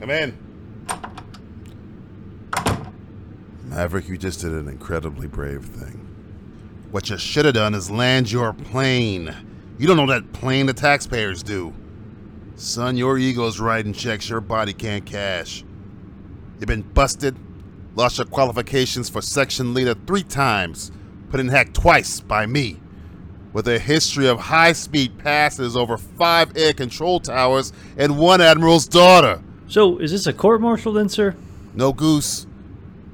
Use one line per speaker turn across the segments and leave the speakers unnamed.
Come in.
Maverick, you just did an incredibly brave thing. What you should have done is land your plane. You don't know that plane the taxpayers do. Son, your ego's writing checks your body can't cash. You've been busted, lost your qualifications for section leader three times, put in heck twice by me. With a history of high speed passes over five air control towers and one admiral's daughter.
So, is this a court martial then, sir?
No goose.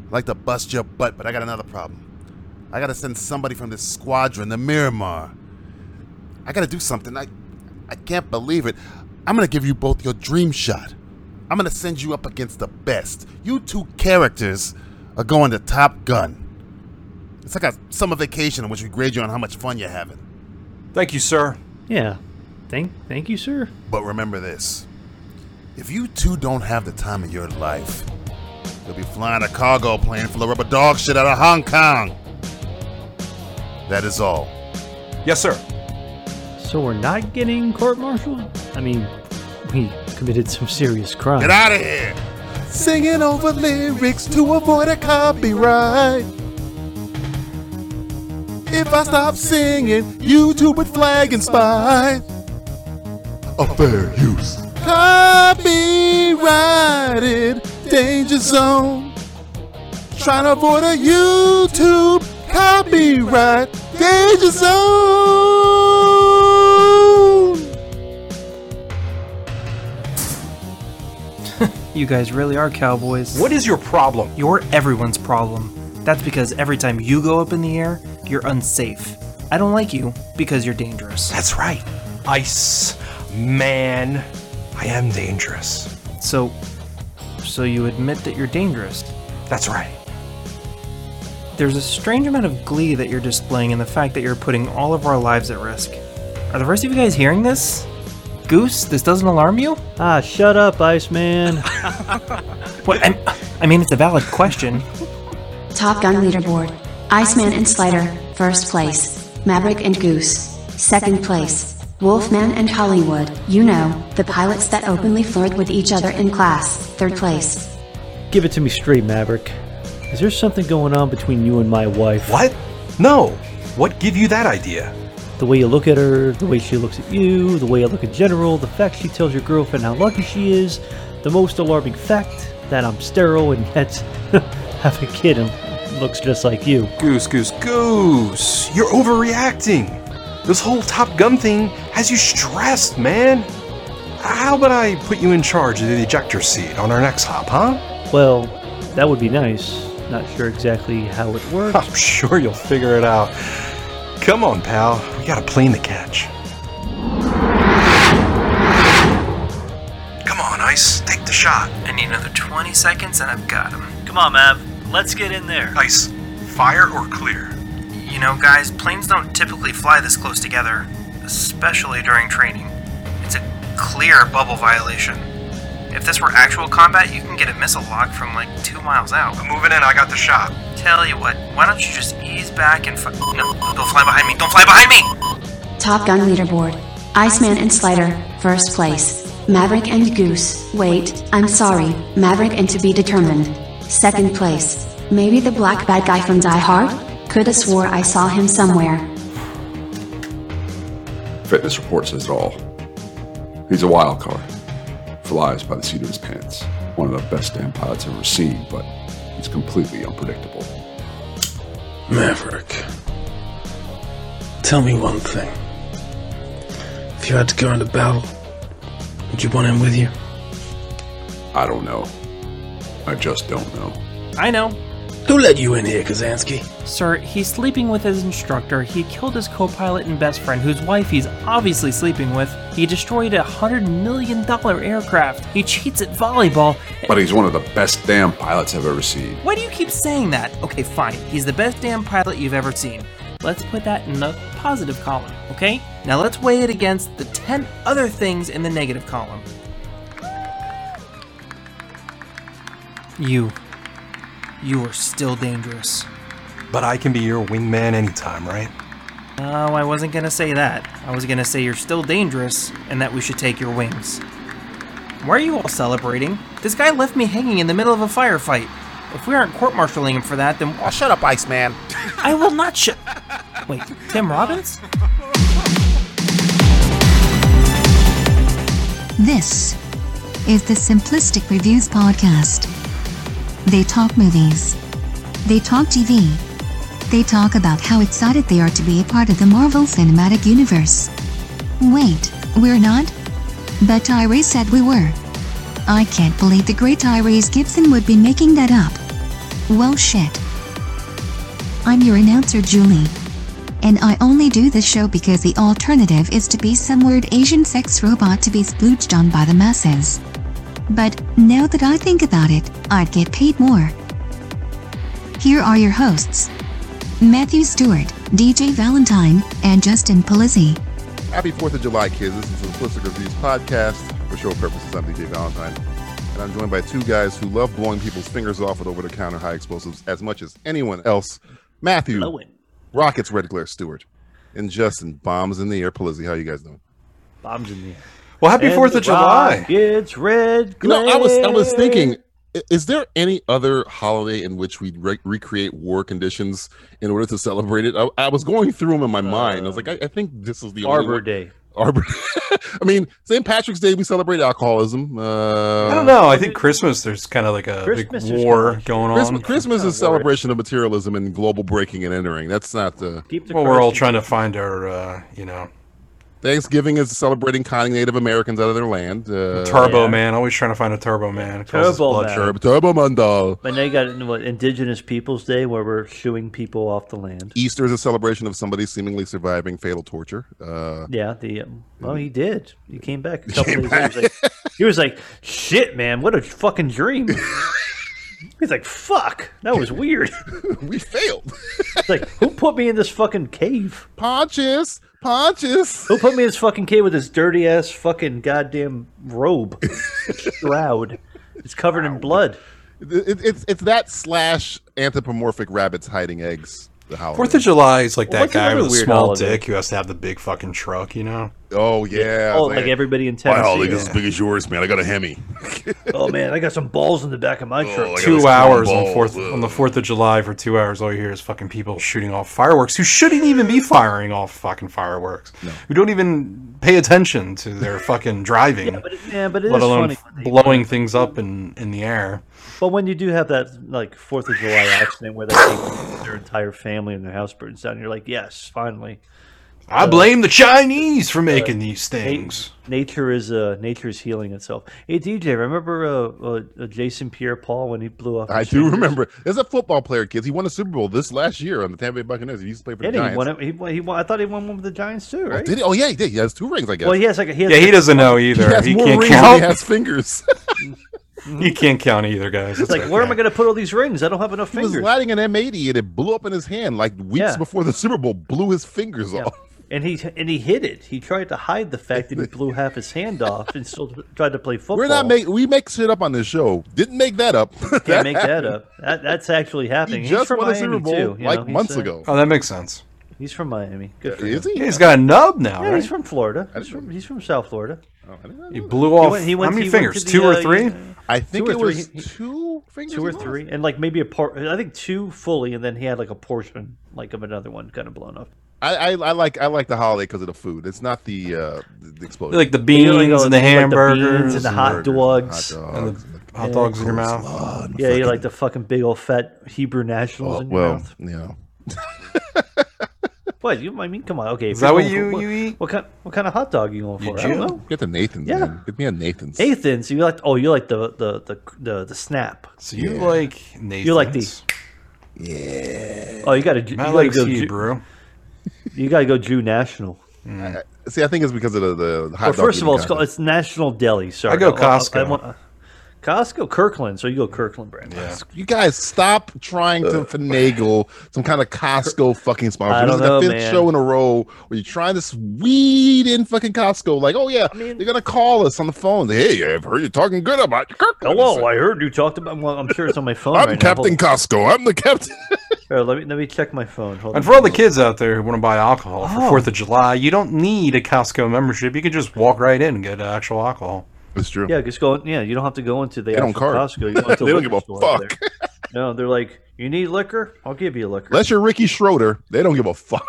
I'd like to bust your butt, but I got another problem. I gotta send somebody from this squadron to Miramar. I gotta do something. I I can't believe it. I'm gonna give you both your dream shot. I'm gonna send you up against the best. You two characters are going to Top Gun. It's like a summer vacation in which we grade you on how much fun you're having.
Thank you, sir.
Yeah. Thank, thank you, sir.
But remember this if you two don't have the time of your life, you'll be flying a cargo plane full of rubber dog shit out of Hong Kong. That is all.
Yes, sir.
So we're not getting court martial? I mean, we committed some serious crime.
Get out of here! Singing over lyrics to avoid a copyright. If I stop singing, YouTube would flag and spy. A fair use. Copyrighted danger zone. Trying to avoid a YouTube copyright danger zone.
You guys really are cowboys.
What is your problem?
You're everyone's problem. That's because every time you go up in the air, you're unsafe. I don't like you because you're dangerous.
That's right. Ice man. I am dangerous.
So, so you admit that you're dangerous.
That's right.
There's a strange amount of glee that you're displaying in the fact that you're putting all of our lives at risk. Are the rest of you guys hearing this? Goose, this doesn't alarm you?
Ah, shut up, Iceman.
What? I'm, I mean, it's a valid question.
Top Gun leaderboard. Iceman and Slider, first place. Maverick and Goose, second place. Wolfman and Hollywood, you know, the pilots that openly flirt with each other in class, third place.
Give it to me straight, Maverick. Is there something going on between you and my wife?
What? No. What give you that idea?
The way you look at her, the way she looks at you, the way I look at General, the fact she tells your girlfriend how lucky she is, the most alarming fact that I'm sterile and yet have a kid and looks just like you.
Goose, goose, goose. You're overreacting. This whole Top Gun thing has you stressed, man. How about I put you in charge of the ejector seat on our next hop, huh?
Well, that would be nice. Not sure exactly how it works.
I'm sure you'll figure it out. Come on, pal. We got a plane to catch. Come on, Ice. Take the shot.
I need another 20 seconds and I've got him.
Come on, Mav. Let's get in there.
Ice, fire or clear?
You know, guys, planes don't typically fly this close together, especially during training. It's a clear bubble violation. If this were actual combat, you can get a missile lock from like two miles out.
moving in. I got the shot.
Tell you what, why don't you just ease back and fi- No, don't fly behind me! Don't fly behind me!
Top Gun leaderboard. Iceman and Slider, first place. Maverick and Goose, wait, I'm sorry, Maverick and to be determined. Second place. Maybe the black bad guy from Die Hard? Coulda swore I saw him somewhere.
Fitness report says it all. He's a wild card. Flies by the seat of his pants. One of the best damn pilots I've ever seen, but he's completely unpredictable.
Maverick, tell me one thing. If you had to go into battle, would you want him with you?
I don't know. I just don't know.
I know.
Don't let you in here, Kazansky.
Sir, he's sleeping with his instructor. He killed his co pilot and best friend, whose wife he's obviously sleeping with. He destroyed a $100 million aircraft. He cheats at volleyball.
But he's one of the best damn pilots I've ever seen.
Why do you keep saying that? Okay, fine. He's the best damn pilot you've ever seen. Let's put that in the positive column, okay? Now let's weigh it against the 10 other things in the negative column. You. You are still dangerous.
But I can be your wingman anytime, right?
No, I wasn't gonna say that. I was gonna say you're still dangerous and that we should take your wings. Why are you all celebrating? This guy left me hanging in the middle of a firefight. If we aren't court martialing him for that, then
Oh, shut up, Iceman.
I will not shut. Wait, Tim Robbins?
This is the Simplistic Reviews Podcast. They talk movies, they talk TV, they talk about how excited they are to be a part of the Marvel Cinematic Universe. Wait, we're not? But Tyrese said we were. I can't believe the great Tyrese Gibson would be making that up. Well, shit. I'm your announcer, Julie. And I only do this show because the alternative is to be some weird Asian sex robot to be splooged on by the masses. But now that I think about it, I'd get paid more. Here are your hosts Matthew Stewart, DJ Valentine, and Justin Polizzi.
Happy 4th of July, kids. This is the Simplistic Reviews podcast. For show purposes, I'm DJ Valentine. And I'm joined by two guys who love blowing people's fingers off with over the counter high explosives as much as anyone else Matthew,
Blow it.
Rockets Red Glare Stewart, and Justin Bombs in the Air Polizzi. How you guys doing?
Bombs in the air.
Well, happy
And
4th of
the
July.
It's red.
You know, I was, I was
glare.
thinking, i- is there any other holiday in which we re- recreate war conditions in order to celebrate it? I, I was going through them in my mind. I was like, I, I think this is the only
Arbor
one-
Day.
Arbor. I mean, St. Patrick's Day we celebrate alcoholism. Uh,
I don't know. I think Christmas, there's kind of like a
Christmas,
big
there's
war
kinda-
going
Christmas,
on.
Christmas is celebration of materialism and global breaking and entering. That's not uh, the
Keep the
Well, we're all
currency-
trying to find our, uh, you know,
Thanksgiving is celebrating conning Native Americans out of their land. Uh,
Turbo
yeah.
Man. Always trying to find a Turbo Man. It causes
Turbo
blood
Man.
Tur- Turbo Mandal.
But now you got what, Indigenous Peoples Day, where we're shooing people off the land.
Easter is a celebration of somebody seemingly surviving fatal torture. Uh,
Yeah, the um, well, he did. He came back a couple days. Later. He, was like, he was like, "Shit, man, what a fucking dream." He's like, "Fuck, that was weird."
we failed.
It's like, who put me in this fucking cave?
Pontius, Pontius.
Who put me in this fucking cave with this dirty ass fucking goddamn robe, shroud? It's covered in blood.
It, it- it's it's that slash anthropomorphic rabbits hiding eggs. The holiday.
Fourth of July is like that
what's
guy
another
with a
weird
small
holiday?
dick who has to have the big fucking truck, you know?
oh yeah.
Oh, like everybody in
My
Tennessee.
holiday is as big as yours, man. I got a Hemi.
Oh man, I got some balls in the back of my truck.
Oh, like- Yeah,
Two
that's
hours on
cornball.
fourth on the Fourth of July for two hours. All you hear is fucking people shooting off fireworks who shouldn't even be firing off fucking fireworks. Who don't even pay attention to their fucking driving,
But it, yeah, but it is
let alone
funny.
f- blowing things up in in the air.
But when you do have that like Fourth of July accident where they take their entire family and their house burns down, you're like, yes, finally,
I blame the Chinese for making these things.
nature is uh, nature is healing itself. Hey DJ, remember uh, uh, Jason Pierre-Paul when he blew up?
I do remember. There's a football player, kids. He won a Super Bowl this last year on the Tampa Bay Buccaneers. He used to play for the
Did he?
Giants.
Won it, he, won, he won, I thought he won one with the Giants too,
Oh,
right?
did he? Oh, yeah, he did. He has two rings, I guess.
well, he has like a, he has
Yeah, he
like-
doesn't know
he
either.
has
He
more
can't
rings than he
count.
has fingers.
He can't count either, guys.
It's like, where am I going to put all these rings? I don't have enough
he was
fingers.
lighting an M80 and it blew up in his hand like weeks
Yeah.
before the Super Bowl. Blew his fingers off.
and he and he hid it. He tried to hide the fact that he blew half his hand off and still tried to play football.
We're not make we make shit up on this show. Didn't make that up.
Can't make that up. That, that's actually
he
happening. He's
just
from
won a
Miami
Super Bowl
too. you
like
know, he's,
months
uh,
ago.
Oh, that makes sense.
He's from Miami. Good for him.
Is he?
He's got a nub now,
Yeah,
right?
he's from Florida. He's
didn't
from, he's from South Florida.
Oh, I, didn't know
He
that.
blew off
went- he went-
how many
he went to
fingers?
the,
Two
uh,
or three?
I think
or
it was
three- he-
two fingers.
two
he
or
lost.
three, and like maybe a part. I think two fully, and then he had like a portion, like of another one, kind of blown up.
I, I, I like I like the holiday because of the food. It's not the uh, the, the explosion.
Like the beans
You know, like, oh,
and the
like
hamburgers
beans and the hot dogs.
Hot
and
dogs.
the hot dogs in your mouth.
Yeah, you like the fucking big old fat Hebrew nationals
Oh,
in your
well,
mouth.
you know.
What you? I mean, come on. Okay,
Is that what you, you eat?
What kind? What kind of hot dog you going for? I
Jew?
don't know.
Get the Nathan's.
Yeah.
Man. Get me a Nathan's.
Nathan's. You like? Oh, you like the the the the, the snap.
So you like Nathan's.
You like the- Oh, you got to. You
Matt
got to
likes
go. Jew,
Hebrew.
you got to go Jew national.
See, I think it's because of the, the hot
Well,
dog.
first of all, it's
eating
called it's National Deli. Sorry,
I go
Oh, oh,
Costco.
want- Costco, Kirkland. So you go Kirkland brand. Yeah.
contest. You guys stop trying to finagle some kind of Costco fucking sponsor.
Uh, I
this is
don't know,
the fifth
man.
show in a row where you're trying to sweet in fucking Costco. Like, oh yeah, they're gonna call us on the phone. Hey, I've heard you talking good about Kirkland.
Hello, I heard you talked about. Well, I'm sure it's on my phone.
I'm
right now. Hold
Captain Costco. I'm the captain.
on. Here, let me let me check my phone. Hold
And
on.
for all the kids out there who want to buy
Oh.
alcohol for Fourth of July, you don't need a Costco membership. You can just walk right in and get uh, actual alcohol.
It's true.
Yeah, just go. Yeah, you don't have to go into the
They don't
actual
care.
Costco. You go into
They don't
liquor
give a
store over
fuck.
there. No, they're like, you need liquor? I'll give you liquor.
Unless you're Ricky Schroeder, they don't give a fuck.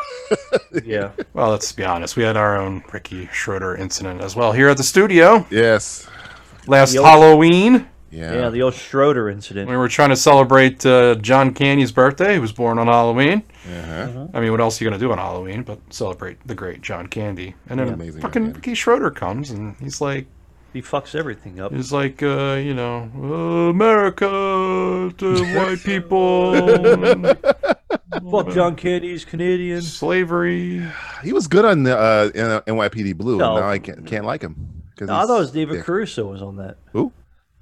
yeah.
Well, let's be honest. We had our own Ricky Schroeder incident as well here at the studio
yes.
last
Yo.
Halloween.
Yeah.
yeah, the old Schroeder incident.
We were trying to celebrate uh, John Candy's birthday. He was born on Halloween.
uh-huh.
I mean, what else are you going to do on Halloween but celebrate the great John Candy? And then
Amazing John
fucking
Candy.
Ricky Schroeder comes and he's like,
He fucks everything up.
he's like, uh, you know, "Uh, America to white people,
Fuck John Candy's Canadian.
slavery.
He was good on the uh, N- NYPD Blue.
No.
Now I can't, can't like him. 'cause
No, I
he's
thought it was David
dick.
Caruso was on that.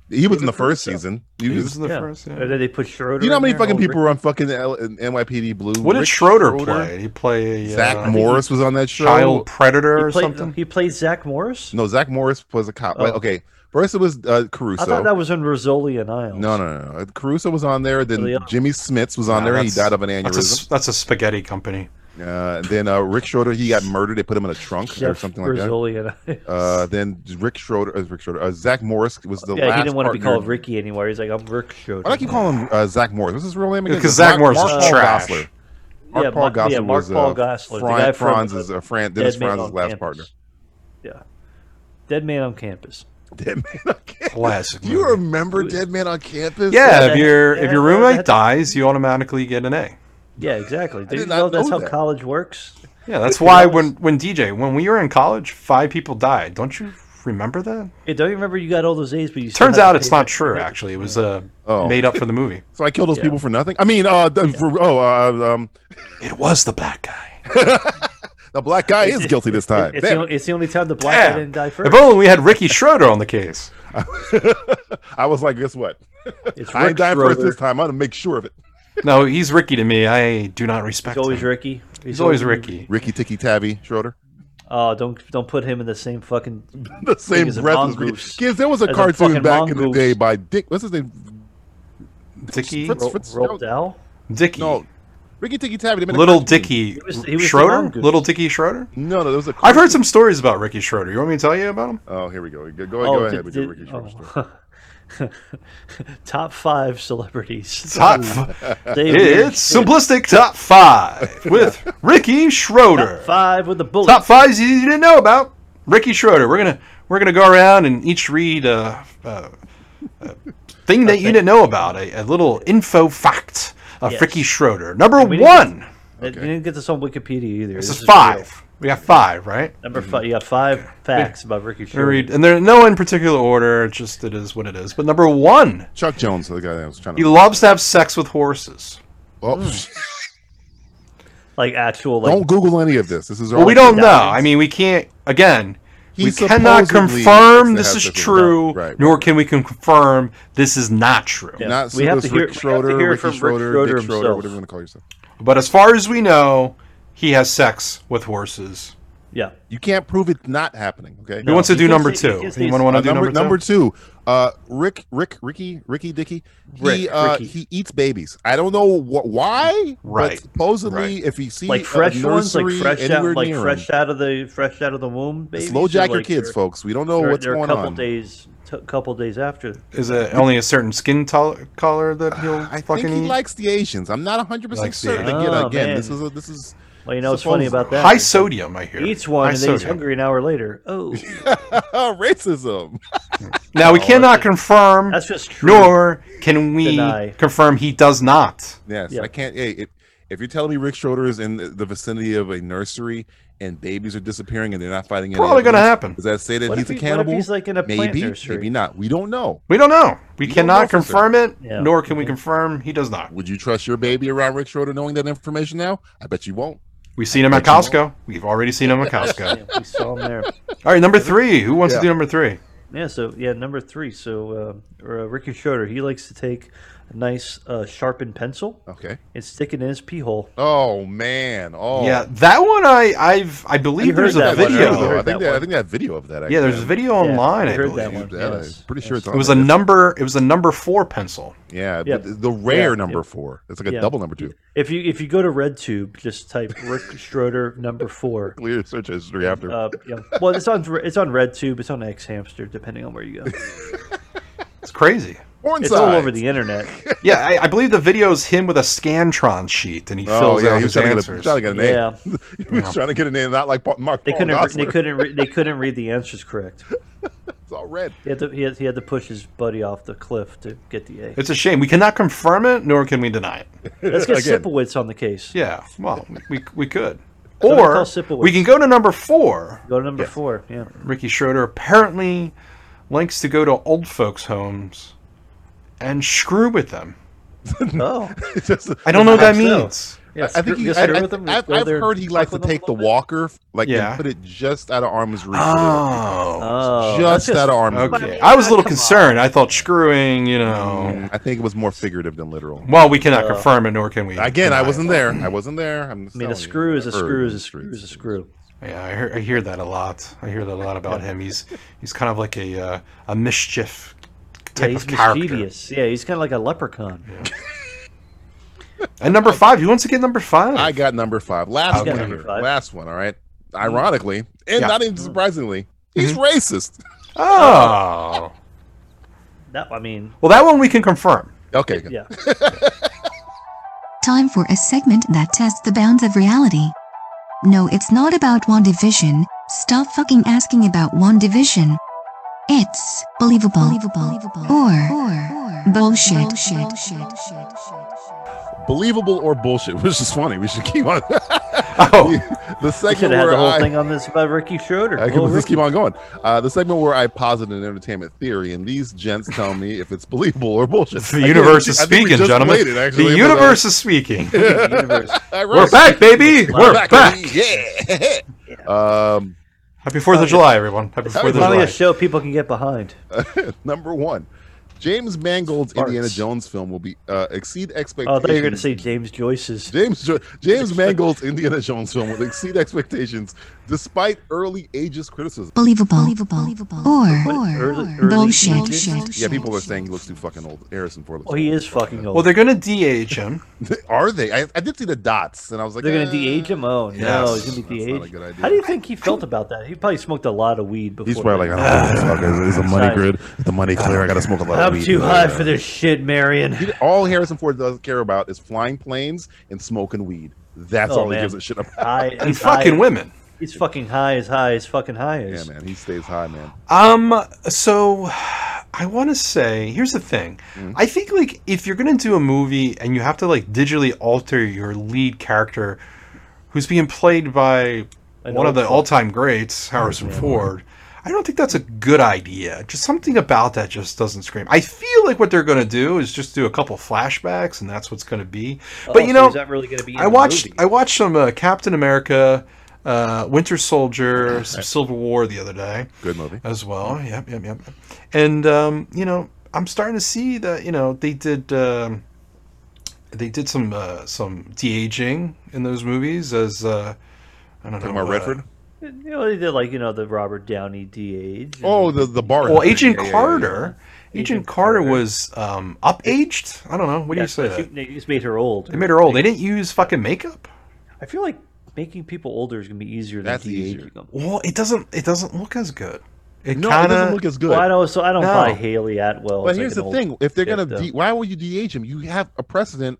He was in the first season. He
He
was-
was in the
yeah.
first. yeah.
And then they put Schroeder.
Do you know how
in
many
there,
fucking
old
people were on fucking L- NYPD Blue?
What did
Rick
Schroeder, play? Did He play a,
Zach
uh,
Morris was on that show.
child predator or
Rick- He played, uh,
something.
he played Zach Morris.
No, Zach Morris was a cop.
Oh.
Wait, okay, first it was uh, Caruso.
I thought that was in Rizzoli and Isles.
no, no, no, no. Caruso was on there. Then
the other-
Jimmy Smits was on
Nah,
there. and He
that's-
died of an
That's a, s-
aneurysm.
that's a spaghetti company.
Uh, and then uh, Rick Schroeder, he got murdered. They put him in a trunk or
Jeff
something like that.
Rizzoli and Isles.
Uh, then Rick Schroeder, uh, Rick Schroeder, uh, Zach Morris was the
yeah,
last
he didn't want to be
partner-
called Ricky anymore. He's like, I'm Rick Schroeder.
Why do I keep calling him uh, Zach Morris? What's his real name again?
Because Zach Morris is
Paul
trash.
Gosselaar. Mark
yeah,
Paul
Ma-
Gosselaar
yeah, Mark
was, uh,
Paul Gosselaar,
Fran-
the guy from
Franz's,
uh,
uh, Fran, Dennis
Dead Man
Franz's
on
last
Campus.
partner.
Yeah, Dead Man on Campus.
Dead Man on Campus.
Classic.
Do you
movie.
remember Dead Man on Campus?
yeah,
that-
if your
yeah,
if your
no,
roommate
that-
dies, you automatically get an A.
Yeah, exactly. Did you
not
know that's
know
how
that.
college works?
Yeah, that's why when when DJ when we were in college, five people died. Don't you remember that?
Hey, don't you remember you got all those A's, but you still
Turns
had to
out
pay
it's not
back-
true. Actually, it was uh,
Oh.
made up for the movie.
So I killed those people for nothing. I mean, uh, the, for, oh, uh, um,
It was the black guy.
the black guy is guilty this time.
It's the,
Damn.
only, it's the only time the black
Yeah.
guy didn't die first.
If only we had Ricky Schroeder on the case.
I was like, guess what?
It's
I
Rick
ain't dying first
Schroeder.
this time. I'm gonna make sure of it.
No, he's Ricky to me. I do not respect
He's always
him.
Ricky.
He's always Ricky.
Ricky Ticky Tabby Schroeder.
Oh, don't don't put him in the same fucking.
The same
is a
breath as Ricky.
mongoose.
Kids, there was a
As a
cartoon
fucking
back in the
mongoose.
day by Dick. What's his name?
Dicky,
Fritz-
Ro-
Fritz-
Roald Dahl.
Dicky,
No, Ricky Ticky Tabby. they made a
little
cartoon.
Dicky
was- he was the
Schroeder,
mongoose.
little Dicky Schroeder.
No, no, there was a.
I've
cartoon-
heard some stories about Ricky Schroeder. You want me to tell you about him?
Oh, here we go. Go, go,
Oh,
go ahead
did-
with your
did-
Ricky Schroeder. story.
oh. top five celebrities.
Top f-
Dave
it's
Hirsch.
simplistic top five with Ricky Schroeder.
top five with the bullet.
Top fives you didn't know about Ricky Schroeder. We're gonna we're gonna go around and each read a, a, a thing that you didn't know about, a, a little info fact of
Yes.
Ricky Schroeder. Number
we didn't
one.
You didn't get this on Wikipedia either.
This is
real.
five. We got five, right?
Number five. You got five facts about Ricky
We're
Schroeder.
gonna read, and they're no in particular order. It's just it is what it is. But number one,
Chuck Jones, the guy that was trying
he
to.
loves to have sex with horses.
Oh,
Mm. Like actual. Like,
don't Google any of this. This is.
Well, we
all-
don't know. I mean, we can't. Again,
He
we cannot
supposedly has
confirm this
to
is
have sex with
true,
dogs. Right, right,
nor can we confirm this is not true.
Yeah.
Not
We have to
Sidious,
hear- we have
Rick
to
Schroeder,
hear
Ricky
from Rick
Schroeder,
Schroeder
Dick Schroeder,
himself.
whatever you want to call yourself.
But as far as we know, he has sex with horses.
yeah.
You can't prove it's not happening. Okay.
Who wants to
he
do
gives
number
it- he
two?
gives
Anyone
these-
want
Uh,
to do
number
number,
number
two?
two, uh, Rick, Rick, Ricky, Ricky, Dicky. He
Rick,
uh,
Ricky.
he eats babies. I don't know wh- why.
Right,
But supposedly,
right.
if he sees
Like fresh
a
ones, like
nursery
fresh out,
anywhere
like
near him,
fresh out of the fresh out of the womb. Babies.
slow jack
They're,
your
like,
kids,
they're-
folks. We don't know
they're-
what's
they're a
going
couple
on.
days, t- couple days after.
Is it only a certain skin tol- color that he'll
Uh, I think
fucking
he
eat?
likes the Asians. I'm not 100 percent
Likes the
certain. Again,
Asians. Oh,
again,
man.
this is a, this is
Well, you know what's funny about that?
High sodium, I hear.
He eats one
High
and then he's
sodium.
hungry an hour later. Oh,
racism.
Now we cannot confirm,
that's just true.
nor can we
Deny.
confirm he does not.
Yes,
Yeah.
I can't. Hey, if, if you're telling me Rick Schroeder is in the- the vicinity of a nursery and babies are disappearing and they're not finding any
Probably gonna
evidence,
happen.
Does that say that
What
he's
if
a
he- what if
cannibal?
he's, like, in a plant
maybe,
nursery?
maybe not. We don't know.
We don't know. We
don't know
cannot
for
confirm it,
Yeah.
nor can we confirm he does not.
Would you trust your baby around Rick Schroeder knowing that information now? I bet you won't.
We've seen him at Costco. We've already seen him at Costco.
yeah, we saw him there.
All right, number three. Who wants
Yeah.
to do number three?
Yeah, so yeah, number three. So uh, uh, Ricky Schroeder, he likes to take a nice uh, sharpened pencil
Okay.
and stick it in his pee hole.
Oh man. Oh
Yeah, that one I I've I
You
believe
heard
there's a
that
That oh,
one,
video.
right? You
I think
heard that
that, I
one.
think that video of that.
Yeah, there's a
actually.
video online.
I
I
heard
believe
that one.
Yeah,
yes.
I'm pretty sure it's.
it was a number. It was a number four pencil.
Yeah,
Yeah.
but the rare
Yeah,
number four. It's like a
Yeah.
double number two.
If you if you go to RedTube, just type Rick Schroeder number four.
Clear search history after.
Uh, yeah. Well, it's on it's on RedTube. It's on X Hamster, depending on where you go.
It's crazy.
Porn
It's all
sides.
over the internet.
Yeah, I, I believe the video is him with a Scantron sheet, and he
Oh
fills
yeah,
out
he was
his
trying to, get a,
answers.
trying to get a name.
Yeah,
he was trying to get a name, not like Mark.
they
Paul
couldn't re-
Gosselaar.
they couldn't re- they couldn't read the answers correct.
It's all red.
He had to he had, he had to push his buddy off the cliff to get the A.
It's a shame. We cannot confirm it, nor can we deny it.
Let's get
Again.
Sipowicz on the case.
Yeah, well, we, we could.
Somebody
Or
call Sipowicz.
we can go to number four.
Go to number four. Yeah.
Ricky Schroeder apparently likes to go to old folks' homes and screw with them.
Oh,
It's just-
I don't know what that
Perhaps so.
means.
yeah,
I think he,
just
I,
screw
I,
with them,
I've,
go
I've
there and
heard he
fuck
likes to
with them a
take the
little bit.
walker, like
Yeah.
and put it just out of arm's reach.
Oh,
Oh,
just
that's
out of arm's reach.
okay. I was a little concerned. I thought screwing, you know.
I think it was more figurative than literal.
Mm.
Well, we cannot confirm it, nor can we.
Again, I
deny
wasn't
it.
there. I wasn't there. I'm just
I mean, a
telling you
screw
what
is a
I heard
screw
in
is
the
a screw
streets.
is a screw.
Yeah, I hear, I hear that a lot. I hear that a lot about him. He's he's kind of like a uh, a mischief
Yeah,
type
he's
of character.
mischievous. Yeah, he's kind of like a leprechaun.
And number five, he wants to get number five.
I got number five. Last
got
one.
number
here.
five. Mm-hmm.
Last one. All right. Ironically, and
Yeah.
not even surprisingly, he's racist.
oh,
That I mean,
well, that one we can confirm.
Okay.
yeah.
Time for a segment that tests the bounds of reality. No, it's not about one division. Stop fucking asking about one division. It's believable, or, bullshit.
Believable or bullshit, which is funny. We should keep on.
Oh,
the
We should
segment
have
where
the whole
I,
thing on this about Ricky Schroeder.
I
Oh,
can just
Ricky.
keep on going. Uh, the segment where I posit an entertainment theory, and these gents tell me if it's believable or bullshit.
the universe is speaking, gentlemen. the
uh,
universe is speaking.
The universe.
We're back, baby. We're back.
Yeah. um,
Happy Fourth of July, everyone. Happy Fourth of
Finally, a
July.
show people can get behind. Oh,
number one, James Mangold's Indiana
Farts.
Jones film will be uh, exceed
Oh,
expectations.
I thought you were going to say James Joyce's.
James Jo- James Mangold's Indiana Jones film will exceed expectations, despite early ageist criticism.
Believable, or, bullshit.
Yeah, people are saying he looks too fucking old. Harrison Ford. Looks
Oh, he
old.
is fucking old.
Well, they're going to de-age him.
Are they? I, I did see the dots, and I was like,
They're going to
eh.
de-age him. Oh no,
Yes.
he's going to be
That's
de-aged.
not a good idea.
How do you think he felt about that? He probably smoked a lot of weed before.
He's probably
that.
like, "Ah, I don't know what the fuck is. It's a money
Sorry.
grid. The money clear. I gotta smoke a lot of
I'm
weed.
too high for this shit, Marion.
He- All Harrison Ford does care about is flying planes and smoking weed. That's
Oh,
all
man.
he gives a shit about.
High,
And
he's
fucking
high,
women.
He's fucking high as high as fucking high
Yeah,
is.
man. He stays high, man.
Um, so I want to say, here's the thing. I think like if you're gonna do a movie and you have to like digitally alter your lead character, who's being played by
An
one of
old
the
fuck.
all-time greats, Harrison Ford. I don't think that's a good idea. Just something about that just doesn't scream. I feel like what they're gonna do is just do a couple flashbacks, and that's what's gonna be.
Oh,
But you
so
know,
he's not really going to be. In
I
the
watched
movie.
I watched some uh, Captain America, uh, Winter Soldier, some Civil War the other day
Good movie.
as well. Yep, yep, yep. And um, you know, I'm starting to see that you know they did um, they did some uh, some de aging in those movies as uh, I don't know
Talking about
uh,
Redford.
You know, they did like you know the Robert Downey de-age. and-
Oh, the the bar.
Well, Agent
Yeah, yeah, yeah, yeah.
Carter. Agent,
Agent
Carter
Carter.
was um, upaged. I don't know. What do
Yeah,
you say?
but
that?
she- They just made her old.
They made her old. They didn't use fucking makeup.
I feel like making people older is going to be easier than
That's easier.
de-aging them.
Well, it doesn't. It doesn't look as good. It
No, it
kind
doesn't
of
look as good.
Well, I don't. So I don't
No.
buy Haley Atwell.
But
as, like,
here's
an
the
old
thing: if they're
chick,
gonna,
though.
de- why would you de-age him? You have a precedent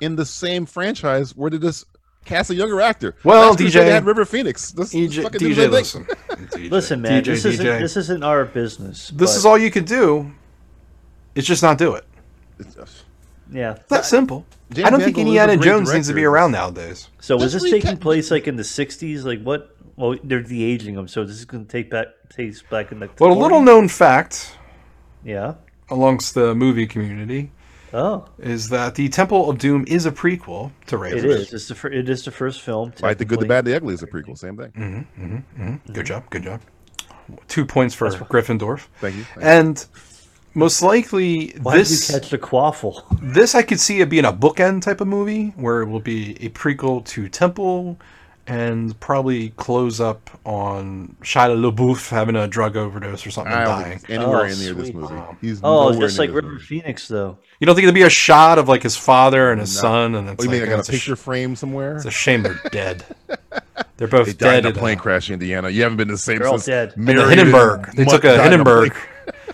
in the same franchise where they just cast a younger actor.
Well, E
Last year
DJ
they had River Phoenix. This, this
EJ,
fucking
DJ,
DJ
listen. DJ,
Listen, man,
DJ,
this isn't
DJ.
this isn't our business.
This
but-
is all you can do. It's just not do it.
Yeah.
That simple.
James
I don't think
Mangold is a
Indiana
great
Jones needs to be
director.
around nowadays.
So was
Just
this taking
reca-
place like in the '60s? Like what? Well, they're de-aging them, so this is going to take back place back in the.
Well, a little
40s?
known fact
Yeah.
amongst the movie community
Oh,
is that the Temple of Doom is a prequel to Raven.
it is. It's the fir- it is the first film.
Like the good, the
technically.
bad, the ugly is a prequel. Same thing.
Mm, Good job. Good job. Two points for Gryffindor.
Thank you. Thank you.
And most likely,
Why
this
did you catch the quaffle?
this I could see it being a bookend type of movie where it will be a prequel to Temple and probably close up on Shia LaBeouf having a drug overdose or something
I
and
don't
dying.
think he's anywhere
Oh,
in near this
sweet.
movie. He's
Oh,
nowhere
just
near
like
this
River
movie.
Phoenix, though.
You don't think it'd be a shot of like his father and his
No.
son, and it's
Oh, you
like
mean I got
it's
a
a sh-
picture frame somewhere?
It's a shame they're dead. They're both
They died
dead.
in a plane crash in Indiana. You haven't been the same
They're all
since
uh, dead.
in the
Mary
Hindenburg. They
Mutt
took a
died in plane
Hindenburg.
crash.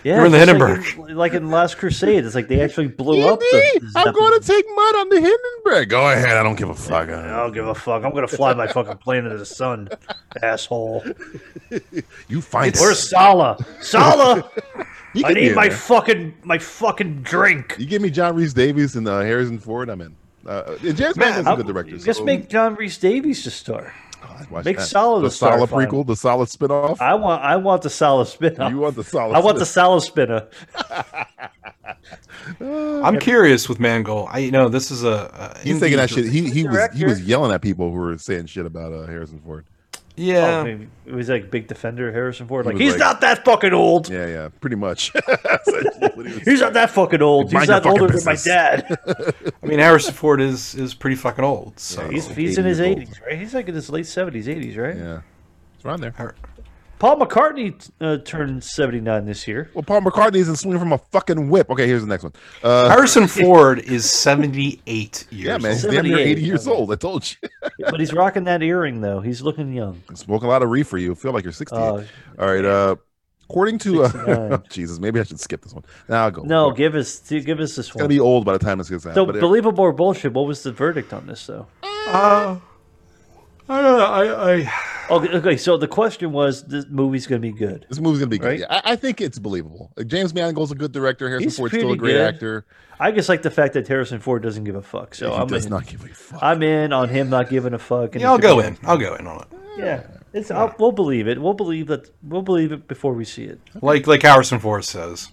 Yeah,
You're in the
just Like
Hindenburg.
in, like in Last Crusade, it's like they actually blew up the.
Yippee! I'm going to take mud on the Hindenburg. Go ahead. I don't give a fuck.
I don't give a fuck. I'm gonna fly my fucking plane into the sun, asshole.
You find it.
Where's Sala? Sala,
You
I
get me
need
in
my
there.
fucking my fucking drink.
You give me John Reese Davies and uh, Harrison Ford. I'm in. Uh, and James Mangold's a
I'm-
good director. so-
Just make John Reese Davies the star.
I'd watch
make
that.
Sala
the
the star Uh,
Sala
final.
prequel, the Sala spinoff.
I want I want the Sala spinner.
You want the Sala?
I want the
spinoff.
Sala spinner.
I'm curious with Mangold. I you know this is a, a
He's
indie
taking that
dir-
shit. He he was he
Director.
was yelling at people who were saying shit about uh, Harrison Ford.
Yeah,
Oh, maybe. it was like big defender Harrison Ford.
He
Like
was
he's
like-
not that fucking old.
Yeah, yeah, pretty much. That's what he was
He's not that fucking old.
Mind
He's
your
not
fucking
older
business.
than my dad.
I mean Harrison Ford is is pretty fucking old. So
Yeah,
He's,
Oh,
he's in his
80 years old.
80s, right? He's like in his late 70s, 80s, right?
Yeah, it's around there.
Paul McCartney uh, turned 79 this year.
Well, Paul McCartney's in swinging from a fucking whip. Okay, here's the next one. Uh,
Harrison Ford is 78 years.
yeah, man, he's
old.
damn near
78.
80 years old. I told you.
But he's rocking that earring, though. He's looking young.
Smoke a lot of reefer. You feel like you're 60.
Oh,
All right. Uh, according to uh,
69.
Jesus, maybe I should skip this one. Now I'll go.
No,
it's
give us give us this
gonna
one.
be old by the time this gets out.
so,
but it-
believable or bullshit, what was the verdict on this, though?
Uh, I don't know. I, I
Okay, okay so the question was this movie's going to be good.
this movie's gonna be good.
Right?
Yeah, I, I think it's believable. Like, James Mangold's a good director. Harrison
He's
Ford's still a
pretty
great
good.
actor.
I just like the fact that Harrison Ford doesn't give a fuck. So
he
I'm
does
in.
not give a fuck.
I'm in on him not giving a fuck. and
yeah, I'll
it should
go
be-
in. I'll go in on it.
Yeah, it's I'll, we'll believe it. We'll believe that. We'll believe it before we see it.
Like like Harrison Ford says.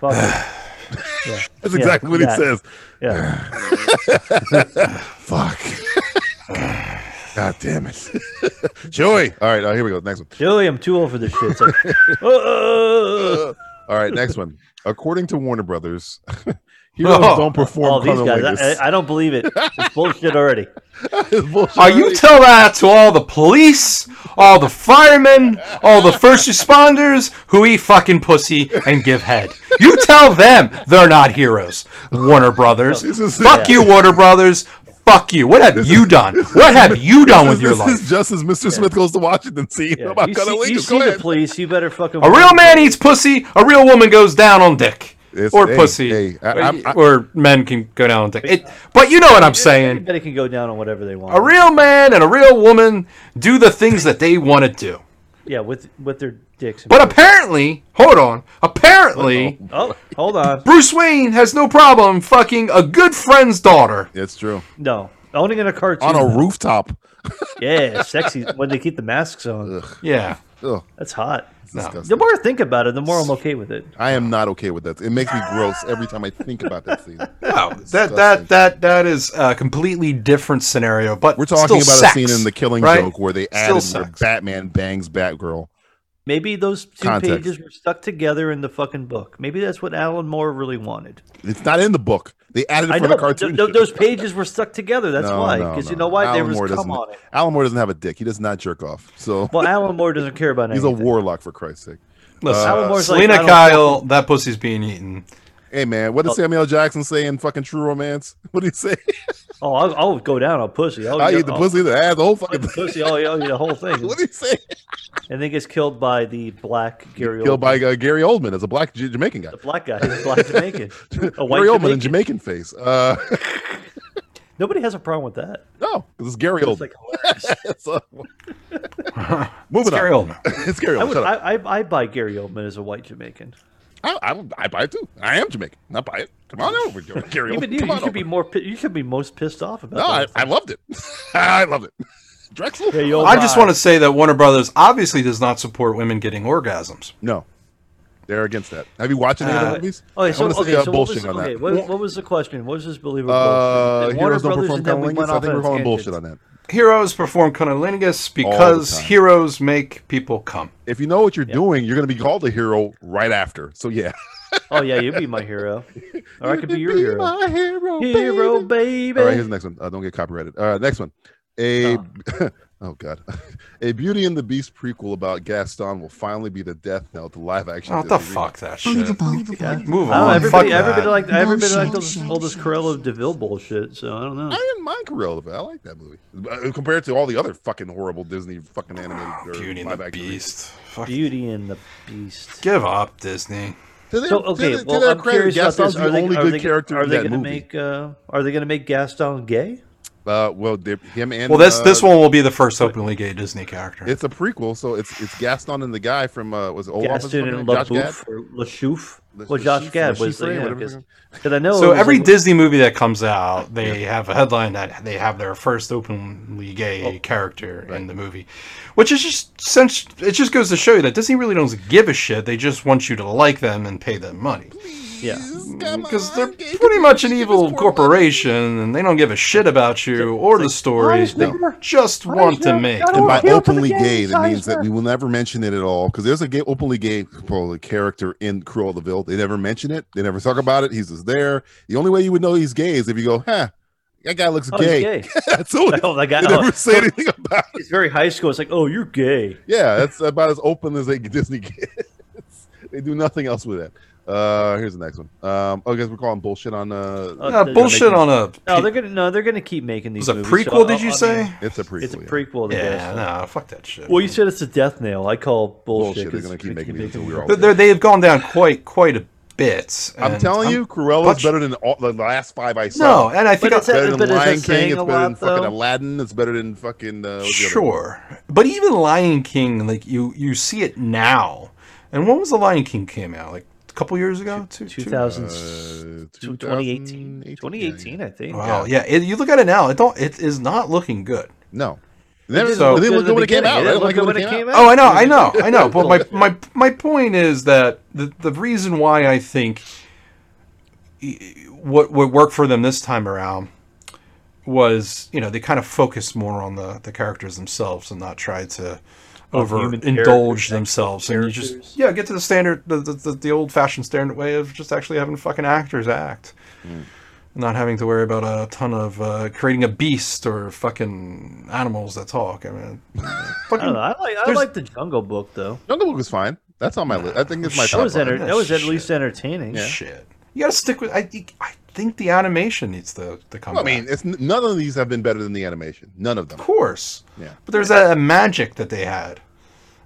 Fuck it.
That's exactly what
yeah.
he says.
Yeah.
Fuck. God damn it. Joey. All right. Uh, here we go. Next one.
Joey, I'm too old for this shit. It's like, oh,
All right. Next one. According to Warner Brothers, heroes don't perform
Oh, all these guys.
chronologically.
I, I, I don't believe it. It's bullshit already.
Bullshit.
Are you tell that to all the police, all the firemen, all the first responders who eat fucking pussy and give head? You tell them they're not heroes, Warner Brothers.
This is-
Fuck you, Warner Brothers. Fuck you. What have you done? What have you done
this
with your
is- This
life?
is just as Mr. Smith goes to Washington see
Yeah.
about
You see, you
Cunnilingus.
see
Go
the
ahead.
police. You better fucking.
A real man eats pussy. A real woman goes down on dick
It's-
or
hey,
pussy,
hey, I-
Or-
I'm- I-
or men can go down on dick. It, but you know what I'm saying.
Everybody can go down on whatever they want.
A real man and a real woman do the things that they want to do.
yeah, with with their dicks. and
But
pussy.
apparently, hold on, apparently,
oh, hold on.
Bruce Wayne has no problem fucking a good friend's daughter.
It's true.
No, owning in a cartoon.
On a rooftop.
yeah, sexy when they keep the masks on.
Yeah.
Ugh,
That's hot.
disgusting.
The more I think about it, the more I'm okay with it.
I am not okay with that. It makes me gross every time I think about that scene.
No, that that that that is a completely different scenario. But
We're talking
still
about
sex,
a scene in The Killing
right?
Joke where they
Still
added where
sex.
Batman bangs Batgirl.
Maybe those two
Context.
pages were stuck together in the fucking book. Maybe that's what Alan Moore really wanted.
It's not in the book. They added it
I
for
know
the cartoon.
th- th-
shit.
those pages were stuck together. That's
No,
why,
no,
because you
no.
know why there
Alan
was
Moore
come
doesn't-
on it.
Alan Moore doesn't have a dick. He does not jerk off. So
Well, Alan Moore doesn't care about
he's
anything.
a warlock for Christ's sake.
Listen,
Alan Moore's like,
Selena
I don't
Kyle, that pussy's being eaten.
Hey man, what did Samuel Jackson say in fucking True Romance? What did he say?
Oh, I'll, I'll go down on pussy. I'll,
I
yeah,
eat the
I'll-
pussy, the ass, the whole
I'll eat
fucking
the
thing.
pussy. I'll, I'll eat the whole thing,
What did he say?
and then gets killed by the black Gary.
Killed
Oldman.
by uh, Gary Oldman as a black J- Jamaican guy.
the black guy, the black Jamaican, a white
Gary Oldman
Jamaican.
in Jamaican face. Uh,
Nobody has a problem with that.
no, this is Gary
It's
Oldman.
like hilarious.
So- moving
Gary
on.
Oldman.
it's Gary
I,
Oldman.
would,
Shut up.
I, I, I buy Gary Oldman as a white Jamaican.
I, I, would- I buy it too. I am Jamaican. I buy it. Come on over, Gary Oldman.
Even you,
Come on
you should be
over.
more. pi- You should be most pissed off about
No, I,
that.
I loved it. I loved it. Drexel.
Yeah, you'll
I just
buy.
want to say that Warner Brothers obviously does not support women getting orgasms.
No, they're against that. Have you watched any of
Uh,
the movies?
Okay, so,
I'm gonna
okay,
say, uh,
so what,
bullshit
was,
on
okay,
that.
what, what was the question? What was this believable?
Uh,
bullshit? Then Warner
heroes don't
Brothers,
perform
and then we
cunnilingus.
went
I
off
think
on
we're
a
calling
tangent.
bullshit on that.
Heroes perform cunnilingus
the
because
time.
heroes make people come.
If you know what you're doing, you're going to be called a hero right after. So yeah,
Oh yeah, you'd be my hero, or I could be your
Be
hero.
my hero,
Hero,
baby.
baby.
All right, here's the next one. Uh, don't get copyrighted. Uh, next one. A Oh God, a Beauty and the Beast prequel about Gaston will finally be the death knell to live action.
Oh, the fuck that shit.
Believable.
Move
I don't know,
on.
Oh, everybody,
fuck
everybody
that.
like everybody
Bullshit.
like all this, all this Cruella Deville bullshit. So I don't know.
I didn't mind Cruella, but I like that movie Uh, compared to all the other fucking horrible Disney fucking animated or
Ah, Beauty and
live
the
action remakes.
Beast. Fuck.
Beauty and the Beast.
Give up, Disney.
To their,
So okay,
to their,
well,
to their
I'm curious
credit,
about
Gaston's
this. Are
the
they,
only
are
good
they,
character
are
in
they
that
gonna
movie.
make? Uh, are they going to make Gaston gay?
Uh, well, they- him and
Well, this
uh,
this one will be the first openly gay Disney character.
It's a prequel, so it's it's Gaston and the guy from uh, was it Olaf? his
Gaston
fucking
and
name? Josh Gad?
LaBouffe or LaChouf?
Le-
Well, Josh
Lechif-
Gad was
Lechifre,
the
whatever
because
his name-
I know.
So
it was
every
like-
Disney movie that comes out, they have a headline that they have their first openly gay
Oh,
character in the movie, which is just sense. It just goes to show you that Disney really doesn't give a shit. They just want you to like them and pay them money
yeah.
because Mm, they're pretty much an evil corporation and they don't give a shit about you or the story.
is
They
there-
just
why
want
is
Oh, to
there-
make.
I
And
don't
by
appeal to the
openly
gays,
gay, that means that
Eisner.
we will never mention it at all. Because there's a gay, openly gay probably, character in Cruella de Vil. They never mention it. They never talk about it. He's just there. The only way you would know he's gay is if you go, huh, that guy looks
Oh, he's
gay.
gay.
that's all.
Oh, that guy-
They never
oh.
say anything about it.
It's very high school. It's like, oh, you're gay.
Yeah, that's about as open as a Disney gets. they do nothing else with it. Uh, here's the next one. Um, oh, I guess we're calling bullshit on. Uh,
Oh,
Uh,
they're
bullshit
gonna
on a.
make- No, they're gonna no, they're gonna keep making
it
these.
was a
movies,
prequel?
so
did
I'll-
you
I'll-
say?
it's a prequel.
It's a
yeah.
prequel. To
yeah,
Gaston.
no, fuck that shit.
Well, you said it's a death nail. I call bullshit.
Bullshit. They're
'cause
gonna
it's
keep making these until we're all.
They're- they're- they've gone down quite quite a bit.
I'm
and
telling
I'm-
you, Cruella
bunch-
is better than all, the last five I saw.
No, and I think
But it's
I-
a-
better than
but is that
Lion King.
saying
It's
a
better than
lot,
fucking
though?
Aladdin. It's better than fucking. Uh, what's the other one?
sure, but even Lion King, like you you see it now. And when was the Lion King came out? Like a couple years ago, two two-
2000,
Uh, 2018,
2018, 2018, I think.
Wow, yeah. It, you look at it now, it don't. It is not looking good.
No, they didn't,
So-
they didn't look
Because
good when it came
beginning,
out. They
didn't
didn't like
look
it when it came out.
Oh, I know, I know, I know. But my my my point is that the the reason why I think what what worked for them this time around was you know they kind of focused more on the the characters themselves and not try to over
human
indulge
characters,
themselves and you
characters.
just yeah get to the standard the the, the, the old fashioned standard way of just actually having fucking actors act
Hmm.
not having to worry about a ton of uh, creating a beast or fucking animals that talk i mean
I don't know. I like I
There's-
like the Jungle Book though.
Jungle Book was fine. That's on my list. I think it's my
That
top.
That was
five.
enter-
that
that was at
shit.
least entertaining.
shit. You gotta stick with. I think. I think the animation needs to to come.
Well, I
back.
mean, it's n- none of these have been better than the animation. None of them.
of course.
Yeah.
But there's that magic that they had.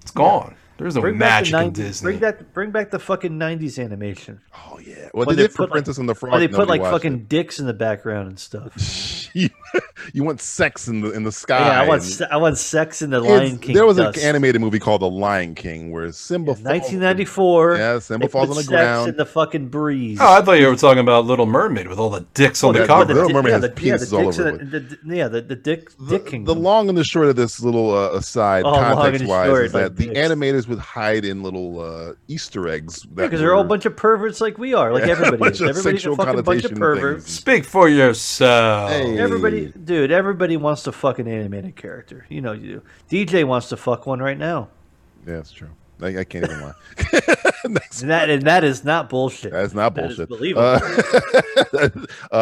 It's gone. There's no
Bring back, the
magic in
90s,
Disney.
bring, back, bring back the fucking 90s animation.
Oh yeah. Well,
When
they
they
did for
put, like-
Princess and the Frog.
Where they put
nobody
like
watched
fucking dicks in the background and stuff.
it. you want sex in the in the sky.
Yeah, I want,
and-
se- I want sex in the
It's-
Lion King.
There was
dust.
an animated movie called The Lion King where Simba. falls-
1994.
Yeah, Simba
they
falls
put
on the
sex
ground.
in the fucking breeze.
oh, I thought you were talking about Little Mermaid with all the
Oh,
dicks on
Well,
the
that-
cover.
Little
di-
Mermaid
yeah,
has
the- yeah, the
penises all
dicks
over
in the- the- the- yeah, the, the dick,
the,
dick Kingdom.
the long and the short of this little uh, aside,
Oh, long and
context wise,
short,
is that
like
the
dicks.
animators would hide in little uh, Easter eggs. that
because they're all a
were-
bunch of perverts like we are, like
Yeah, a
everybody
bunch
is.
of
Everybody's a
sexual
fucking bunch
connotation
of
things.
perverts.
Speak for yourself.
Hey.
Everybody, dude, everybody wants to fuck an animated character. You know you do. DJ wants to fuck one right now.
Yeah, that's true. I, I can't even lie.
And that and that is not bullshit.
That's not
That is
bullshit.
believable.
Uh,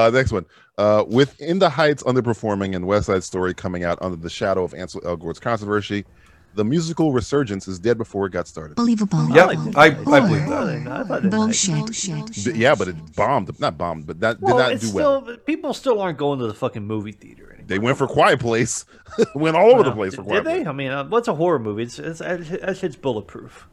uh, next one. Uh, within the Heights underperforming and West Side Story coming out under the shadow of Ansel Elgort's controversy, the musical resurgence is dead before it got started.
Believable.
Yep,
Oh,
I, I believe that.
I thought it-
Bullshit.
D- yeah, but it bombed. Not bombed, but that
Well,
did not
it's
do well.
still, people still aren't going to the fucking movie theater anymore.
They went for Quiet Place. went all over the place for
Did-
Quiet
Did
Place.
they? I mean, uh, what's a horror movie? It's, it's, that shit's bulletproof.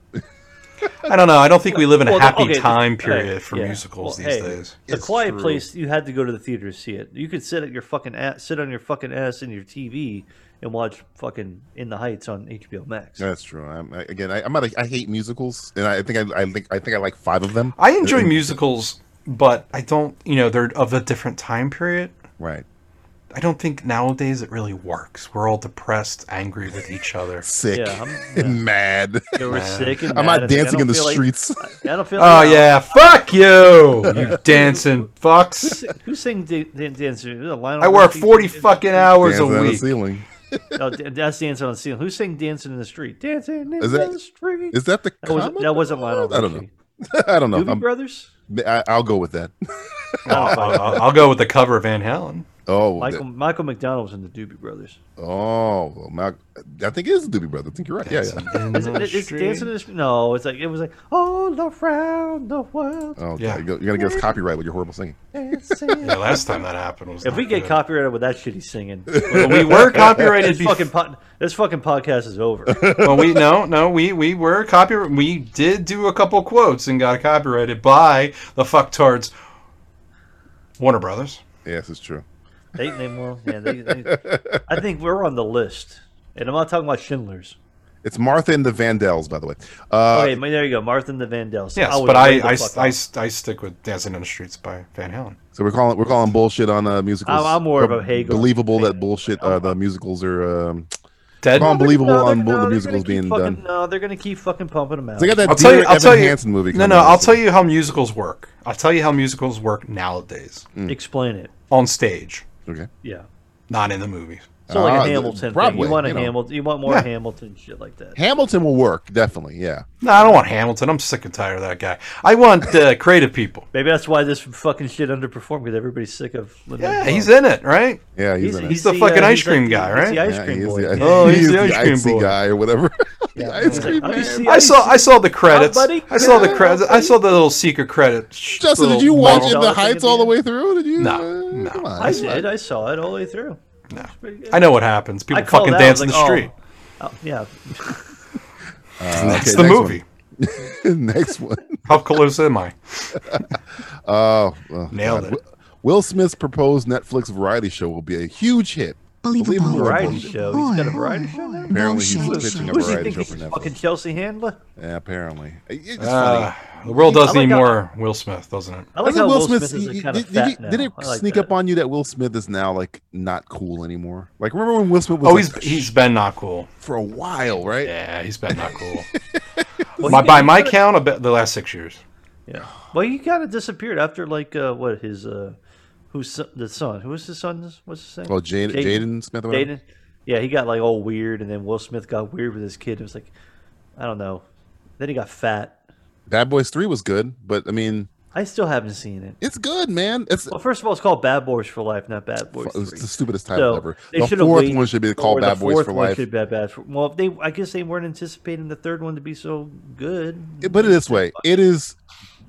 I don't know. I don't think we live in a
Well, the-
happy
okay, the-
time
hey,
period for
yeah.
musicals
Well,
these
hey,
days.
The
It's
Quiet
true.
Place, you had to go to the theater to see it. You could sit at your fucking ass, sit on your fucking ass in your TV and watch fucking In the Heights on HBO Max.
That's true. I'm, I, again, I, I'm not. A, I hate musicals, and I think I, I think I think I like five of them.
I enjoy musicals, but I don't. You know, they're of a different time period.
Right.
I don't think nowadays it really works. We're all depressed, angry with each other.
Sick.
Yeah, I'm-
and mad.
They were sick and
I'm
mad.
not
It's like, I
dancing
don't
in the
feel like-
streets.
I don't feel.
Oh
like-
yeah, fuck you, you dancing fucks.
Who sang Dan- Dan- Dancing?
I work forty fucking hours a
Dancing on the
week.
ceiling.
No, Dan- that's Dancing on the Ceiling. Who sang Dancing in the Street? Dancing in
Is that-
the Street.
Is that the?
that, was,
comic?
that wasn't Lionel.
I don't know.
Richie.
I don't know.
Doobie
I'm-
Brothers.
I, I'll go with that.
I'll, I'll- I'll go with the cover of Van Halen.
Oh, well,
Michael Michael McDonald was in the Doobie Brothers.
that- oh, well, Mal- I think it is the Doobie Brother. I think you're right. Yeah, yeah.
It's, it's dancing in the Street- No, it's like it was like all around the world.
Oh,
Yeah.
yeah. You're gonna get us copyright with your horrible singing.
dancing.
Yeah, last time that happened was.
if
not
we get
good.
copyrighted with that shit he's singing,
Well, we were copyrighted
this fucking
before.
po- this fucking podcast is over.
Well, we no, no, we we were copyright. We did do a couple quotes and got copyrighted by the fucktards, Warner Brothers.
Yes, it's true.
they, they, well, yeah, they, they, I think we're on the list, and I'm not talking about Schindler's.
It's Martha and the Vandals, by the way. Uh,
Okay, there you go, Martha and the Vandals.
Yes,
was
but
way
I
the
I,
fuck
I,
off.
I stick with Dancing on the Streets by Van Halen.
So we're calling we're calling bullshit on uh, musicals.
I'm- I'm more of a
Be-
Hegel-
Believable that bullshit. Uh, the musicals are. Um,
Dead.
Calm unbelievable
they're-
on both the
they're
musicals
gonna keep
being
fucking-
done.
No, they're gonna keep fucking pumping them out.
they got that
I'll tell you.
Dear
I'll
Evan
tell you.
Hansen movie.
no,
coming
no.
out
I'll
soon.
tell you how musicals work. I'll tell you how musicals work nowadays
Explain it.
on stage,
Okay.
Yeah.
not in the movies.
So like
Ah,
a
the-
Hamilton. thing.
Broadway,
You want a
you know.
Hamilton. You want more
Yeah.
Hamilton shit like that.
Hamilton will work definitely. Yeah.
No, I don't want Hamilton. I'm sick and tired of that guy. I want uh, creative people.
Maybe that's why this fucking shit underperformed because everybody's sick of. Lin-Manuel.
Yeah, he's in it, right?
Yeah, he's, in it.
the fucking ice cream guy,
he's
right?
the
Yeah,
ice cream
he is
boy.
the-
Oh, he's
he is
the ice cream
icy
boy.
guy or whatever. the ice cream
Have
man.
you seen-
Oh. I saw I saw the credits.
buddy.
I saw the
Yeah,
credits. I saw the little secret credit. sh-
Justin,
little
did you watch
model.
In
Dollar
the
thing at
Heights
the
all the
end?
way through? Did you? uh,
No, no.
Come on.
I did. I saw it all the way through.
I know what happens. People
I called
fucking
out,
dance
I
in
was
the
like,
street.
Oh, yeah.
oh.
That's the movie.
next one.
How close am I?
Oh, well,
Nailed
God.
it.
Will Smith's proposed Netflix variety show will be a huge hit.
Believable.
Believable.
Variety
bullshit.
show. He's got a variety show now.
Apparently, he's
Bullshit.
pitching a
Who's he
variety
think
show
he's
for
fucking
Netflix.
Chelsea Handler?
Yeah, apparently. It- It's
Uh,
funny.
the world does
I like
need
how-
more Will Smith, doesn't it?
I like
Doesn't
how Will Smith, is
y-
like, kind
y-
of
did,
fat
did,
now.
did it
I like
sneak
that.
up on you that Will Smith is now like not cool anymore? Like remember when Will Smith was
Oh,
like,
he's he's been not cool.
for a while, right?
Yeah, he's been not cool.
Well,
my,
he-
by
he
my
kinda-
count, about the last six years.
Yeah. Well, he kind of disappeared after like uh, what his uh, who's son- the son? Who was his son? What's his name?
Oh, Jaden Jaden Smith. or whatever?
Jaden. Yeah, he got like all weird, and then Will Smith got weird with his kid. It was like, I don't know. Then he got fat.
Bad Boys Three was good, but I mean,
I still haven't seen it.
it's good, man. It's
Well, first of all, it's called Bad Boys for Life, not Bad Boys.
It was the
3.
stupidest title
So
ever.
they
The
should have
fourth
waited-
one should be
or
called
the
Bad Boys
fourth
for
one
Life.
should be Bad for, well, they I guess they weren't anticipating the third one to be so good.
It- Put it this way, it is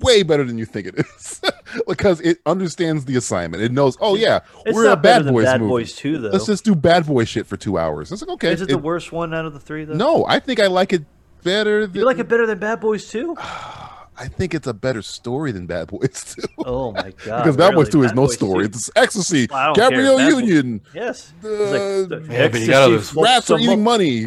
way better than you think it is because it understands the assignment. It knows, oh yeah,
It's
we're a
not better
Bad
than
Boys
Bad
movie.
Boys 2, though.
Let's just do Bad Boy shit for two hours. It's like okay.
Is it the
it-
worst one out of the three, though?
no, I think I like it better. Than,
You like it better than Bad Boys 2?
I think it's a better story than Bad Boys Two
Oh, my God.
because Bad Boys
really?
Two is
Bad
no
Boys
story.
2.
It's ecstasy,
Well, I don't care.
Gabrielle
Bad Boys-
Union,
Yes.
Uh,
It's like the
Yeah, but you
ecstasy
got others.
floats
rats are
some
eating
up-
money.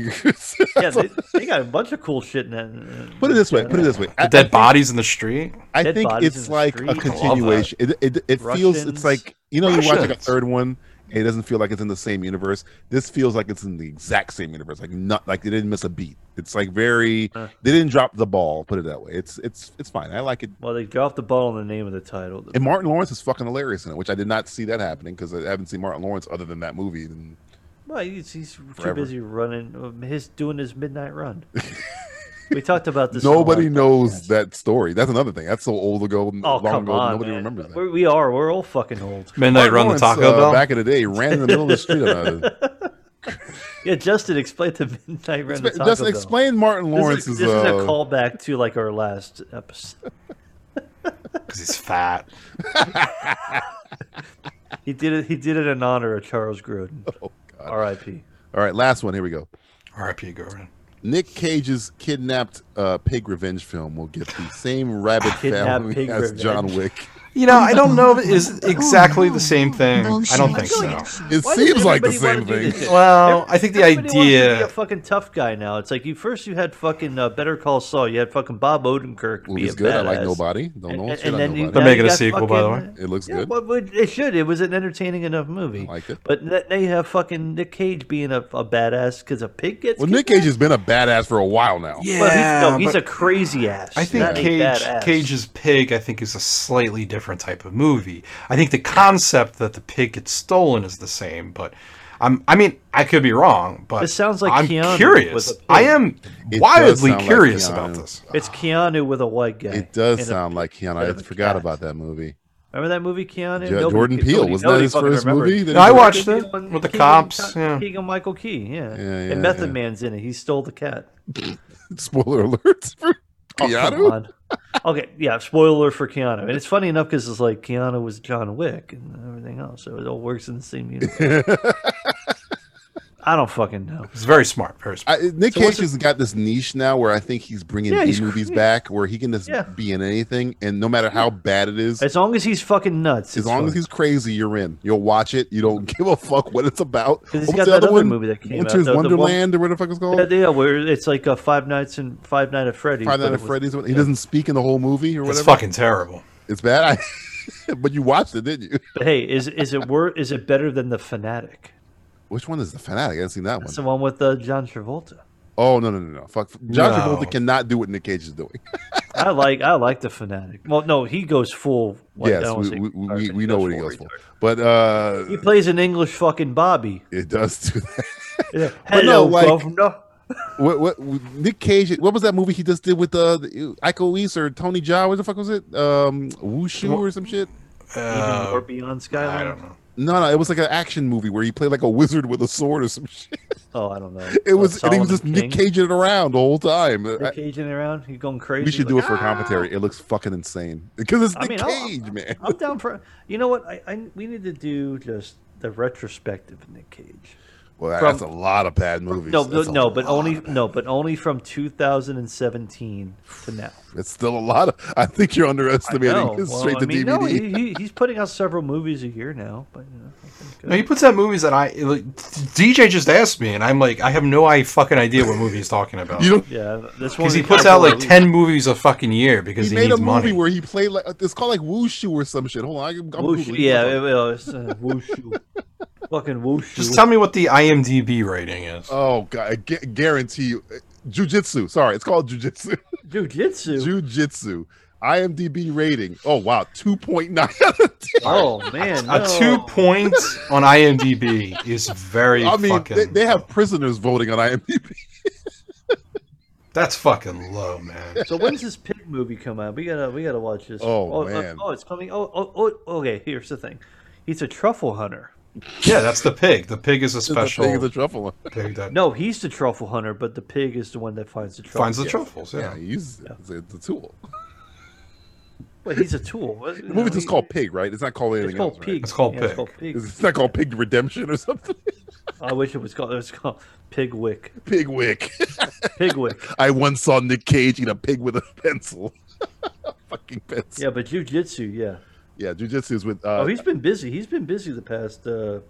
Yeah, they, they got a bunch of cool shit in that.
put it this way. Put it this way. I-
The
I
dead
think-
bodies in the street.
I
Dead
think
bodies in
it's
the
like
street. I
a
love
continuation. It it, it feels it's
Russians.
like you know you watch like a
Russians.
third one. and It doesn't feel like it's in the same universe. This feels like it's in the exact same universe. Like not like they didn't miss a beat. It's like very
Uh.
they didn't drop the ball. Put it that way. It's it's it's fine. I like it.
Well, they dropped the ball in the name of the title.
And Martin Lawrence is fucking hilarious in it, which I did not see that happening because I haven't seen Martin Lawrence other than that movie. And
Well, he's, he's too
Forever.
busy running, um, his doing his midnight run. we talked about this. in the
nobody
last
knows
podcast.
that story. That's another thing. That's so old ago,
Oh,
long
come
ago.
on.
nobody
man.
remembers that.
We're, we are. We're all fucking old.
Midnight
Martin
Run, the
Lawrence,
Taco
uh,
Bell.
back in the day, ran in the middle of the street on a
Yeah, Justin, explain the midnight run. to
Explain-
Taco
just
Bell.
explain Martin
This is-
Lawrence's.
This is,
uh,
a callback to like our last episode.
'Cause he's fat.
He did it. He did it in honor of Charles Grodin,
Oh,
R.I.P.
All right, last one. Here we go.
R.I.P. Gordon.
Nick Cage's kidnapped uh, pig revenge film will get the same rabbit
Kidnapped
family
pig
as
revenge.
John Wick.
You know, I don't know if it is exactly the same thing. I don't think
Bullshit.
so.
It
Why does
seems like the
everybody
same
wanna do
thing.
this shit?
Well, I think the
Everybody wants to be
idea.
a fucking tough guy now. It's like you first you had fucking uh, Better Call Saul. You had fucking Bob Odenkirk. be
Movie's
a
good. I like
badass.
nobody. Don't
And,
know
and,
shit
and
on
then you,
nobody.
They're
now you
making a
got
sequel, by the
fucking-
It looks
Yeah,
good.
well, but it should. It was an entertaining enough movie.
liked it.
But n- now you have fucking Nick Cage being a, a badass because a pig gets.
Well, Nick Cage
kidnapped?
has been a badass for a while now.
Yeah,
Well, he's, no, he's a
but
crazy ass.
I think
That ain't
Cage
badass.
Cage's Pig. I think is a slightly different type of movie. I think the concept that the pig gets stolen is the same, but. I'm, I mean, I could be wrong, but
It sounds like
I'm
Keanu was a
curious.
pig.
I am
It does
wildly
sound like
curious
Keanu.
about this.
It's Keanu with a white guy.
It does
And a-
sound like Keanu.
instead
I
of a
forgot
cat.
about that movie.
Remember that movie, Keanu?
Yeah, Jordan Peele. Wasn't that his first movie? That
I
he-
watched it with the cops. Yeah.
Keegan Michael Key, yeah.
Yeah, yeah,
and Method
yeah.
Man's in it. He stole the cat.
Spoiler alert for
Oh, come
Keanu.
on. okay, yeah, spoiler for Keanu. And it's funny enough because it's like Keanu was John Wick and everything else, so it all works in the same universe. I don't fucking know.
It's very smart. Very smart.
I, Nick
So what's
Cage has got this niche now where I think he's bringing
Yeah,
B
he's
movies
cre-
back, where he can just
Yeah.
be in anything, and no matter how bad it is,
As long as he's fucking nuts.
as long as he's crazy, you're in. You'll watch it. You don't give a fuck what it's about.
he's
What was
got
the
that other movie that came out,
Winter's
the- the one-
Wonderland or whatever the fuck it's called.
yeah, yeah, where it's like uh, Five Nights and Five Night at Freddy's.
Five Nights
but it
at
was-
Freddy's. He doesn't speak in the whole movie or
It's
whatever.
fucking terrible.
It's bad. I, but you watched it, didn't you?
But hey, is is it wor- is it better than the Fanatic?
Which one is the fanatic? I haven't seen that one.
That's the one with uh, John Travolta.
Oh no no no no! Fuck, John
No.
Travolta cannot do what Nick Cage is doing.
I like I like the Fanatic. Well, no, he goes full. Like, I
yes,
don't
we,
wanna say
we,
retarded,
we, we know what he
full
goes for,
retarded.
but
He
uh,
plays an English fucking Bobby.
it does do that.
Yeah.
But no,
Hello,
like-
governor.
what, what Nick Cage? What was that movie he just did with uh, the Iko Uis or Tony Jaa? What the fuck was it? Um, Wushu or some shit?
Even more beyond Skyline.
Uh, I don't know.
No, no, it was like an action movie where he played like a wizard with a sword or some shit.
Oh, I don't know.
It was, and he was just
Solomon
Nick Caging it around the whole time. I-
Nick Cage in around. He's going crazy.
we should
like,
do it for a
"Ah!"
commentary. It looks fucking insane because it's
I
Nick
mean, I'll-
Cage, man.
I'm down for. You know what? I, I we need to do just the retrospective of Nick Cage.
Well,
From-
that's a lot of bad movies.
No, no,
That's a
no, but
lot
only
of bad-
no, but only from 2017 to now.
It's still a lot of. I think you're underestimating
No,
his
well,
straight
I
to
mean,
DVD.
No, he, he, he's putting out several movies a year now, but you know, I think, uh,
No, he puts out movies that I like, DJ just asked me, and I'm like, I have no I fucking idea what movie he's talking about.
you don't.
yeah, that's one. of
because he
the
puts out like
compilations.
ten movies a fucking year because
He,
he,
made a
needs
movie
money.
where he played like it's called like Wushu or some shit. Hold on, I, I'm
Wushu-
Googling.
yeah, it was uh, wushu, fucking wushu.
Just tell me what the IMDb rating is.
Oh god, I gu- guarantee you, jujitsu. Sorry, it's called jujitsu.
jujitsu.
jujitsu. IMDb rating. Oh wow, two point nine out of ten.
oh man,
a
no.
two point on IMDb is very.
I mean,
fucking,
they, they have prisoners voting on IMDb.
that's fucking low, man.
So when's this pig movie come out? We gotta we gotta watch this.
Oh, man.
oh, it's coming. Oh, oh, oh, okay. Here's the thing. He's a truffle hunter.
Yeah, that's the pig. The pig is a
The
special
thing is a truffle.
pig that
No, he's the truffle hunter, but the pig is the one that finds the truffle.
finds the truffles.
Yeah,
Yeah.
he uses it. It's a, it's a tool.
But he's a tool. What- you
The
know,
movie's just
he-
called Pig, right? It's not called anything
It's called
else. right?
pig.
It's called
Yeah,
Pig.
It's called pig.
It's not called Pig Redemption or something.
I wish it was called. It's called Pigwick.
Pig Wick.
Pigwick.
I once saw Nick Cage eat a pig with a pencil. Fucking pencil.
yeah, but jujitsu. Yeah.
Yeah, jujitsu is with
Oh,
uh,
he's been busy. He's been busy the past uh,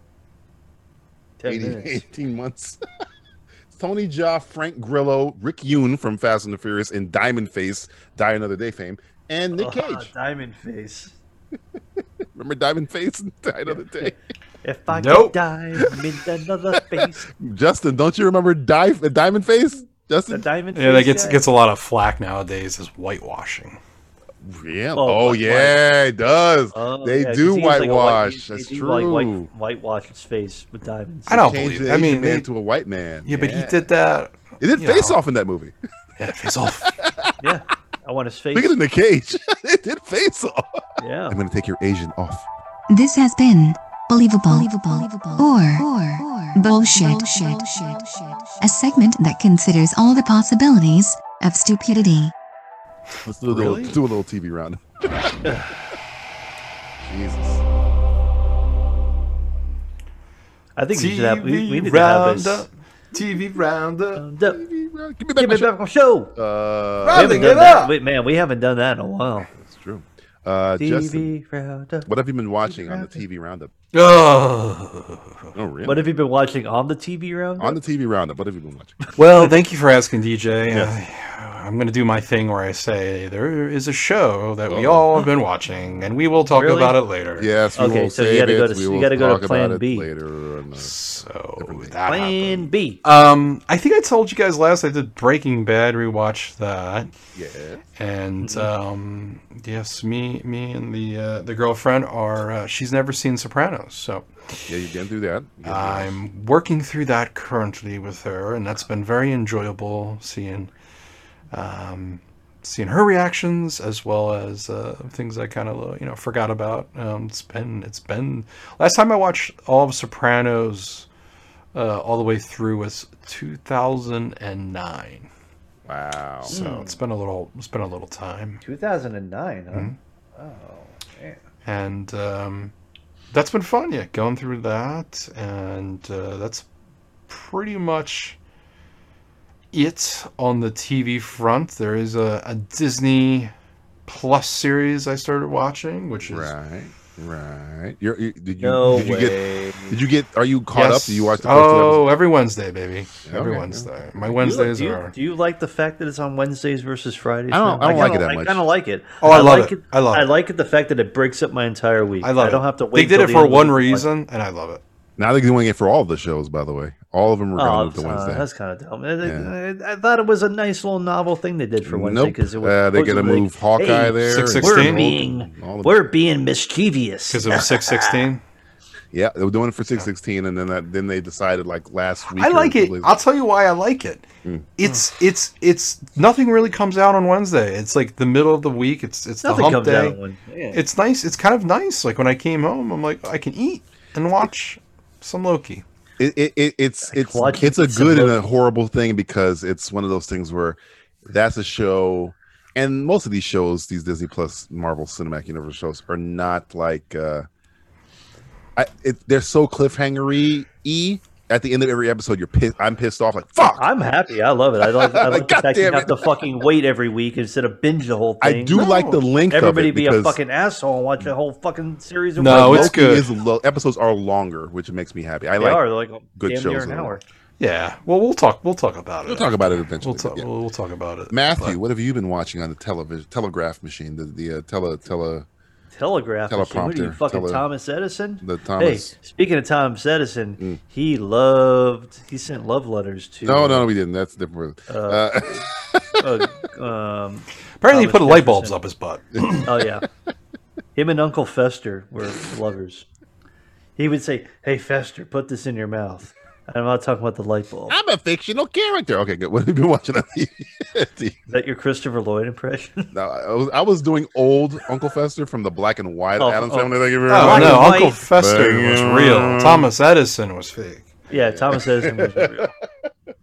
ten
80
minutes.
18 months. Tony Jaa, Frank Grillo, Rick Yoon from Fast and the Furious, and Diamond Face, Die Another Day fame, and Nick
Ah,
Cage.
Diamond face.
Remember Diamond Face and Die Another Day?
If I could
Nope.
die with another face,
Justin, don't you remember Di- uh, Diamond Face?
the
Justin?
diamond.
Yeah, that
face
gets
guy?
gets a lot of flack nowadays. Is whitewashing.
yeah.
Oh,
Oh,
white-
yeah, it does.
Oh,
they
yeah, 'cause
do
he was, like, a white-
whitewash.
they
That's
do, like, white-
true.
whitewash his face with diamonds.
I don't
Change
believe.
the
It.
Asian
I mean,
man
they,
to a white man.
yeah, but he did that.
He did
you
face
know.
off in that movie.
Yeah, face off.
Yeah, I want his face.
Look at in the cage. they did face off.
Yeah.
I'm gonna take your Asian off.
This has been Believable, or, bullshit, a segment that considers all the possibilities of stupidity.
Let's do a little,
Really?
do a little TV round. Jesus.
I think we should have. We, we need
TV
to have this.
roundup. TV roundup.
Um, dup.
TV round. Give me back
Give
my
me
shit.
back my show.
Uh,
We
Rounding
haven't
it
done that.
up.
Wait, man, we haven't done that in a while.
that's true. Uh, Justin,
TV roundup.
what have you been watching on the TV roundup?
Oh.
Oh, really?
What have you been watching on the TV roundup?
on the TV roundup, what have you been watching?
Well, thank you for asking, DJ. I, am going to do my thing where I say there is a show that we
Oh.
all have been watching, and we will talk
Really?
about it later.
yes. We
Okay,
will
so you
save
gotta go
it.
to-
We
you
will
gotta go to
talk about
Plan
it
B.
later. on, uh,
So
Different
that
Plan
happened.
B.
Um, I think I told you guys last I did Breaking Bad rewatch that,
yeah.
and um, yes, me, me and the uh, the girlfriend are uh, she's never seen Sopranos, so
Yeah, you've been through that. You've been through
Uh,
that.
I'm working through that currently with her, and that's been very enjoyable seeing um, seeing her reactions as well as uh, things I kind of you know forgot about. Um, it's been it's been last time I watched all of Sopranos uh, all the way through was 2009.
Wow.
So it's been a little it's been a little time.
2009,
Hmm?
huh? Oh, man.
and um, that's been fun. Yeah, going through that, and uh, that's pretty much it on the TV front. There is a, a Disney Plus series I started watching, which is
Right. Right. You're, you, did you
No
did you get
way.
did you get are you caught up?
Yes.
Did you watch the first
oh every Wednesday, baby,
Yeah,
every
okay,
Wednesday. My Wednesdays
do you,
are.
Do you like the fact that it's on Wednesdays versus Fridays?
I don't-
now?
I don't like it
kinda
that
I
much.
kind of like it.
Oh, I love
like
it. I love
I
it.
like it. The fact that it breaks up my entire week.
I love.
I don't
it.
have to wait.
They did
till
it
the
for
end of the
one
week.
reason, and I love it.
Now they're doing it for all the shows, by the way. All of them are
Oh,
going to
uh,
Wednesday.
that's kind of dumb. I-
Yeah.
I, I thought it was a nice little novel thing they did for Wednesday
nope.
because
uh, they got to move Hawkeye there. and
616?
We're being
all the-
we're being mischievous.
Because it was six sixteen.
yeah, they were doing it for six sixteen, and then that, then they decided like last week.
I
or
like it.
something-
I'll tell you why I like it.
Hmm.
It's it's it's nothing really comes out on Wednesday. It's like the middle of the week. It's it's
Nothing
the hump
comes
day.
out of one. Yeah.
It's nice. It's kind of nice. Like when I came home, I'm like I can eat and watch some Loki.
it, it, it it's it's
watch
it's
it
a
with
good
some
and a horrible thing because it's one of those things where that's a show and most of these shows these disney plus marvel cinematic universe shows are not like uh I, it, they're so cliffhangery e at the end of every episode you're pissed i'm pissed off like fuck
I'm happy. I love it. I like, I like the
God
fact you
damn
have
it.
to fucking wait every week instead of binge the whole
i
thing.
do like the length
Everybody
of it
be
because
a fucking asshole and watch a whole fucking series. Of
No,
Loki
Oh, it's good.
is lo- episodes are longer which makes me happy i
They
like
are like "Oh,
good
damn near
shows
an
though.
hour.
Yeah. Well, we'll talk. We'll talk about it.
we'll talk about it eventually
We'll talk.
but yeah.
We'll, we'll talk about it.
matthew what have you been watching on the television telegraph machine the, the uh, tele tele
Telegraph. machine. What are you
Teleprompter.
fucking
Tele-
Thomas Edison?
the Thomas- Mm.
Hey, speaking of Thomas Edison, he loved. He sent love letters to.
No, no, no, we didn't. That's different. Uh,
uh, um,
Apparently, he
Thomas
put light bulbs
Jefferson.
up his butt.
oh yeah, him and Uncle Fester were lovers. He would say, "Hey Fester, put this in your mouth." I'm not talking about the light bulb. Is
I'm a fictional character. Okay, good. What have you been watching on TV?
that your Christopher Lloyd impression?
no, I, was, I was doing old Uncle Fester from the Black and White
Oh,
Adams
oh.
Family. Thank you very
Oh
Black
much.
no,
and
Uncle
white.
Fester
Bang.
was real. Thomas Edison was fake.
yeah, Thomas Edison was real.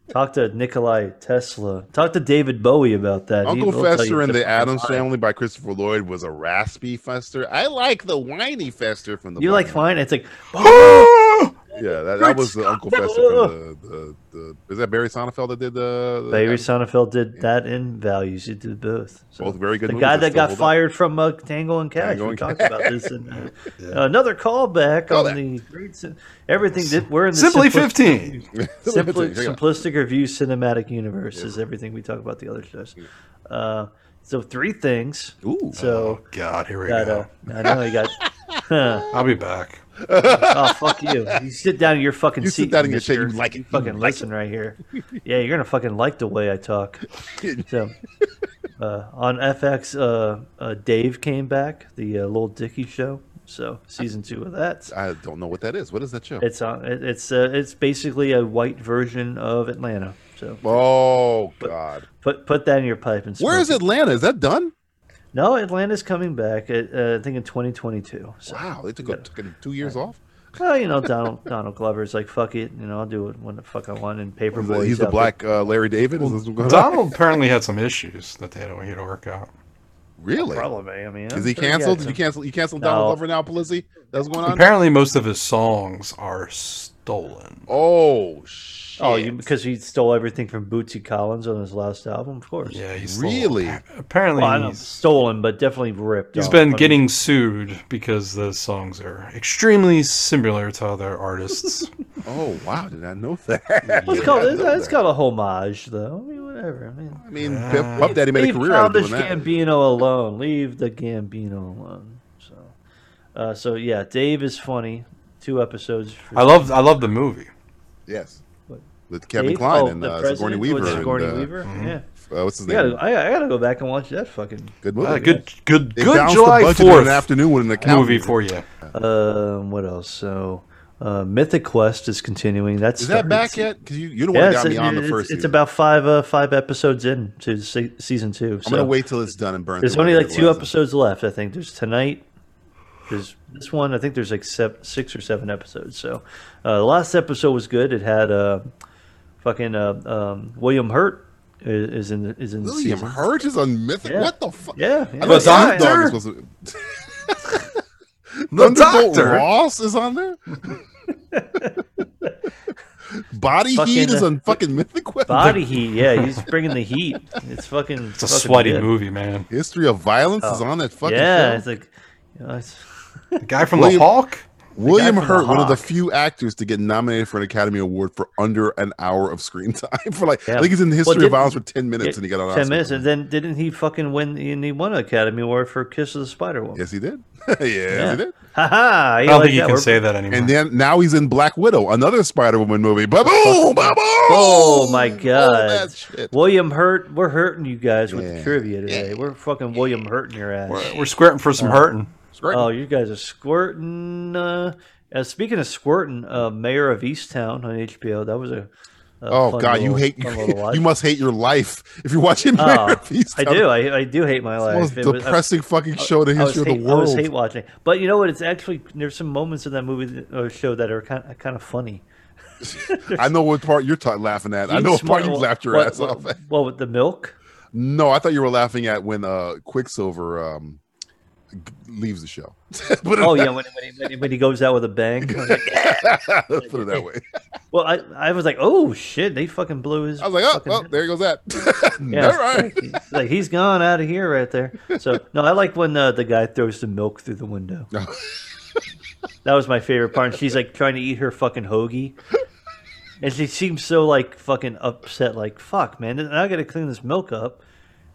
Talk to Nikolai Tesla. Talk to David Bowie about that. He
Uncle
will tell
Fester
you
and
it's a
the
fucking
Adams
lie.
Family by Christopher Lloyd was a raspy Fester. I like the whiny Fester from the.
You
Black
like
and White.
fine? It's like
Yeah, that, that was the Uncle Fester from the, the, the. Is that Barry Sonnenfeld that did the? the
Barry
Adams-
Sonnenfeld did that in Values. He did both. So
Both very good
The
movies
guy
that
that
still
got
hold up.
fired from uh, Tango and Cash.
Tango
we
and
talked
Cash.
about this. In, uh, Another callback on
Callback.
the great. Sim- everything that we're in the
Simply
simplistic-
fifteen.
Simpli-
Hang on.
simplistic review cinematic universe is everything we talk about the other shows. Uh, so three things.
Ooh. Uh-huh.
So
God, here we
got,
go.
uh, I know you got. uh,
I'll be back.
Oh fuck you! You sit down in your fucking
You
seat.
sit down in your chair.
mister.
You like it. You
Fucking
like
listen right here. Yeah, you're gonna fucking like the way I talk. So, uh, on FX, uh, uh, Dave came back, the uh, Little Dicky show. So season two of that.
I don't know what that is. What is that show?
It's on. It, it's uh, it's basically a white version of Atlanta. So
oh God.
put put that in your pipe and.
Where
smoke
is Atlanta? Is that done?
No, Atlanta's coming back. At, uh, I think in 2022. So,
Wow, they took, a, took a- two years off.
well, you know, Donald Donald Glover's like, fuck it, you know, I'll do it when the fuck I want. And Paperboy.
He's a black uh, Larry David. Is this what's going on?
Donald apparently had some issues that they had to, he had to work out.
Really?
Probably. I mean,
Is he canceled? Did you cancel? You canceled
No.
Donald Glover now, Pelosi? That's what's going on.
Apparently, most of his songs are stolen.
Oh shit!
Oh, you, because he stole everything from Bootsy Collins on his last album, of course.
Yeah, he's
Really?
Apparently,
Well, I don't
he's,
stolen, but definitely ripped.
he's
off. I
been
mean,
getting sued because those songs are extremely similar to other artists.
oh wow! Did I know that?
Well, it's called it's, it's called a homage, though. I mean, whatever. I mean,
I mean, Puff, Puff Daddy made a
leave
career out of
Childish
doing that.
Gambino alone. Leave the Gambino alone. So, uh, so yeah, Dave is funny. Two episodes. For
I love, I love the movie.
Yes,
What?
with Kevin
Dave?
Klein
Oh,
and
the
uh,
president
Sigourney
with
Weaver. and,
Sigourney
uh,
Weaver. Yeah.
uh, what's his
I
name?
gotta, I, I gotta go back and watch that fucking.
Good movie.
Uh, good, good,
They
good
bounced the
July
budget in an
Fourth
afternoon with an account
movie for you.
Um, what else? So, Uh, Mythic Quest is continuing. That's
Is that back yet? Because you, you're the one that got me on the first
It's, it's
season.
about five uh, five episodes in to se- season two.
I'm going
so-
to wait till it's done and burn
There's
through
only
whatever
like
it
two
was.
episodes left. I think there's tonight. There's this one. I think there's like sep- six or seven episodes. So uh, the last episode was good. It had uh, fucking uh, um, William Hurt i- is in the, is in the
William
season.
Hurt is on Mythic?
Yeah.
What the fuck?
Yeah, yeah.
I
The
thought Snoop Dogg
Doctor?
was supposed to... Thunderbolt
Doctor?
Ross is on there? Body
Fucking,
Heat is
uh,
on fucking Mythic Quest?
Body heat. Yeah, he's bringing the heat. It's fucking.
It's a sweaty
good.
movie, man.
The History of Violence is on that fucking
Oh. Yeah,
show.
it's like. you know, it's-
The guy from
William-
The Hawk?
William
from The
Hurt, one of the
Hawk.
few actors to get nominated for an Academy Award for under an hour of screen time. For like,
Yeah.
I think he's in the
Well,
History
didn't-
of Violence for ten minutes, and he got an
ten
Oscar.
minutes, and then didn't he fucking win? And he won an Academy Award for Kiss of the Spider Woman.
Yes, he did. yes, he did.
Ha ha!
I don't think you can say that anymore.
And then now he's in Black Widow, another Spider Woman movie. Ba boom, ba boom.
Oh my god.
that shit.
William Hurt, we're hurting you guys with
Yeah.
trivia today. We're fucking William hurting your ass.
we're, we're squirting for some hurting.
Oh, you guys are squirting. Uh, uh, speaking of squirting, uh, Mayor of Easttown on HBO. That was a. a
Oh
fun
god, you
little-
hate
fun little
you,
watch.
must hate your life if you're watching
Oh,
Mayor of
I
Easttown.
do. I, I do hate my
It's the
life.
most
It was- I-
depressing fucking show in the
I was,
history of the
hate, I was
world.
hate watching, it. but you know what? It's actually there's some moments in that movie that, or show that are kind of, kind of funny.
I know what part you're ta- laughing at. I
You
know what
smart-
part you laughed your
what-
ass
what-
off at.
Well, with the milk.
No, I thought you were laughing at when uh Quicksilver um g- leaves the show. put it,
Oh yeah, when, when, he, when, he, when he goes out with a bang.
put it that way.
Well, I, I was like, oh shit, they fucking blew his.
I was like, oh,
fucking
well,
head.
there goes that.
Yeah.
All right.
It's like he's gone out of here right there. So no, I like when uh, the guy throws the milk through the window.
Oh.
that was my favorite part. And she's like trying to eat her fucking hoagie, and she seems so like fucking upset. Like fuck, man, I gotta clean this milk up.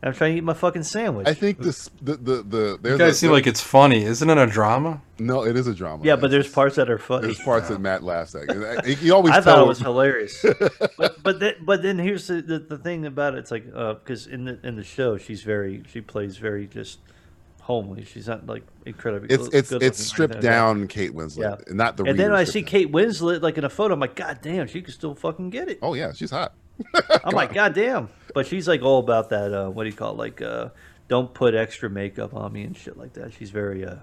I'm trying to eat my fucking sandwich.
I think this the the the there's
You guys
a-
seem like it's funny. Isn't it a drama?
no, it is a drama.
yeah, but there's parts that are funny.
there's parts that Matt laughs at. And I- He always
I
tell
thought it was hilarious. but but then, but then here's the, the, the thing about it. It's like because in the in the show she's very she plays very just homely. She's not like incredibly.
it's
good
it's
looking or
it's stripped
anything like that.
down Kate Winslet,
Yeah.
not the.
And then
real
when I see
stripped down.
Kate Winslet like in a photo. I'm like, God damn, she can still fucking get it.
Oh yeah, she's hot.
I'm like, God damn. But she's like all about that. Uh, what do you call it? like? Uh, don't put extra makeup on me and shit like that. She's very uh,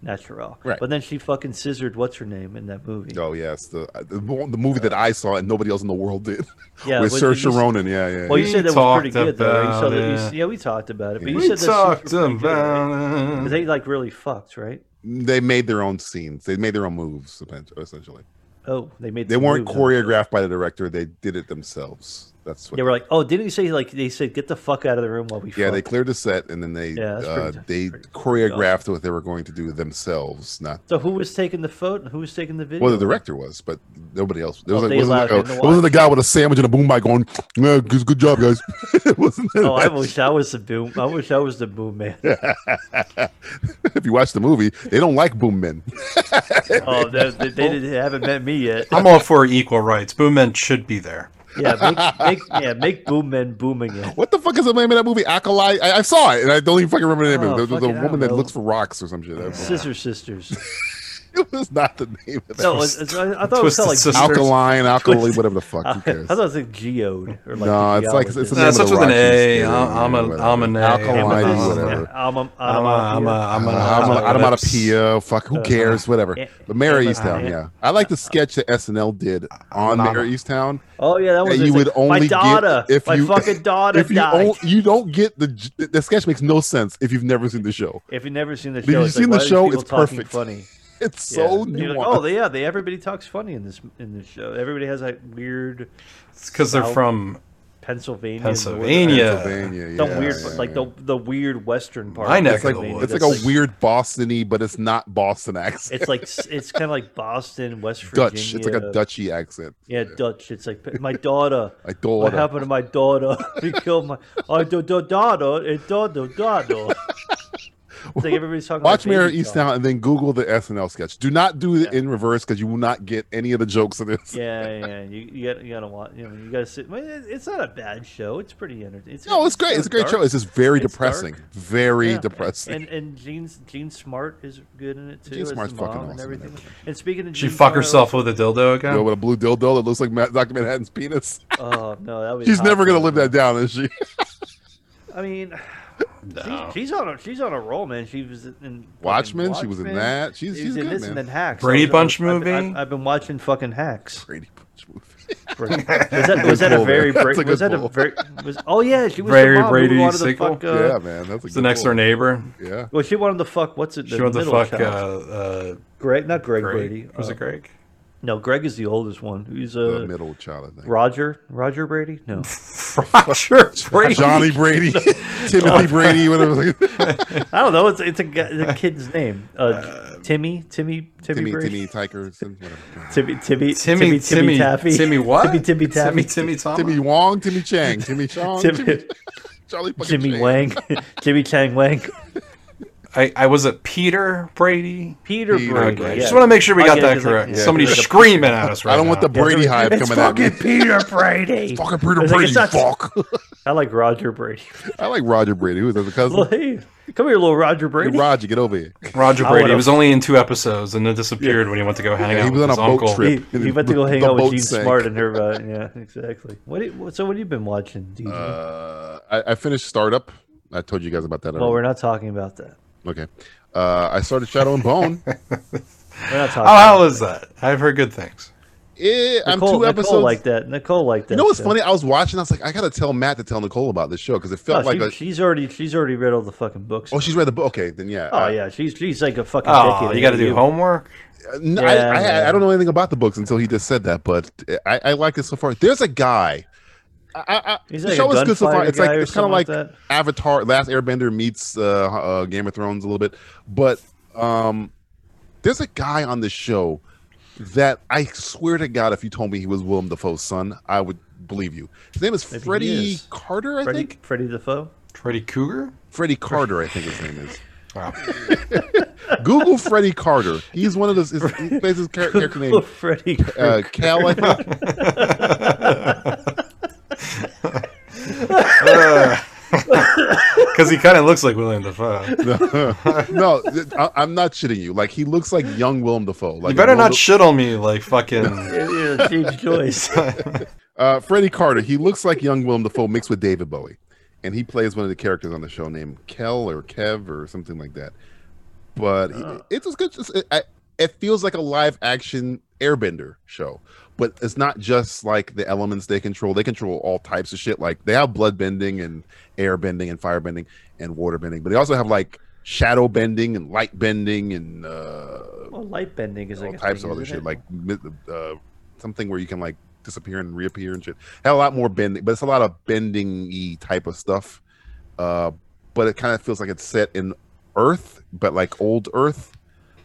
natural.
Right.
But then she fucking scissored what's her name in that movie.
Oh yes, the the, mo- the movie that I saw and nobody else in the world did.
Yeah,
with
but
Sir
you just-
Sharonan. Yeah, yeah.
Well, you
We
said that was pretty
talked
good, though. Right? You saw
about
that- you
it.
s- yeah, we talked about it, but you
We
said that
talked
about
about it.
they like really fucked, right?
they made their own scenes. They made their own moves essentially.
Oh, they made
They
some
weren't
moves.
choreographed by the director. They did it themselves. That's what.
They were like, oh, didn't you say like they said get the fuck out of the room while we?
yeah, they
fuck."
cleared the set and then they
Yeah, that's
uh,
pretty-
they
pretty
choreographed what they were going to do themselves, not
So who was taking the photo? Who was taking the video?
Well, the director was, but nobody else. There
Oh,
was
they
wasn't, like
allowed him
a-
to
there
watch.
wasn't the guy with a sandwich and a boom mic going, yeah, good, good job, guys. It wasn't
Oh, I
that.
wish I was the boom. I wish I was the boom man.
if you watch the movie, they don't like boom men.
Oh, they, they, they didn't, haven't met me yet.
I'm all for equal rights. Boom men should be there.
Yeah, make, make, yeah, make boom men booming it.
What the fuck is the name of that movie? Acolyte? I, I saw it and I don't even fucking remember the name of
Oh,
it. There was a
fucking hell,
woman that
bro.
looks for rocks or some shit.
Sister sisters.
It was not the name of that.
No, it's, it's, I, I thought it was called like
Twisted Sisters.
Alkaline, alkali,
Twisted-
whatever the fuck.
I,
Who cares?
thought it was like geode or like
No,
the
it's like- it's
geologist.
the
Nah,
name
it
of
starts with an
Rockies,
A.
yeah,
I'm, I'm, a,
whatever.
I'm an A.
Oh,
Alkaline,
I'm a-
whatever.
I'm a,
I'm a, I'm a, I'm a,
I'm an
I'm a-
onomatopoeia. Fuck,
Uh-huh.
who cares? Whatever.
eh,
But Mary
eh,
Easttown,
eh,
yeah. I like the sketch that SNL did on Mary Easttown.
Oh yeah, that was
that you
it's
would
like,
only
my
get
daughter,
if
my
you
fucking daughter
if you
died.
on- you don't get the j- the sketch makes no sense if you've never seen the show.
if you've never seen the
If
show,
you've
it's like,
seen
why
the
are these
show,
people
it's
talking
perfect.
Funny.
It's
Yeah.
so
And
new.
you're like, oh, they, yeah, they everybody talks funny in this in this show. Everybody has like weird
It's because they're
Al-
from
Pennsylvania,
Pennsylvania.
yeah,
some weird
yeah,
like
yeah.
the the weird western part.
My
of
neck of the
Pennsylvania
woods.
It's like
that's,
a weird Bostony, but it's not Boston accent.
It's like it's kind of like Boston, West Virginia.
Dutch. It's like a Dutchy accent.
Yeah, Dutch. It's like my daughter.
My
What
daughter.
happened to my daughter? He killed my. Oh, da- da- daughter, eh, daughter, daughter. It's like everybody's talking.
Watch
about
Mirror
baby
East
talk.
Now and then Google the SNL sketch. Do not do it in reverse because you will not get any of the jokes in this.
Yeah, yeah, yeah. You, you gotta, you gotta watch. You, know, you gotta sit. well, it- It's not a bad show. It's pretty entertaining. It's,
No, it's great. It's a great show. It's just very
It's dark.
depressing. Very
Yeah.
depressing.
And and Jean's Gene Smart is good in it too.
Jean
as the
Smart's fucking
mom
awesome
And
in
everything.
everything.
And speaking of
She
Jean Smart,
fuck
I
herself with a dildo again.
um,
You know, with a blue dildo that looks like Ma- Dr. Manhattan's penis.
was- Oh no, that was.
She's never going to live that down, is she?
I mean, she, she's on a she's on a roll, man. She was in fucking
Watchmen, she was in
Watchmen.
that. She's-
She
she's
was in
good,
this and
man.
then Hacks.
Brady
I was-
Bunch
I've been-
movie?
I've, I've been watching fucking Hacks.
Brady Bunch movie.
Was that, was that a
pull,
very
man.
Bra-
That's a
was
good
that a
pull.
very was oh yeah she was
Very
the mom who
Brady
wanted to
sequel?
fuck, uh,
yeah, man. That's a
It's the
good
next door
pull.
neighbor.
Yeah.
well she wanted to fuck what's it the
She wanted to
middle
fuck uh,
child.
uh,
Greg not Greg,
Greg.
Brady
Was
uh,
it Greg?
no Greg is the oldest one who's
The
uh,
middle child, I think.
Roger Roger Brady no
Roger Brady.
Johnny Brady, Timothy Brady, whatever.
I don't know it's it's a, guy- it's a kid's name uh, Timmy Timmy Timmy
Timmy, Timmy
Brady.
Tykerson, whatever.
Timmy Timmy
Timmy,
Timmy Timmy Taffy
Timmy what?
Timmy Timmy Taffy
Timmy, Timmy, Tama?
Timmy Wong, Timmy Chang, Timmy Chong, Timmy,
Timmy
Charlie fucking
Jimmy
Chang.
Wang Jimmy Chang Wang
I, I was it Peter Brady.
Peter
Peter
Brady
Brady.
I
yeah.
just want to make sure we
Oh,
got
yeah,
that
'cause, like,
correct.
yeah,
Somebody
there's a-
screaming at us right
I don't want the
now.
Brady hype
It's
coming at me.
fucking Peter Brady.
Fucking Peter
It's like,
Brady,
it's not-
fuck.
I like Roger Brady.
I like Roger Brady. Who is that? A cousin?
Well, hey, come here, little Roger
Hey,
Brady.
Roger, get over here.
Roger
I
Brady.
wanna-
It was only in two episodes and then disappeared when he went to go hang
Yeah,
out
he was
with
on
his
a boat
uncle.
trip.
He, he went to go hang
The
out with
boat
Gene
sank.
Smart and her. Uh, yeah, exactly. What? do you- so what have you been watching, DJ?
Uh, I, I finished startup. I told you guys about that.
well, we're not talking about that.
okay. Uh, I started Shadow and Bone. Eh,
We're not talking.
Oh, How
about
hell is that? I've heard good things.
Eh, I'm
Nicole,
two episodes.
Nicole like that. Nicole like that.
you know what's
so-
funny? I was watching. I was like, I gotta tell Matt to tell Nicole about this show because it
No,
felt like
she-
a.
she's already she's already read all the fucking books.
oh, she's read the book. Okay, then yeah.
Oh
I-
yeah, she's she's like a fucking.
Uh, Oh,
dickhead.
you got to do homework.
No, I-
Yeah,
I, I,
yeah.
don't know anything about the books until he just said that, but I, I like it so far. There's a guy. I, I, I-
He's
the
like a
show is good so far.
gunfighter
It's
guy
like
or
it's kind of
something like
like,
that.
Avatar, Last Airbender meets uh, uh, Game of Thrones a little bit. But um, there's a guy on this show that I swear to God, if you told me he was Willem Dafoe's son, I would believe you. His name is
Maybe he
Freddie
is.
Carter, I
Freddie
think.
Freddie the foe.
Freddy Cougar?
Freddie Carter, I think his name is.
Wow.
Google Freddie Carter. He's one of those. His, he plays his char- character
Oh,
named
Freddie.
uh, Cal, I think.
Because he kind of looks like William Dafoe.
no, th- I, I'm not shitting you. Like he looks like young Willem Dafoe. Like
You better
Willem
not
Da-
shit on me like fucking.
Yeah, James Joyce.
uh, Freddie Carter. He looks like young Willem Dafoe mixed with David Bowie, and he plays one of the characters on the show named Kel or Kev or something like that. But he- it's as good. As, it, I- it feels like a live action Airbender show, but it's not just like the elements they control. They control all types of shit. Like they have blood bending and air bending and fire bending and water bending, but they also have like shadow bending and light bending and. uh
well, light bending is like
all
a
types
thing,
of other
isn't
shit,
it?
like mi- uh, something where you can like disappear and reappear and shit. Had a lot more bending, but it's a lot of bending y type of stuff. Uh, but it kind of feels like it's set in Earth, but like old Earth.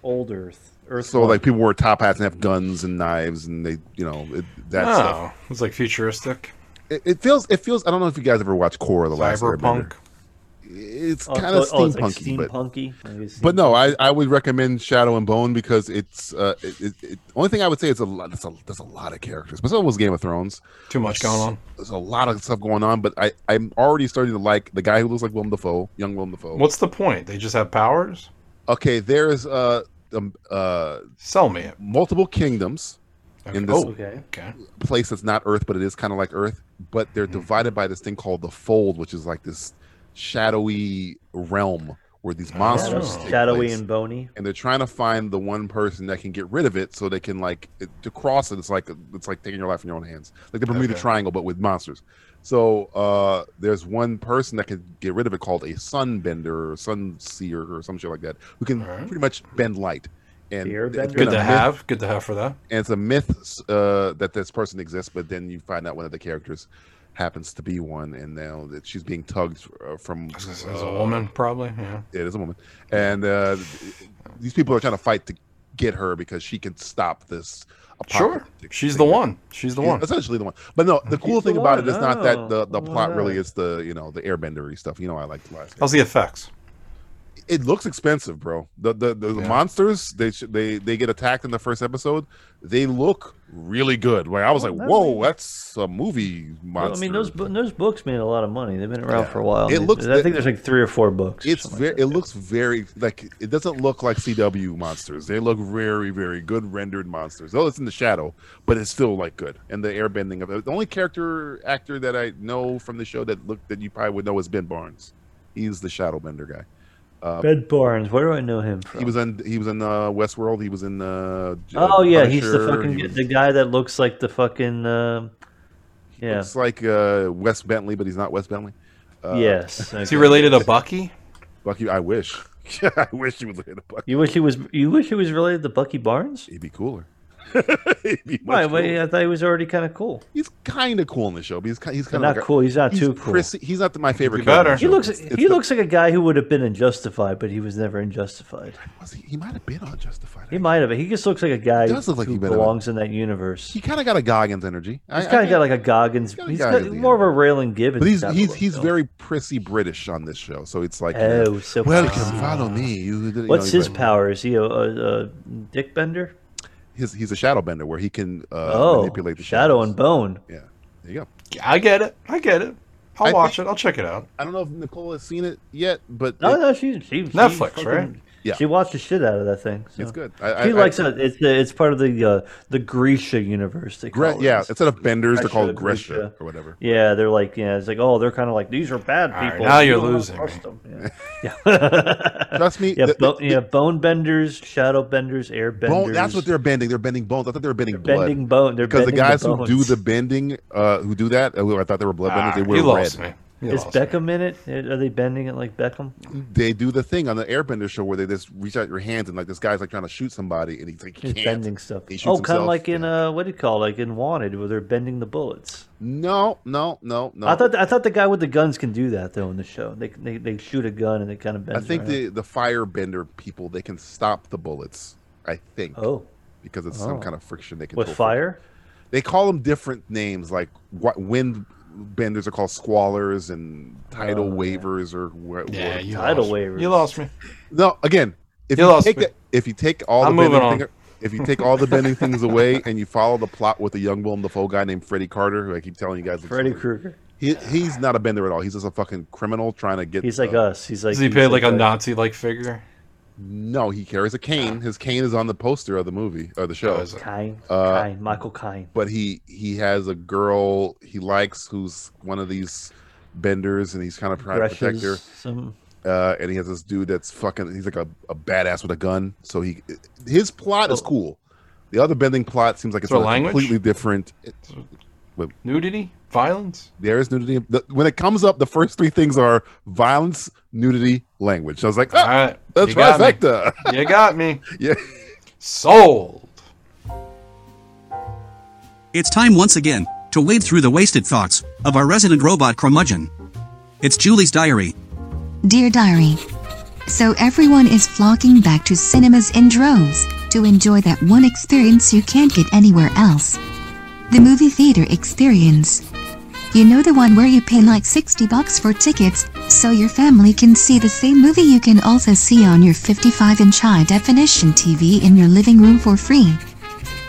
old Earth. Earth.
So
one.
like people wear top hats and have guns and knives and they, you know, it, that stuff.
Oh, it's like futuristic.
It, it feels, it feels. I don't know if you guys ever watched Korra the Last
Cyberpunk.
Airbender. It's
Oh,
kind of
oh, it's
steampunky, but
like steampunky. Like it's
But no, I, I would recommend Shadow and Bone because it's uh it, it, it, only thing I would say it's a lot that's a that's a lot of characters. But so was Game of Thrones.
Too much going on.
There's a lot of stuff going on, but I I'm already starting to like the guy who looks like Willem Dafoe, young Willem Dafoe.
What's the point? They just have powers?
Okay, there's uh um, uh
Sell me it.
multiple kingdoms
Okay.
in this
Oh,
okay.
okay.
place that's not Earth, but it is kind of like Earth. But they're divided by this thing called the Fold, which is like this shadowy realm where these monsters take
Shadowy
place.
and bony.
and they're trying to find the one person that can get rid of it so they can like it, to cross it it's like it's like taking your life in your own hands like the bermuda
Okay.
triangle but with monsters so uh there's one person that can get rid of it called a sunbender or sun seer or some shit like that who can
Alright.
pretty much bend light and
The
it's
airbender?
been
Good
a
to
myth-
have. Good to have for that.
and it's a myth uh, that this person exists, but then you find out one of the characters happens to be one, and now that she's being tugged uh, from
As, as a
uh,
woman, probably. Yeah.
it is a woman, and uh, these people are trying to fight to get her because she can stop this.
Sure.
apocalyptic
She's
thing
the
that-
one. She's the
She's
one.
essentially the one. But no, the cool
She's the
thing about it
one.
is not that the,
Oh,
the
I
plot
love
really
that.
is the you know the airbendery stuff. You know, I like the last.
How's the effects?
it looks expensive, bro. The the, the, the
Yeah.
monsters they sh- they they get attacked in the first episode. They look really good. Where I was
Well,
like,
that
whoa, that's a movie monster.
Well, I mean, those bu- those books made a lot of money. They've been around
Yeah.
for a while.
It
They-
looks-
I think there's like three or four books. or
it's
something
very
like
it looks very like it doesn't look like CW monsters. They look very very good rendered monsters. Oh, it's in the shadow, but it's still like good. And the airbending of it. The only character actor that I know from the show that looked that you probably would know is Ben Barnes. He's the Shadowbender guy.
that. Bed Barnes. Where do I know him from?
He was on he was in uh, Westworld. He was in uh, J-
oh yeah, he's the
Punisher.
fucking
He was-
the guy that looks like the fucking um yeah
Looks like uh, Wes Bentley, but he's not Wes Bentley. Uh,
yes.
Is
okay.
he related to Bucky?
Bucky. I wish. I wish he was in a Bucky.
You wish he was. You wish he was related to Bucky Barnes.
He'd be cooler. He'd be much
Why?
cooler.
Wait, I thought he was already kind of cool.
He's kind of cool in the show, but he's ki- he's kind of
not
like a-
cool, he's not too cool.
prissy- He's not my favorite.
be
character in
better.
the
He
show.
looks.
It's- it's
he
the-
looks like a guy who would have been in Justified, but he was never in Justified.
Was he, he might have been on Justified.
He might have. He just looks like a guy
does look like
who
he might have.
belongs in that universe.
He kind of got a Goggins energy.
He's kind of got like a Goggins.
got a
He's got
Goggins
more of a Raylan Gibbons.
But he's
type of
he's
look,
he's
though.
very prissy British on this show, so it's like uh,
Oh, so
welcome,
prissy.
follow me. You- you know,
What's
he's
his
like-
power? Is he a, a, a dick bender?
His he's a shadow bender where he can uh,
oh,
manipulate the
shadow
shadows.
and bone.
Yeah, there you go.
I get it. I get it. I'll
I
watch
think-
it. I'll check it out.
I don't know if Nicole has seen it yet, but
No,
it-
no, she, she
Netflix,
she
right?
Yeah.
She watched the shit out of that thing. so.
it's good. I,
She
I,
likes
I,
it. It's the, it's part of the uh, the Grisha universe. They
Gre-
call it.
yeah, instead of benders,
Gresha,
they're called
Gresha.
Gresha or whatever.
Yeah, they're like, yeah, it's like, oh, they're kind of like these are bad
All right,
people.
now
You
you're
don't wanna
losing
trust
me.
them. Yeah, yeah.
Trust me.
yeah,
th-
bo-
th-
yeah, bone benders, shadow benders, air benders.
bone, that's what they're bending. They're bending bones. I thought they were bending blood.
bending bone. They're
because the
bending
guys who
bones.
do the bending, uh, who do that, uh, who I thought they were bloodbenders.
Ah,
they
you
wear red.
lost me. You
is
lost me.
Beckham in it? Are they bending it like Beckham?
They do the thing on the Airbender show where they just reach out your hands and like this guy's like trying to shoot somebody and he's like he
He's
can't.
bending stuff.
He shoots
Oh, kind of
himself.
like in
Yeah.
uh, what do you call it? like in Wanted, where they're bending the bullets.
No, no, no, no.
I thought I thought the guy with the guns can do that though in the show. They they, they shoot a gun and they kind of
I
bend.
think the the firebender people they can stop the bullets. I think.
oh
Because it's some
Oh.
kind of friction they can
with
feel
fire.
they call them different names like what wind benders are called squallers and
Oh,
tidal waivers or wha-
Yeah,
whatever.
you
Tidal
lost
waivers.
Me. You lost me.
no again if
You
you,
lost
take
me.
the, if you take all
I'm
the
moving
bending
on.
thing, if you take all the bending things away and you follow the plot with a young Willem Dafoe guy named Freddy Carter who I keep telling you guys
Freddy Krueger.
he, he's not a bender at all he's just a fucking criminal trying to get
He's like
uh,
us. He's like
Is he
he's
paid like a
us.
Nazi-like figure?
no he carries a cane his cane is on the poster of the movie or the show
Oh, is it?
Kine,
Uh,
Kine, Michael Kine.
but he he has a girl he likes who's one of these benders and he's kind of trying to protect her
Brushes some.
uh, and he has this dude that's fucking he's like a, a badass with a gun so he his plot is cool the other bending plot seems like it's
there
on a
Oh. language?
completely different
Nudity? Violence?
there is nudity the, when it comes up the first three things are violence nudity language so i was like
All
ah,
right.
that's
you got me.
trifecta
You got me.
yeah
Sold.
It's time once again to wade through the wasted thoughts of our resident robot curmudgeon. It's Julie's diary.
Dear Diary. So everyone is flocking back to cinemas in droves to enjoy that one experience you can't get anywhere else. The movie theater experience. You know the one where you pay like 60 bucks for tickets so your family can see the same movie you can also see on your 55-inch high-definition TV in your living room for free.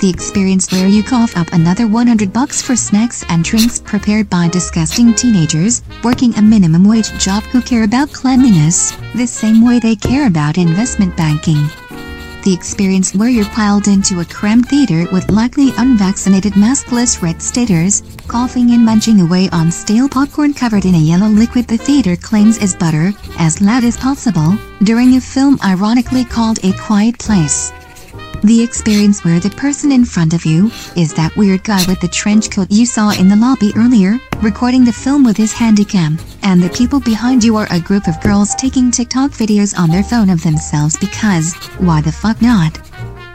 The experience where you cough up another 100 bucks for snacks and drinks prepared by disgusting teenagers working a minimum wage job who care about cleanliness the same way they care about investment banking. The experience where you're piled into a cramped theater with likely unvaccinated maskless red staters, coughing and munching away on stale popcorn covered in a yellow liquid the theater claims is butter, as loud as possible, during a film ironically called A Quiet Place. The experience where the person in front of you is that weird guy with the trench coat you saw in the lobby earlier, recording the film with his handycam, and the people behind you are a group of girls taking TikTok videos on their phone of themselves because, why the fuck not?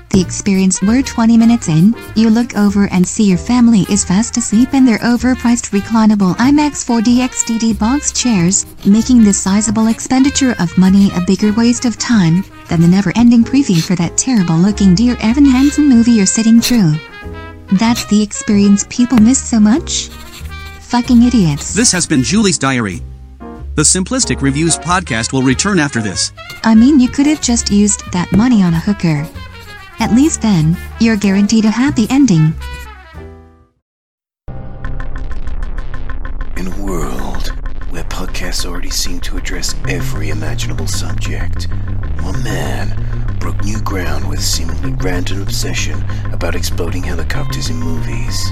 The experience where 20 minutes in, you look over and see your family is fast asleep in their overpriced reclinable IMAX 4DX DD box chairs, making the sizable expenditure of money a bigger waste of time than the never ending preview for that terrible looking Dear Evan Hansen movie you're sitting through. That's the experience people miss so much? Fucking idiots.
This has been Julie's diary. The Simplistic Reviews podcast will return after this.
I mean, you could have just used that money on a hooker. At least then, you're guaranteed a happy ending.
In a world where podcasts already seem to address every imaginable subject, one man broke new ground with seemingly random obsession about exploding helicopters in movies.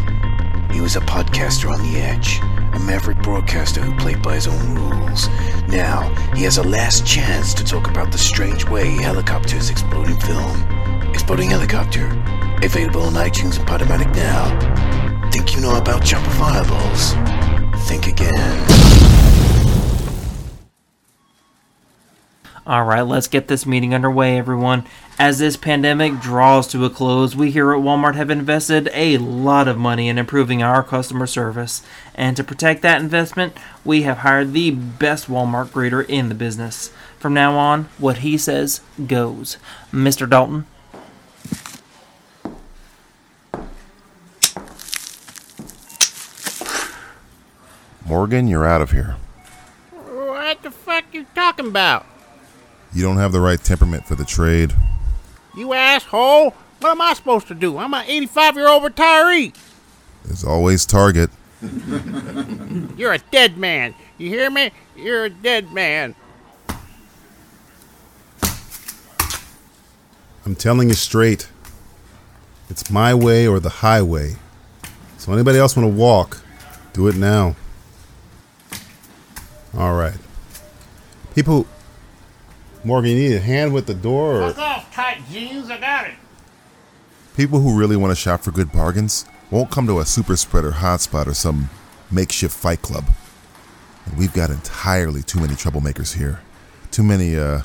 He was a podcaster on the edge, a maverick broadcaster who played by his own rules. Now, he has a last chance to talk about the strange way helicopters explode in film. Exploding Helicopter, available on iTunes and Podomatic now. Think you know about chopper fireballs? Think again.
All right, let's get this meeting underway, everyone. As this pandemic draws to a close, we here at Walmart have invested a lot of money in improving our customer service. And to protect that investment, we have hired the best Walmart greeter in the business. From now on, what he says goes. Mr. Dalton,
Morgan, you're out of here.
What the fuck you talking about?
You don't have the right temperament for the trade.
You asshole! What am I supposed to do? I'm an 85 year old retiree.
There's always Target.
You're a dead man. You hear me? You're a dead man.
I'm telling you straight. It's my way or the highway. So anybody else want to walk, do it now. All right. People Morgan, you need a hand with the door or
Fuck off, tight jeans. I got it.
People who really want to shop for good bargains won't come to a super spreader hotspot or some makeshift fight club. And we've got entirely too many troublemakers here. Too many uh,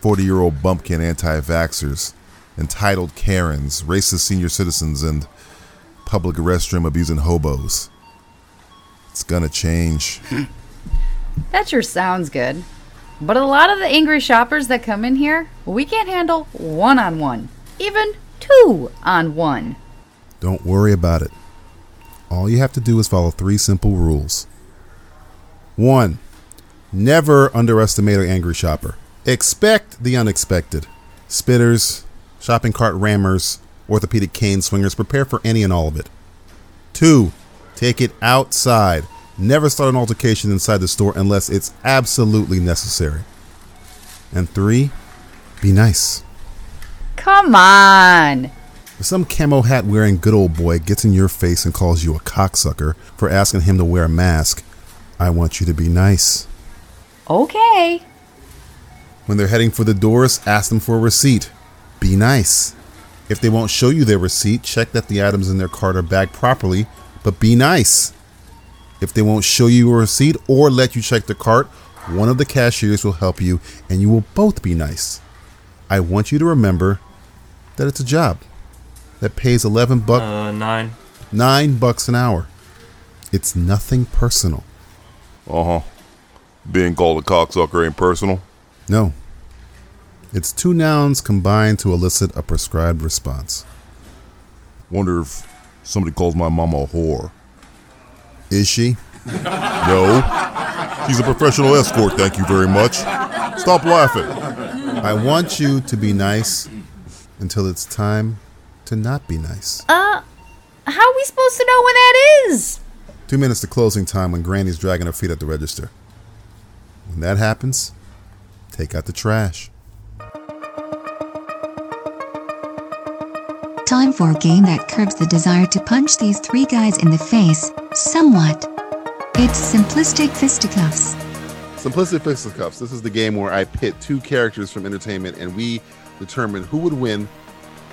40 year old bumpkin anti vaxxers, entitled Karens, racist senior citizens, and public restroom abusing hobos. It's gonna change.
That sure sounds good. But a lot of the angry shoppers that come in here, we can't handle one on one, even two on one.
Don't worry about it.
All you have to do is follow three simple rules.
One, never underestimate an angry shopper. Expect the unexpected. Spitters, shopping cart rammers, orthopedic cane swingers, prepare for any and all of it. Two, take it outside. Never start an altercation inside the store unless it's absolutely necessary. And three, be nice.
Come on.
If some camo hat wearing good old boy gets in your face and calls you a cocksucker for asking him to wear a mask, I want you to be nice.
Okay.
When they're heading for the doors, ask them for a receipt. Be nice. If they won't show you their receipt, check that the items in their cart are bagged properly, but be nice. If they won't show you a receipt or let you check the cart, one of the cashiers will help you and you will both be nice. I want you to remember that it's a job that pays 11 bucks
uh, 9
9 bucks an hour. It's nothing personal.
Uh huh. Being called a cocksucker ain't personal.
No. It's two nouns combined to elicit a prescribed response.
Wonder if somebody calls my mama a whore.
Is she?
No. She's a professional escort, thank you very much. Stop laughing.
I want you to be nice until it's time to not be nice.
Uh, how are we supposed to know when that is?
Two minutes to closing time when Granny's dragging her feet at the register. When that happens, take out the trash.
Time for a game that curbs the desire to punch these three guys in the face, somewhat. It's simplistic fisticuffs.
Simplicity Fisticuffs. This is the game where I pit two characters from entertainment and we determine who would win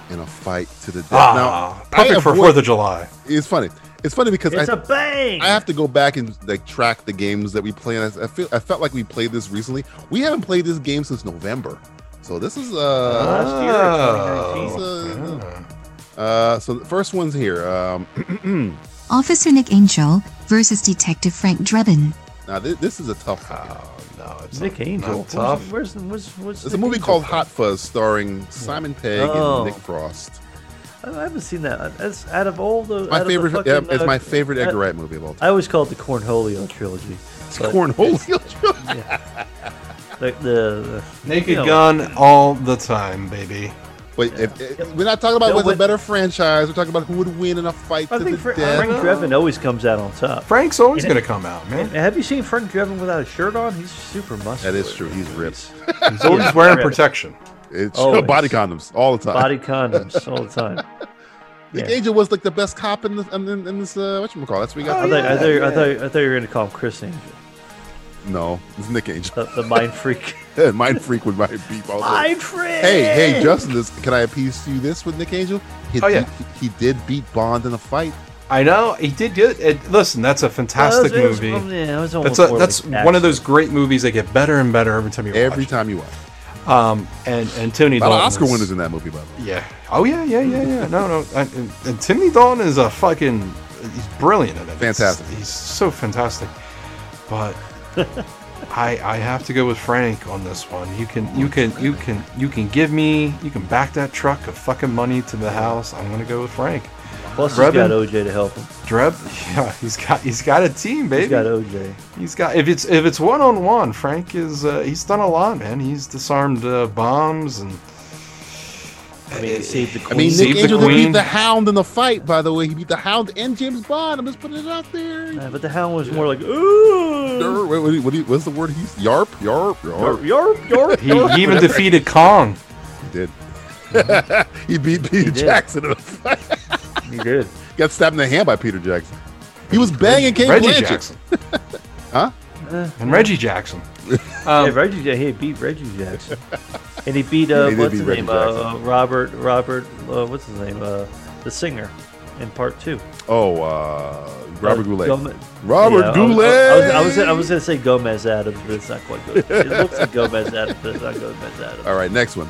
in a fight to the death.
Ah, perfect
I
for
avoid-
Fourth of July.
It's funny. It's funny because
It's
I,
a bang!
I have to go back and like track the games that we play. And I, I feel I felt like we played this recently. We haven't played this game since November, so this is uh,
Last year,
uh,
Oh, 2019.
uh, uh, so the first one's here. Um,
Officer Nick Angel versus Detective Frank Drebin.
now this, this is a tough. one.
no, it's
Nick Angel.
Not tough.
Where's, where's, where's
It's a
Nick
movie
Angel
called
from?
Hot Fuzz, starring Simon Pegg
Oh.
and Nick Frost.
I I haven't seen that. That's out of all the.
My
out of the
favorite.
fucking,
yeah, it's
uh,
my favorite Edgar
I-
Wright movie of all time.
I always call it the Cornholio trilogy. but-
Cornholio.
the, the, the
Naked
you know,
Gun all the time, baby.
Wait, if, We're not talking about
No,
what's a
what-
better franchise. We're talking about who would win in a fight
I
to
think
the
Fra-
death.
Frank Drebin always comes out on top.
Frank's always
And-
gonna come out, man.
and Have you seen Frank Drebin without a shirt on? He's super muscular.
That is true. He's ripped.
He's always wearing
ripped.
protection.
It's
Always.
body condoms all the time.
Oh, Body condoms all the time.
The
Yeah.
Angel was like the best cop in, the, in, in this. Uh, what you call? That's what we got.
I, thought, I, thought, I, thought, I thought you were going to call him Chris Angel,
No, it's Nick Angel.
the, the mind freak.
mind freak with my beep. Also.
Mind freak!
Hey, hey, Justin, this, can I appease you this with Nick Angel? He,
Oh, yeah.
he, he did beat Bond in a fight.
I know he did good. It, listen, that's a fantastic
Well, it was-
movie.
it was-
yeah, it Oh, was
that's
almost
a,
more
that's
like
one of those great movies that get better and better every time you
Every
watch.
time you watch.
it. Um, and and Tony
A lot of
Dalton
Oscar
is-
winners in that movie, by the way.
Yeah. Oh yeah, yeah, yeah, yeah. No, no. I, and, and Timmy Dalton is a fucking. He's brilliant at it.
Fantastic.
He's, he's so fantastic. But I I have to go with Frank on this one. You can you can you can you can give me you can back that truck of fucking money to the house. I'm gonna go with Frank.
Plus, he's
Drebin-
got OJ to help him.
Dreb, yeah, he's got he's got a team, baby.
He's got OJ.
He's got if it's if it's one on one, Frank is uh, he's done a lot, man. He's disarmed uh, bombs and
I mean, he saved the
I mean,
Save
Nick
the
Angel did beat
Queen.
the Hound in the fight, by the way. He beat the Hound and James Bond. I'm just putting it out there.
Yeah, Uh, but the hound was more like, ooh.
Wait, what, do you- what do you- what's the word he used? Yarp, yarp, yarp.
Yarp, yarp,
he, he even defeated Kong.
He did. he beat Peter
did.
Jackson in a fight.
he did.
Got stabbed in the hand by Peter Jackson. He was banging Kate
Reggie
Blanchett.
Jackson.
Huh?
And Reggie Jackson.
yeah, Reggie, yeah, he beat Reggie Jackson, and he beat uh,
Um, He did
what's
beat
his
Reggie
name? Uh,
Jackson.
Robert, Robert, uh, what's his name? Uh, the singer in part two.
Oh, uh, Robert
Uh,
Goulet.
Gome-
Robert
Yeah, I was-
Goulet.
I was, I was, I was gonna say Gomez Adams, but it's not quite good. It looks like Gomez Adams, but it's not Gomez Adams.
All right, next one.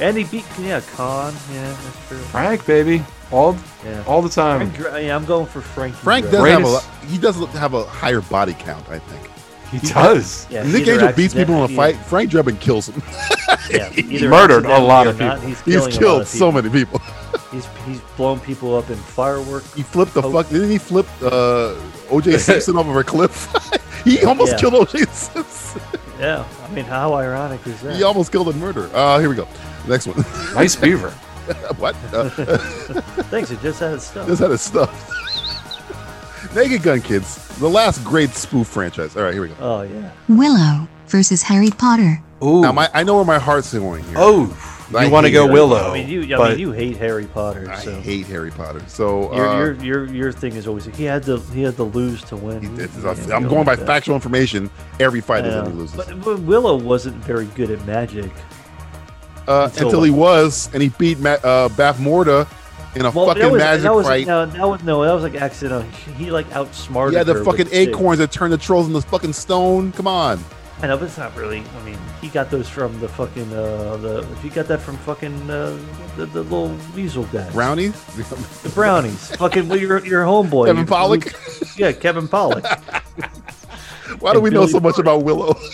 And he beat yeah Khan. Yeah, that's true.
Frank, baby, all
Yeah.
all the time.
Frank Dre- yeah, I'm going for Frank.
Frank
Dre.
does have a
Greatest-
lot- he does look to have a higher body count, I think.
He does.
Yeah,
Nick
either
Angel beats
accident-
people in a
yeah.
fight. Frank Drebin kills them.
Yeah,
He's
either
murdered a lot
accidentally or
of people.
not, he's
He's
killing a lot
killed
of
so many people.
He's he's blown people up in fireworks.
He flipped the
Oh.
fuck. Didn't he flip uh, OJ Simpson off of a cliff? he almost
Yeah.
killed OJ Simpson.
Yeah, I mean, how ironic is that?
He almost killed a murderer. Uh, here we go. Next one.
Nice beaver.
what? Uh,
Thanks, it just added stuff.
just had his stuff. Naked Gun Kids, the last great spoof franchise. All right, here we go.
Oh yeah.
Willow versus Harry Potter.
Ooh.
Now, my, I know where my heart's going here.
oh,
I
you want to
hate
go
Harry
Willow?
I mean, you. I
but
mean, you hate Harry Potter,
I
so
hate Harry Potter. So uh,
your, your your your thing is always he had to he had to lose to win.
this is-
Yeah,
I'm
you
going by
like that.
factual information. Every fight is
Yeah.
when he loses.
But, but Willow wasn't very good at magic.
uh,
until-
until, he was, and he beat Ma- uh, Bath Morda in a
that
fucking
was-
magic
that was,
fight.
No, that was no, that was like accidental. He, he, like outsmarted.
He had the
her
fucking
with sticks.
acorns that turned the trolls into fucking stone. Come on.
I know, but it's not really. I mean, he got those from the fucking uh, the. He got that from fucking uh, the, the little weasel guy.
Brownies?
The brownies. fucking your your homeboy.
Kevin
your-
Pollak?
Yeah, Kevin Pollock.
Why do
And
we know
Billy
so much about Willow?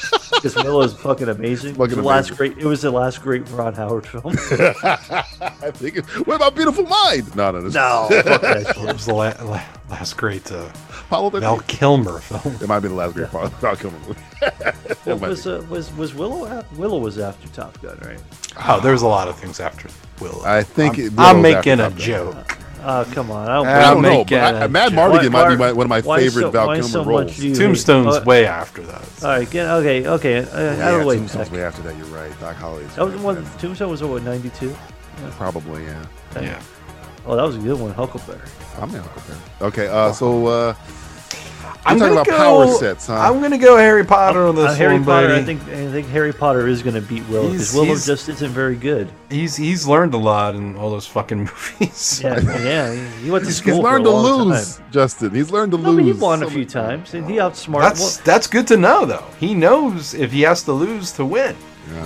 Because Willow's fucking amazing.
Fucking
the last
amazing.
great. It was the last great Ron Howard film.
I think. it- What about Beautiful Mind? No, no, no.
no, fuck that
it
shit.
was the la- la- last great uh,
Apollo
Val
13?
Kilmer film.
It might be the last great Apollo. Val Kilmer movie. It
What
might
was, uh, was was Willow? af- Willow was after Top Gun, right?
Oh, there was a lot of things after Willow.
be. I think. it-
I'm,
Willow's
I'm making
after
a
Top Gun.
joke.
Uh, come on, I don't.
Uh,
I
blame
don't
I'll
know,
make
but I,
a
Matt
joke.
Mardigan Ah, might be
Why-
my, one of my
why
favorite
so-
Val
why
Kilmer
so much
roles.
you-
Tombstone's
uh,
way after that.
All right, get okay, okay. Uh, out of
yeah,
the way.
Tombstone's
Peck.
way after that. You're right. Doc Holliday's.
That was
right,
one.
man.
Tombstone was what ninety two.
Probably, yeah.
Yeah.
Oh, that was a good one, Huckleberry.
I'm in Huckleberry. Okay, uh, so uh,
I'm
talking
gonna
about power
go-
sets, huh?
I'm gonna go Harry Potter on this
Uh, Harry
one,
Potter.
baby.
I think I think Harry Potter is going to beat Willow
He's-
because Willow
he's-
just isn't very good.
he's he's learned a lot in all those fucking movies.
Yeah, yeah. he- He went to
he's
school. for
learned
a
to
long
lose,
Time.
Justin. He's learned to
No,
lose.
but he won a
so
few
many-
times, and he outsmarted.
That's that's good to know though. He knows if he has to lose to win.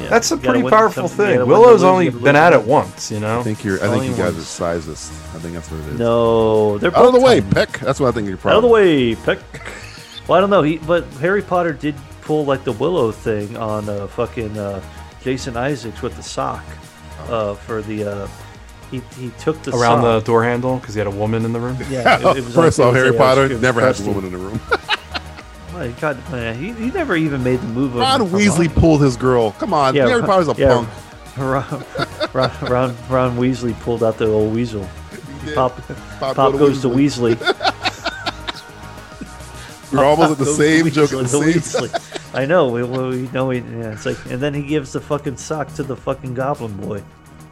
Yeah,
That's a
you gotta
pretty
win
powerful
something, you
thing.
gotta win to lose,
Willow's
you
only
gotta lose
been
to
at it
win.
once, you know.
I think you're. I
Only
think you guys
once.
are sizist. I think that's what it is.
no, they're
Out of the
both
way,
tiny.
Peck. That's what I think you're
Out of the
probably.
way, Peck. Well, I don't know. He, but Harry Potter did pull like the Willow thing on uh, fucking uh, Jason Isaacs with the sock
Oh.
uh, for the. Uh, he, he took the
around
sock.
the door handle because he had a woman in the room.
Yeah, it, it was
First
on-
off,
it was
Harry
on-
Potter
it was
never has a
crusty.
woman in the room.
Well, he tried to play that. He, he never even made the move. over
Ron
from
Weasley pulled his girl. Come on, Harry
Ron-
Potter's a
yeah,
punk.
Ron, Ron, Ron, Ron Weasley pulled out the old weasel. Pop,
Pop go
Pop,
to
goes to Weasley.
We're almost at the
Goes to
same joke at the
Weasley, to
same time.
Weasley. I know. We, we we know. We, yeah, it's like, and then he gives the fucking sock to the fucking Goblin boy.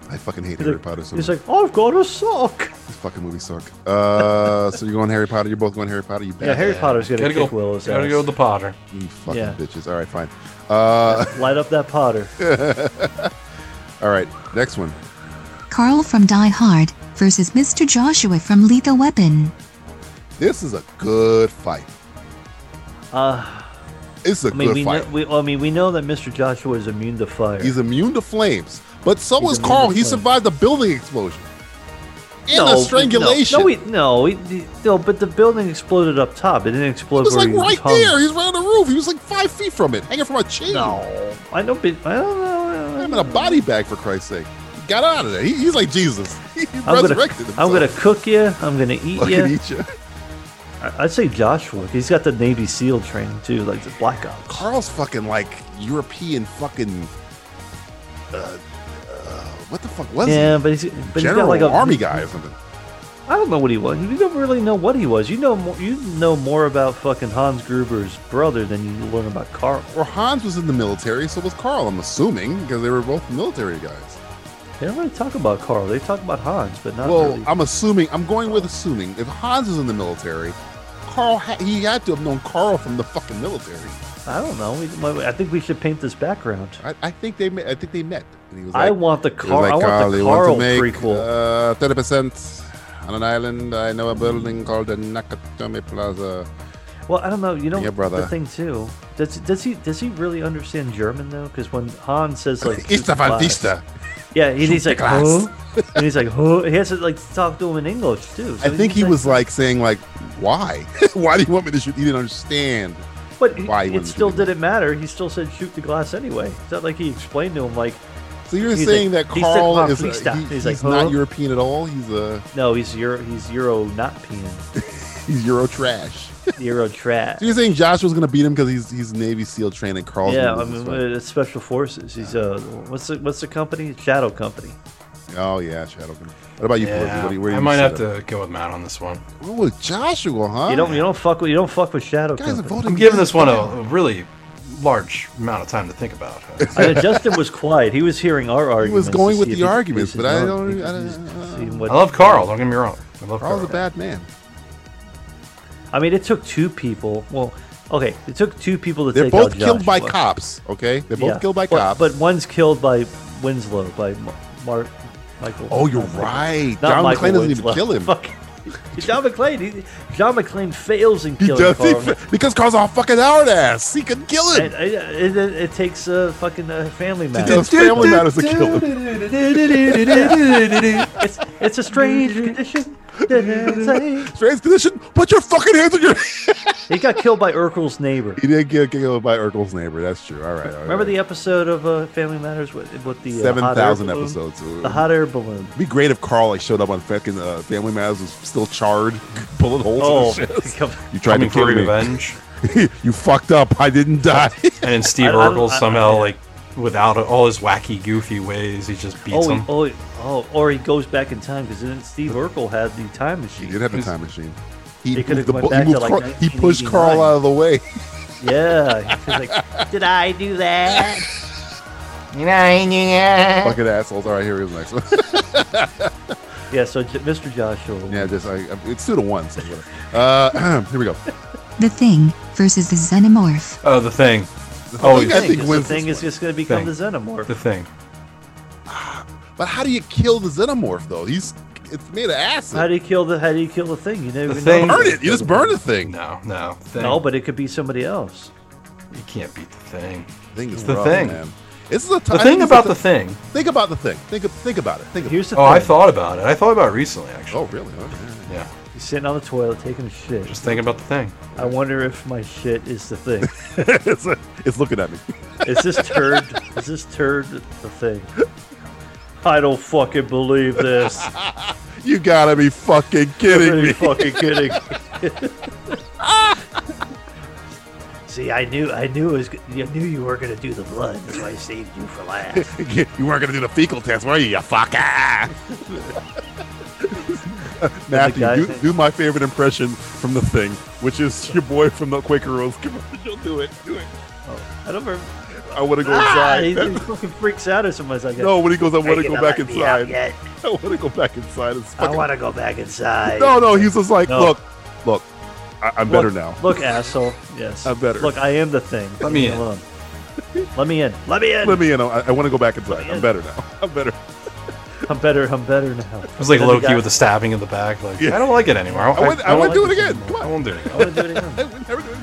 I fucking hate
He's
Harry
like-
Potter so
He's
much.
like, I've got a sock.
This fucking movie suck. Uh, so you're going Harry Potter. You're both going Harry Potter. You bad.
Yeah, Harry Potter's gonna
Gotta go-
kick Willow's
gotta
ass.
go with the Potter.
You fucking
Yeah.
bitches. All right, fine. Uh,
Light up that Potter.
all right, next one.
Carl from Die Hard versus Mr. Joshua from Lethal Weapon.
This is a good fight.
Uh,
It's a
I mean,
good
we
fight.
Know, we, I mean, we know that Mr. Joshua is immune to fire.
He's immune to flames, but so
He's
is
immune
Carl.
to
He
flames.
survived a building explosion and a strangulation.
No, no, we, no, we- the- no, but the building exploded up top. It didn't explode
He was
where
like
he was
right
hung.
there. He's right on the roof. He was like five feet from it, hanging from a chain.
No, I don't. Be, I don't know.
I'm in a body bag for Christ's sake. He got out of there. He, he's like Jesus. He
I'm gonna,
resurrected
I'm gonna
himself.
cook you. I'm gonna eat
Fucking
you.
eat ya.
I- I'd say Joshua. He's got the Navy SEAL training too, like the Black Ops.
Carl's fucking like European fucking. Uh, uh, what the fuck was
yeah,
he?
but he's but
General
he's got like a
army guy or something.
I don't know what he was. You don't really know what he was. You know, more, you know more about fucking Hans Gruber's brother than you learn about Carl.
Or Hans was in the military, so was Carl. I'm assuming because they were both military guys.
They don't really talk about Carl. They talk about Hans, but not
well,
really.
I'm assuming. I'm going with assuming. If Hans is in the military, Carl ha- he had to have known Carl from the fucking military.
I don't know. We, might- I think we should paint this background.
I, I think they met. I think they met. And he was
I
like-
want the
he was
Carl. I want the
you want
Carl
to make,
prequel.
Uh, Thirty percent on an island. I know a building called the Nakatomi Plaza.
Well, I don't know. You know
Yeah, brother.
the thing too. Does does he does he really understand German though? Because when Hans says like
Ist
"Shoot the
van
glass,"
Dista.
yeah, and he's
Shoot
like
the glass.
huh? and he's like huh? He has to like talk to him in English too.
I
So
think
he's
he
like-
was like saying like, "Why? Why do you want me to shoot?" He didn't understand.
But
why he
it
wouldn't
still
shoot the
didn't matter. He still said shoot the glass anyway. It's not like he explained to him like.
So you're
he's
saying
like-
that
he said,
Carl
"Mom,
is
please
uh,
stop."
he-
he's
he's,
like
not
huh?
European at all. He's a
No, he's Euro. He's Euro not peeing.
he's Euro trash.
Euro trash.
So you're saying Joshua's gonna beat him because he's he's Navy SEAL trained and Carl's
yeah,
gonna
I
lose this
mean
fight.
uh, it's special forces. He's uh, what's the what's the company? Shadow Company.
Oh yeah, Shadow. Company. What about you, Pelosi? What do you, where do
I
you
might have
set up?
to go with Matt on this one.
What with Joshua, huh?
You don't you don't fuck with you don't fuck with Shadow Company.
I'm giving this one a, a really large amount of time to think about.
I mean, Justin was quiet. He was hearing our
He
arguments.
was going
to
with
see if
the
he could
arguments,
place
but I
his
don't.
own.
I don't
See
I
what-
love Carl. Don't get me wrong. I love
Carl's
Carl.
a bad man.
I mean, it took two people. Well, okay, it took two people to
They're
take
both
out
killed by
Joshua.
cops. Okay, they're both
Yeah.
killed by
But-
cops.
But one's killed by Winslow by Ma- Mark Michael.
Oh, you're
not Michael-
right.
not
John
Michael
McClane doesn't even
Winslow.
kill him.
Fuck. John McClane. He, John McClane fails in
He
killing
does- he
Carl.
fa- because Carl's a fucking hard ass. He could kill him.
And, and, and then it takes a fucking uh, family matter.
does Family Matters to kill him.
it's, it's a strange condition.
strange condition. Put your fucking hands on your.
he got killed by Urkel's neighbor.
He did get killed by Urkel's neighbor. That's true. All right. all
Remember
right.
the episode of uh, Family Matters with, with the uh,
seven
hot air
thousand
balloon?
episodes?
The hot air balloon.
It'd be great if Carl like showed up on fucking uh, Family Matters was still charred, bullet holes.
Oh,
in his chest.
come-
you tried to
Coming for
kill me.
revenge.
you fucked up. I didn't die.
And then
I-
Steve
I-
Urkel
I-
somehow, like, without all his wacky, goofy ways, he just beats
Oh, he,
him.
oh, he- oh, or he goes back in time because then Steve Urkel had the time machine.
he did have the time machine. He
They could've
moved the bu-
went
he,
back to,
moved
like,
Carl, he pushed
1989.
Carl out of the way.
Yeah. He's like, did I do that?
fucking assholes. All right, here is the next one.
yeah. So J- Mr. Joshua.
yeah, just I, I- it's two to one. So whatever. uh, here we go.
The Thing versus the Xenomorph.
Oh, the thing.
Oh,
Always
yeah, I think
the
wins
thing
this
is just going to become
Thing.
the xenomorph.
the thing.
But how do you kill the xenomorph though? He's it's made of acid.
How do you kill the? How do you kill the thing? You never know.
The thing-
burn it. You just burn the thing.
No, no. the Thing.
No, but it could be somebody else.
You can't beat the thing.
thing is
the
rough,
thing.
Man. This is a t-
The
I
thing
think it's a
about
t-
the thing.
Think about the thing. Think of, think about it. Think about
Here's
it.
the
Oh, I
thing.
thought about it. I thought about it recently, actually.
Oh, really? Oh, yeah.
Yeah.
He's sitting on the toilet taking a shit.
Just thinking about the thing.
I wonder if my shit is the thing.
it's, it's looking at me.
Is this turd? is this turd the thing? I don't fucking believe this.
You gotta be fucking
You're
kidding
really
me.
fucking kidding. See, I knew, I knew, it was, I knew you were gonna do the blood. That's why I saved you for last.
you weren't going to do the fecal test, were you, you fucker? Matthew,
guy
do,
thing.
do my favorite impression from the thing, which is your boy from the Quaker Oats commercial. Do it, do it.
I don't remember.
I want to go
Ah, he,
inside.
he fucking freaks out or something like that.
no, when he goes, I want
Are
to
you
go
gonna
back
let me out
inside.
yet?
I want to go back inside. It's
I
fucking...
want to go back inside.
No, no, he's just like,
No.
look, look, I- I'm better
Look-
now.
Look, asshole. Yes.
I'm better.
Look, I am the thing.
Let me in.
alone. Let me in. Let me in.
Let me in. I, I want to go back inside. I'm
in.
better now. I'm better.
I'm better. I'm better now.
It was like Loki with the stabbing in the back. Like
Yeah.
I don't like it anymore.
I wouldn't- I wouldn't
do it again.
Come on. I won't do it again.
I want to do it again.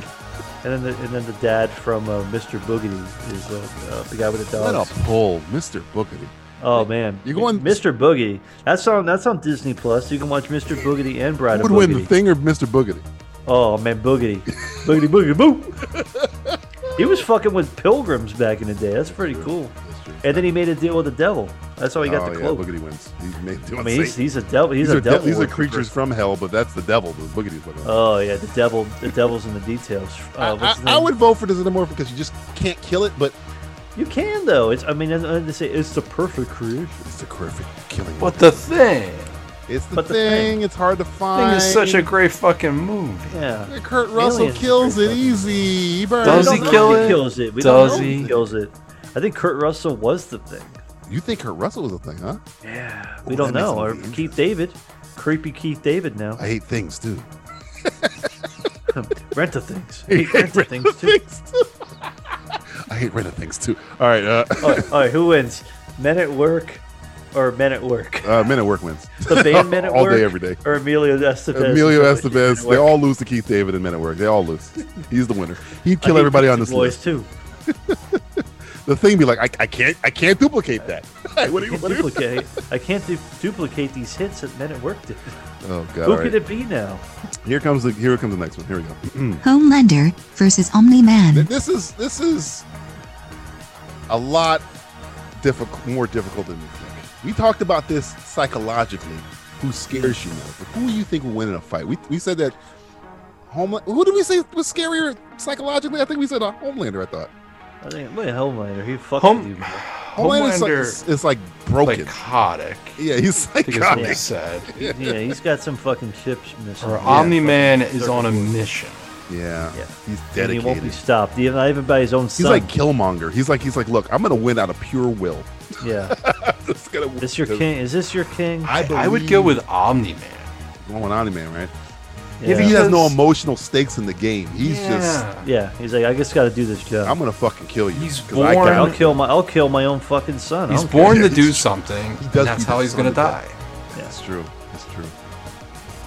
And then, the, and then the dad from uh, Mr. Boogity is uh, uh, the guy with the
What
dogs.
a pull, Mr. Boogity.
Oh man, you going Mr. Boogity? That's on that's on Disney Plus. You can watch Mr. Boogity and Bride
Who
of
would win, the
Boogity.
thing or Mr. Boogity?
Oh man, Boogity, Boogity, Boogity, Boo. he was fucking with pilgrims back in the day. That's pretty cool. And then he made a deal with the devil. That's how he got
oh,
the
yeah,
cloak.
Boogity wins. He's made
I mean, he's- he's a devil- he's a
are de-
devil
these are
worshiper.
creatures from hell, but that's the devil. The Boogity's looking.
Uh,
Oh yeah, the devil. The devil's in the details. Uh, what's his
I, I
name?
would vote for the Xenomorph because you just can't kill it, but
you can though. It's. I mean, I- I they say it's the perfect creation.
It's the perfect killing.
But the thing.
It's the,
But the
thing, It's hard to
Thing
find.
is such a great fucking movie.
Yeah.
Kurt Russell
Aliens is
kills it easy. He burns
Does
it
he
up.
kill
He
it?
kills it. We
Does
don't know
he?
if he kills it. I think Kurt Russell was the thing.
You think Kurt Russell was a thing, huh?
Yeah.
Ooh,
We don't
that makes
know.
it
Or Keith David, creepy Keith David. Now
I hate things too.
rent the things.
I
He
hate
rent the things too.
I hate rent things too. All right, uh,
all, right, all right, who wins? Men at Work or Men at Work?
uh, Men at Work wins.
The band Men at
all
Work
day, every day.
or Emilio Estevez?
Emilio
is the-
Estevez. They all lose to Keith David and Men at Work. They all lose. He's the winner. He'd
I
kill
hate
everybody on
Beastie
this list.
Boys too.
The thing be like, I, I can't, I can't duplicate that.
I can't duplicate. I can't du- duplicate these hits that Men at Work did.
Oh god.
who
all
could
right.
it be now?
Here comes the, here comes the next one. Here we go.
Homelander versus Omni Man.
this is this is a lot difficult, more difficult than we think. We talked about this psychologically. Who scares you more? But who do you think will win in a fight? We, we said that Homeland. Who did we say was scarier psychologically? I think we said a Homelander. I thought
I think wait, Homelander. He fucked
Home-
you. man.
Homelander is like,
Homelander-
is like broken.
Psychotic.
Yeah, he's
I think is what he
psychotic.
said.
yeah, he's got some fucking chips missing.
Or
Yeah,
Omni Man
fucking
is
circle.
on a mission.
Yeah,
Yeah.
he's
And he won't be
dedicated.
stopped, even not even by his own
He's
son.
like Killmonger. He's like he's like, look, I'm gonna win out of pure will.
yeah.
This is gonna win.
Is your king? Is this your king?
I, I would go with Omni Man.
Going with Omni Man, right?
Yeah.
He has no emotional stakes in the game. He's just,
Yeah.
Yeah, he's like, I just got to do this job.
I'm gonna fucking kill you.
He's
'cause I
born-
I'll
got-
kill my, I'll kill my own fucking son. I
He's
don't care.
born to do something.
does
and that's
do
how he's
something
gonna die.
like That's true. That's true.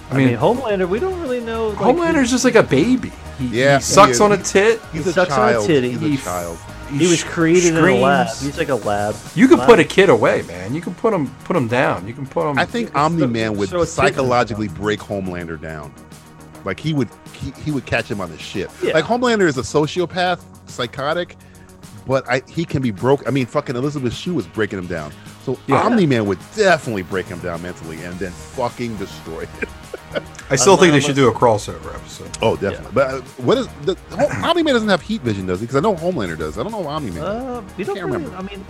I
I mean,
mean,
Homelander, we don't really know. Like,
Homelander's just like a baby. He, he
Yeah,
sucks
he-
on a tit.
He's
He
a
sucks on a
child.
titty.
He's
He
a
f-
child.
He was
sh-
created in a lab.
screams.
He's like a lab.
You can
lab.
put a kid away, man. You can put him put him down. You can put him.
I think Omni Man would
so it's different.
psychologically break Homelander down. Like he would, he, he would catch him on his shit.
Yeah.
Like Homelander is a sociopath, psychotic, but I, he can be broke. I mean, fucking Elizabeth Shue was breaking him down. So
Yeah.
Omni Man would definitely break him down mentally and then fucking destroy it.
I still think they
unless-
should do a crossover episode.
Oh, definitely. But uh, what is the Omni Man doesn't have heat vision, does he? Because I know Homelander does. I don't know Omni Man.
Uh, you don't
Can't
really,
remember.
I mean,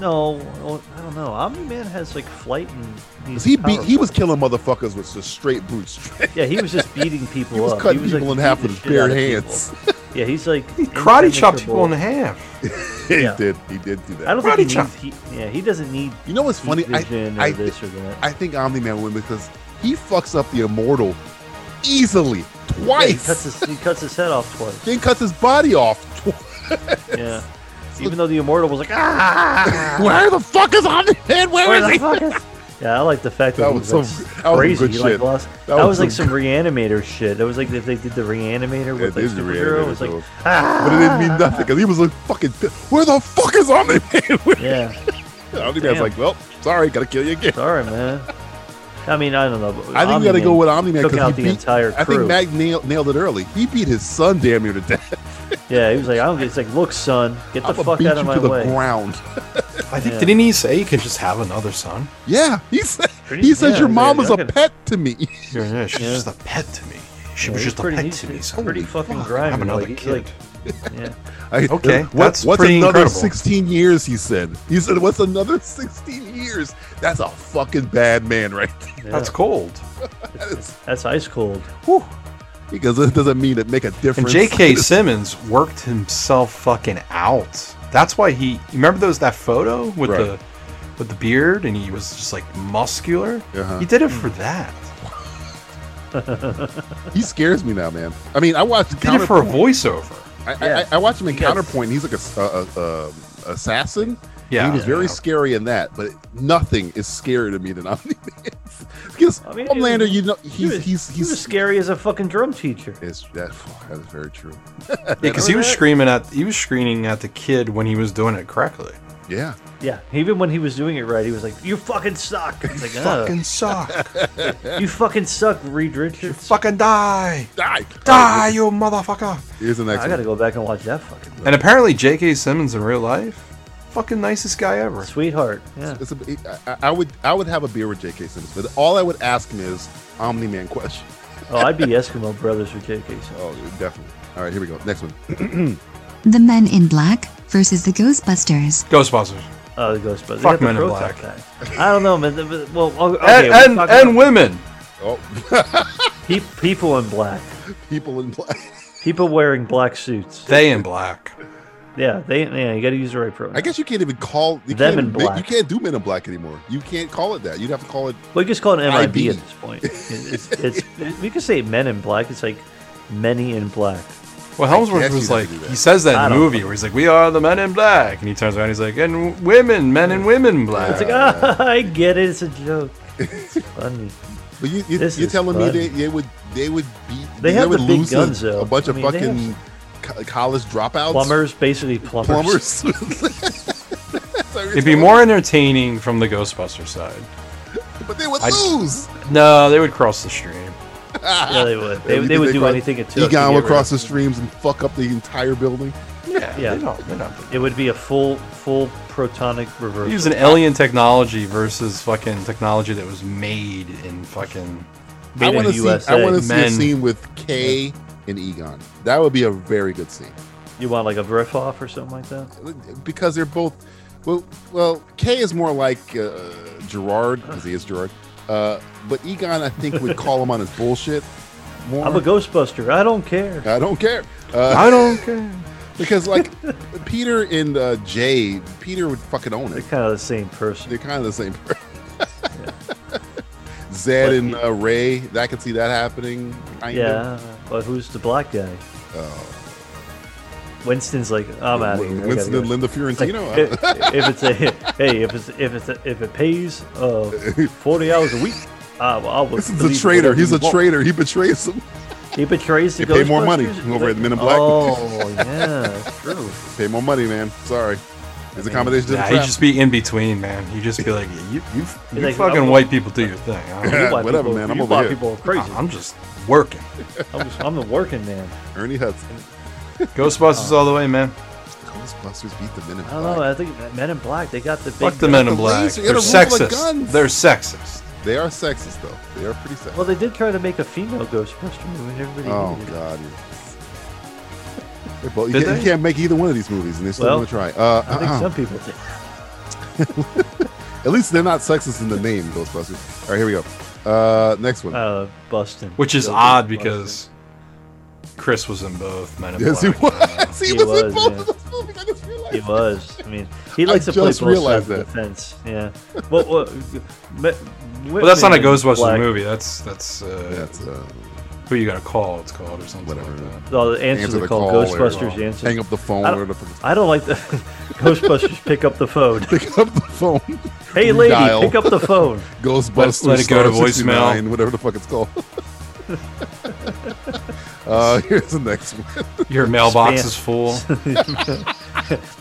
no, oh, I don't know. Omni Man has like flight and. he's
Because he beat, he
powerful.
was killing motherfuckers with just straight brute strength.
Yeah, he was just beating people
He was
up.
cutting people in half
beating
with
the
his
shit out
bare
of
hands.
people. Yeah, he's like
He karate chopped people in
impenetrable.
half.
he
Yeah.
did. He did do that.
I don't think
Karate
he
chop.
needs. He, yeah, he doesn't need.
you know what's funny? I,
Vision or
I,
this or that.
I think Omni Man win because he fucks up the immortal easily
Yeah, he
twice.
cuts his he cuts his head off twice.
then cuts his body off. twice.
Yeah. Even though the immortal was like, ah,
Where the fuck is Omni Man?
where
Where
the
is he?
fuck is? Yeah, I like the fact that,
That
he
was
was,
some-
like,
that was some
crazy.
good
he,
shit.
Like, lost.
That
That,
was
was like
some
some reanimator shit. That was like if they did the reanimator
It
with like
is the
superhero. It was
Reanimator,
like, "Ah!"
though. But it didn't mean nothing because he was like fucking. Where the fuck is Omni Man?
yeah,
Omni Man's
Damn.
like, well, sorry, gotta kill you again.
sorry, man. I mean, I don't know. But
I think we gotta go with Omni Man
Took
because
out
he
the
beat.
entire crew.
I think Mag nailed, nailed it early. He beat his son damn near to death.
yeah, he was like, I don't. It's like, look, son, get the
I'ma
fuck
beat
out of
you
my
to the
way.
ground.
I think
Yeah.
didn't he say he could just have another son?
Yeah, he said.
Pretty-
He says
yeah,
your
he's
mom
like,
is a
"I can-
pet to me.
Yeah, yeah, she's
Yeah.
just a pet to me. She
Yeah,
was
he's
just a
pretty-
pet
he's-
to me.
he's
son.
pretty
Holy
fucking
fuck,
grimy,
Have another
like, he's
kid.
like- Yeah.
I-
Okay,
what-
that's
what's
pretty
another
incredible.
16 years? He said. He said, "What's another 16 years?" That's a fucking bad man, right? there.
That's cold.
That's ice cold.
Because it doesn't mean it make a
And
difference.
J.K. Simmons worked himself fucking out. That's why he. Remember those that photo with
Right.
the with the beard and he was just like muscular.
Uh-huh.
He did it for that.
he scares me now, man. I mean, I watched
He did it for a voiceover.
I, I, I watched him in Counterpoint. He's like a, s- a- a- a assassin.
Yeah.
he was very scary in that, but nothing is scarier to me than Omni-Man. Because Homelander, you know, he's
he was,
he's
he was scary as a fucking drum teacher.
It's, that, that is very true.
Yeah, because he was screaming at he was screaming at the kid when he was doing it correctly.
Yeah.
Yeah, even when he was doing it right, he was like, "You fucking suck." He's like, "Ugh."
Fucking suck.
you fucking suck, Reed Richards. You
fucking die.
Die.
Die, you motherfucker.
Here's the next
I
one.
gotta go back and watch that fucking
And apparently J.K. Simmons in real life, fucking nicest guy ever.
Sweetheart. Yeah.
It's a, I, I would I would have a beer with J.K. Simmons, but all I would ask him is Omni Man question.
Oh, I'd be Eskimo brothers with J.K. Simmons.
Oh, definitely. All right, here we go. Next one.
The Men in Black versus the Ghostbusters.
Ghostbusters.
Oh, the Ghostbusters.
Fuck
They got
Men
the pro
in Black.
cop guy. I don't know, man. The- the- Well, o- okay,
And
we're
and,
talking
and
about
women.
Oh,
pe- people in black.
People in black.
People wearing black suits.
They in black.
Yeah, they. Yeah, you got to use the right pronoun.
I guess you can't even call you
Them
can't,
in
admit-
black.
You can't do Men in Black anymore. You can't call it that. You'd have to call it.
We just call it MIB
IB.
at this point. It's, it's, it's- we could say Men in Black. It's like Many in Black.
Well, Helmsworth was like, he says
I
that in the
don't
movie where he's like, "We are the men in black," and he turns around, he's like, "And women, men and women in black."
It's like, ah, I get it. It's a joke. It's funny.
But you, you,
This
you're
is
telling
fun.
me they, they would they would beat
They have
would
the big
lose to
guns, though.
a bunch
I
of
mean, they
fucking
have-
co- college dropouts
Plumbers, basically plumbers.
plumbers
It'd be more entertaining from the Ghostbuster side.
but they would
I'd-
lose
No, they would cross the stream.
Yeah, they would. They, they would do anything it took. to
Egon
get
would
rid
cross
of
the streams and fuck up the entire building
Yeah,
Yeah.
They don't, they're not.
It would be a full, full protonic reversal.
Using alien technology versus fucking technology that was made in fucking.
I
made
want to
in
see
USA.
I want to see a
Men.
scene with Kay and Egon that would be a very good scene
You want like a riff off or something like that?
because they're both well well Kay is more like uh, Gerard because he is Gerard uh, but Egon I think would call him on his bullshit more
I'm a Ghostbuster. I don't care.
I don't care. Uh,
I don't care.
because like Peter and uh, Jay, Peter would fucking own
They're
it.
kind of the same person.
They're kind of the same person. Zed and uh, Ray, I could see that happening. Kind
yeah, but who's the black guy?
Of. Oh,
Winston's like, I'm out of here. I gotta
Winston
go.
and Linda
It's like,
Fiorentino. uh,
if, if it's a hey, if it's if it's a, if it pays uh, forty hours a week, I, I will.
This is a
believe
traitor.
whatever
He's
you
a
want.
traitor. He betrays them.
He betrays the
They pay more
Ghostbusters?
money over at Men in Black.
Oh yeah, true.
Pay more money, man. Sorry. It's a combination
Nah,
of
you
the
just be in between, man. You just be like, you, you, you
like,
fucking
I'm-
white people do your thing. I don't
Yeah,
know.
Whatever, man. I'm
you
over
black
here.
people are crazy.
I'm just working.
I'm, just, I'm the working man.
Ernie Hudson.
Ghostbusters
Oh.
all the way, man.
Ghostbusters beat the Men in
I don't
Black.
know. I think Men in Black. They got the big
Fuck the men in
the
black.
laser- you
They're
gotta roll the
sexist.
guns.
They're sexist.
They are sexist, though. They are pretty sexist.
Well, they did try to make a female Ghostbuster movie. and Everybody
Oh
hated it.
God! yeah. They're both- you,
Did
can't, you
they?
can't make either one of these movies, and they still
Well,
want to try. Uh,
I think
uh-uh.
some people did.
At least they're not sexist in the name, Ghostbusters. All right, here we go. Uh, next one.
Uh, Bustin.
Which is
Joker
odd
Bustin.
because Chris was in both Men in
yes, he
Black.
was. He,
He
was, in
was,
both
yeah.
of those movies. I just realized.
He was. I mean, he
I
likes to play both
just realized
sides of the fence. Yeah. Well, well,
Well, that's not a Ghostbusters
Ghostbusters
movie. That's that's uh,
That's uh,
who you gotta call. It's called or something
whatever.
like that.
No, the answer, the call.
or
Ghostbusters answer.
Hang up the phone.
I
Or
don't,
the,
I don't like the Ghostbusters pick up the phone.
pick up the phone.
Hey, lady,
Dial.
pick up the phone.
Ghostbusters.
Let- let it go to
star
voicemail.
69, Whatever the fuck it's called. uh, here's the next one.
Your mailbox
Spam.
is full.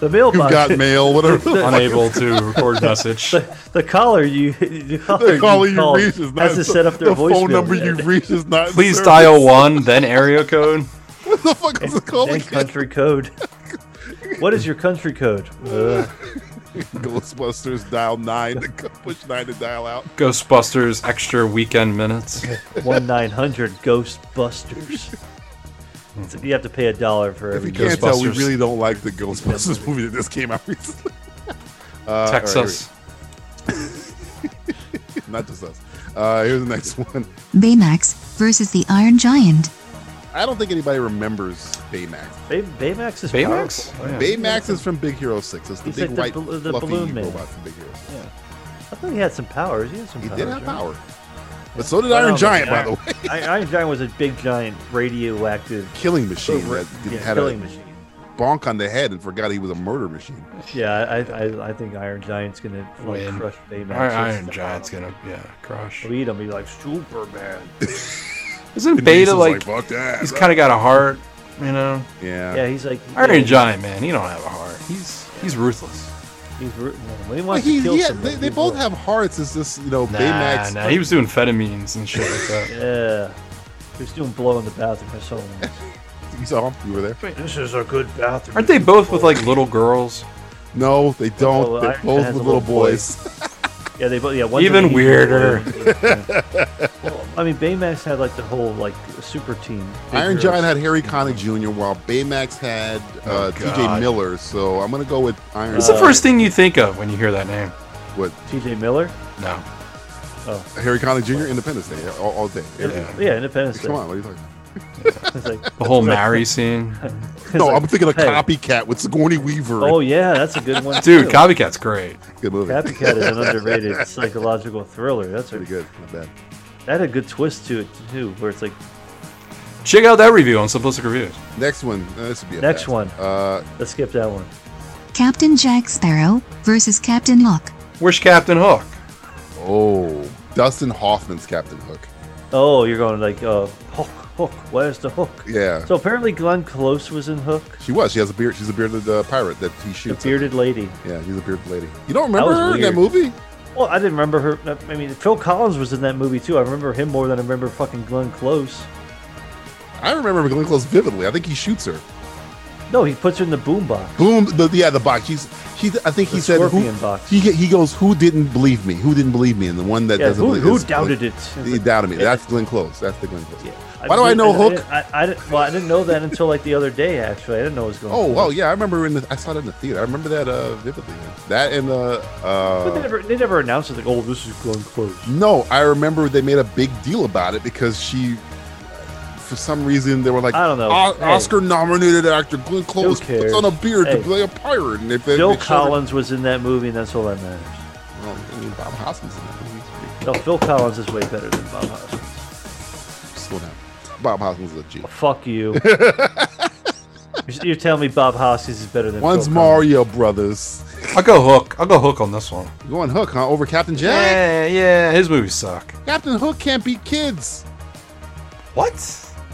The mailbox.
You've got mail. Whatever. the fuck
unable to record message.
The, the caller you the caller,
The caller
you
you
called
reach is not
has to set up their
the
voicemail.
phone number you reach is not. in
Please
service.
dial one, then area code.
What the fuck is it called?
and
again?
country code. What is your country code? Uh,
Ghostbusters dial nine to co- push nine to dial out.
Ghostbusters extra weekend minutes.
one nine hundred Ghostbusters. It's- You have to pay a dollar for
If
every
you can't tell, we
Ghostbusters.
really don't like the Ghostbusters movie that just came out recently. Uh,
Text
all
us.
here- Not just us. Uh, here's the next one.
Baymax versus the Iron Giant.
I don't think anybody remembers Baymax.
Baymax is
Baymax? Oh,
powerful, yeah.
Baymax is from Big Hero 6. It's the
He's
big
like the
white
bal- the
fluffy
balloon man.
robot from Big Hero 6.
I thought he had some powers. He had some
He
powers.
did have
right?
power. But so did
I don't
Iron
know,
Giant, by
Uh-huh. but
the way.
Iron Iron Giant was a big, giant, radioactive
Killing machine.
Over-
That
yeah,
had
killing
a
machine.
bonk on the head and forgot he was a murder machine.
Yeah, I, I, I think Iron Giant's gonna like,
Win.
crush Baymax.
Iron- Iron Giant's gonna yeah crush.
Beat him. He's like Superman.
Isn't
And Lisa's
Beta like,
like, "Fuck that."
he's kind of got a heart, you know?
Yeah.
Yeah, he's like
Iron
yeah,
Giant, man, he don't have a heart. He's he's ruthless.
He's ruthless. He
Like
wants
he,
to kill
he had,
somebody.
they, they both have hearts. It's just, you know,
Nah,
Baymax.
nah, he was doing amphetamines and shit like that.
Yeah, he was doing blow in the bathroom. I saw him.
You saw him? You were there?
This is a good bathroom.
Aren't they both with like little girls?
No, they don't.
Oh,
They're
Iron Man
both
has
with
a
little
little
boys.
Yeah, they both. Yeah, one's
Even
in the-
weirder.
Yeah. Well, I mean, Baymax had like the whole like super team.
Iron
Big
Giant
girls.
had Harry Connick Jr., while Baymax had uh,
Oh,
TJ
God.
Miller. So I'm going to go with Iron
What's the first thing you think of when you hear that name?
What?
TJ Miller.
No.
Oh,
Harry Connick Jr., Independence Day, all, all day. every
yeah,
day.
Independence Day.
Come on, what are you talking about?
It's like-
The whole
it's like-
Mary scene.
No, I'm thinking of
hey.
Copycat with Sigourney Weaver.
Oh yeah, that's a good one,
Dude,
too.
Copycat's great.
Good movie.
Copycat is an underrated psychological thriller. That's pretty
good. Not bad.
That had a good twist to it too, where it's like
Check out that review on Simplistic Reviews.
Next one. Uh, this would be a
Next
fast
one.
Uh,
Let's skip that one.
Captain Jack Sparrow versus Captain Hook.
Where's Captain Hook?
Oh, Dustin Hoffman's Captain Hook.
Oh, you're going like uh, hook, hook. Where's the hook?
Yeah.
So apparently Glenn Close was in Hook.
She was. She has a beard. She's a bearded uh, pirate that he shoots.
bearded lady.
Yeah, he's a bearded lady. You don't remember her in that movie?
Well, I didn't remember her. I mean, Phil Collins was in that movie too. I remember him more than I remember fucking Glenn Close.
I remember Glenn Close vividly. I think he shoots her.
No, he puts her in the boombox.
Boom. The, yeah, the box. She's. She. I think he
The
said. Who,
scorpion box.
he he goes. Who didn't believe me? Who didn't believe me? And the one that
Yeah,
doesn't
who-
believe
who
is-
doubted it?
He doubted me. That's Glenn Close. That's the Glenn Close. Why
I
do I
didn't-
know Hook?
didn't- I, I didn't, well, I didn't know that until like the other day. Actually, I didn't know it was going.
Oh
on.
wow, yeah, I remember in the I saw it in the theater. I remember that uh, vividly. That and the
But they
uh,
never, they never announced it. Like, oh, this is Glenn Close.
no, I remember they made a big deal about it because she, for some reason, they were like,
I don't know.
"O-
Hey.
Oscar nominated actor Glenn Close puts
cares?
on a beard
Hey.
to play a pirate, and if
Phil Collins was in that movie, and that's all that matters.
Well, I mean, Bob Hoskins in that movie. He's pretty
No, Phil Collins is way better than Bob Hoskins.
Slow down. Bob Hoskins is a G.
Fuck you. You're- You're telling me Bob Hoskins is better than
One's
Phil
Mario Brothers.
I'll go Hook. I'll go Hook on this one.
You going Hook, huh? Over Captain Jack?
Yeah, yeah, his movies suck.
Captain Hook can't beat kids.
What?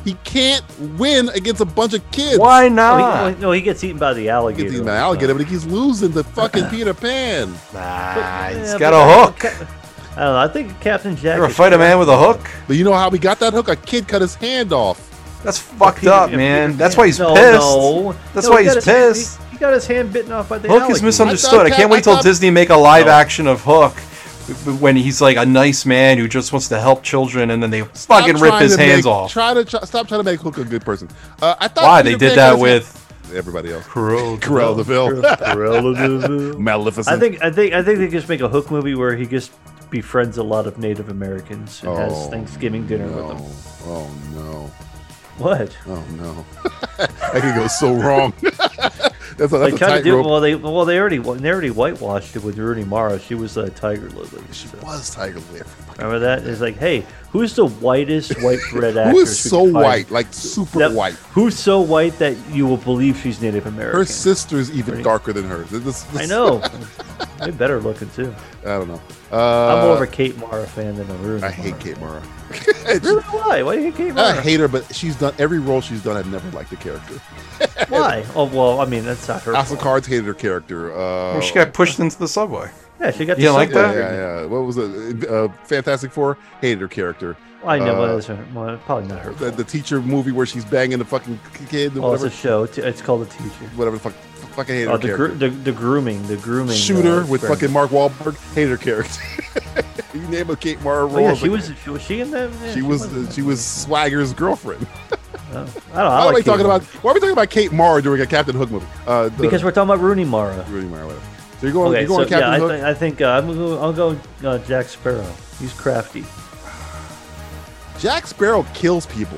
He can't win against a bunch of kids.
Why
No Oh, he,
not?
no, he- no, he gets eaten by the alligator.
He's an alligator, but he keeps losing to fucking Peter Pan.
Nah,
Yeah,
Ah, he's
but
got
I
a
don't
hook.
know, Cap- I don't know. I think Captain Jack.
You ever
is
fight a
better.
man with a hook?
But you know how we got that hook? A kid cut his hand off.
That's fucked
Peter-
up,
yeah,
man.
Peter
That's
Pan.
why he's
no,
pissed.
No.
That's
No,
why
he got
he's
his hand-
pissed.
he, he got his hand bitten off by the
Hook is
alligator.
misunderstood. I
Cap-
can't
I
wait till
thought-
Disney make a live action of Hook when he's like a nice man who just wants to help children and then they
Stop
fucking rip
trying
his
to
hands
make-
off.
Try to try, stop trying to make Hook a good person. Uh, I thought
Why?
Peter
They did
Pan
that
cut his
with
hand- everybody else.
Cruel.
Corral Deville,
Corella-
Maleficent.
I think I think I think they just make a hook movie where he just befriends a lot of Native Americans and has
Oh,
Thanksgiving dinner with them.
Oh no!
What?
Oh no! I could go so wrong. that's a,
They
that's a
tried to do
tightrope.
well. They well they already they already whitewashed it with Rooney Mara. She was a Tiger Lily. so.
Was Tiger Lily?
Remember that? It's like, hey, who's the whitest white bread actress?
Who is
we
so
can find?
white, like super
That-
white?
Who's so white that you will believe she's Native
Her
American?
sister's even
Right.
darker than her. This- this-
I know. they better looking too.
I don't know. Uh,
I'm more of a Kate Mara fan than a Rooney.
I hate Kate Mara.
Really? Why? Why do you hate Kate Mara?
I hate her, but she's done every role she's done. I've never liked the character.
Why? Oh well, I mean that's not her.
House of
fault.
Cards hated her character. Uh,
Well, she got pushed into the subway.
Yeah, she got.
You
the
don't like
subway
yeah,
that?
treatment.
yeah, yeah. What was it? Uh, Fantastic Four hated her character.
Well, I know.
Uh,
well, that's her- well, probably not her.
the, the teacher movie where she's banging the fucking kid.
Oh, it's
whatever,
a show. T- It's called The Teacher.
whatever the fuck. Fucking hated
Oh,
her
the,
character.
gr- the the grooming, the grooming.
Shooter
uh,
with
experiment.
fucking Mark Wahlberg hated her character. you name a Kate Mara role.
Oh, yeah,
it's
she
like-
was. She was she in that? Yeah,
She was
in
she was Swagger's girlfriend.
that. I don't know. I
Why are
like
we talking
Kate Mara.
about? Why are we talking about Kate Mara during a Captain Hook movie? Uh, the-
Because we're talking about Rooney Mara.
Rooney Mara. Whatever. So you're going.
okay,
you're going
so,
Captain
yeah,
Hook.
I, th- I think uh, I'm going. I'll go uh, Jack Sparrow. He's crafty.
Jack Sparrow kills people.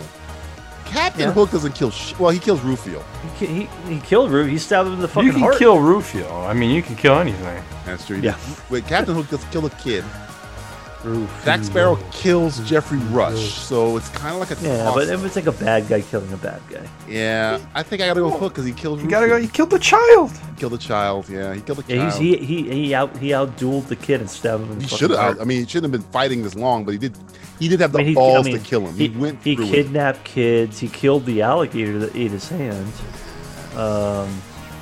Captain
Yeah.
Hook doesn't kill. Sh- well, he kills Rufio.
He, he, he killed Rufio. He stabbed him in the fucking
you can
heart.
kill Rufio. I mean, you can kill anything.
That's true.
Yeah.
Wait, Captain Hook doesn't kill a kid. Jack Sparrow kills Jeffrey Rush, so it's kind of like a
Yeah,
toss.
but it was like a bad guy killing a bad guy.
yeah, I think I gotta go with Hook because he killed.
You gotta go-
He
killed the child.
Killed the child. Yeah, he killed the
Yeah, he's,
child.
he he he out he out dueled the kid and stabbed him. In the
He
fucking
should
heart.
have. I mean, he shouldn't have been fighting this long, but he did. He did have the
I mean, he- I
balls
mean,
to kill him. He, went
He
through it.
kidnapped kids. He killed the alligator that ate his hand. Um,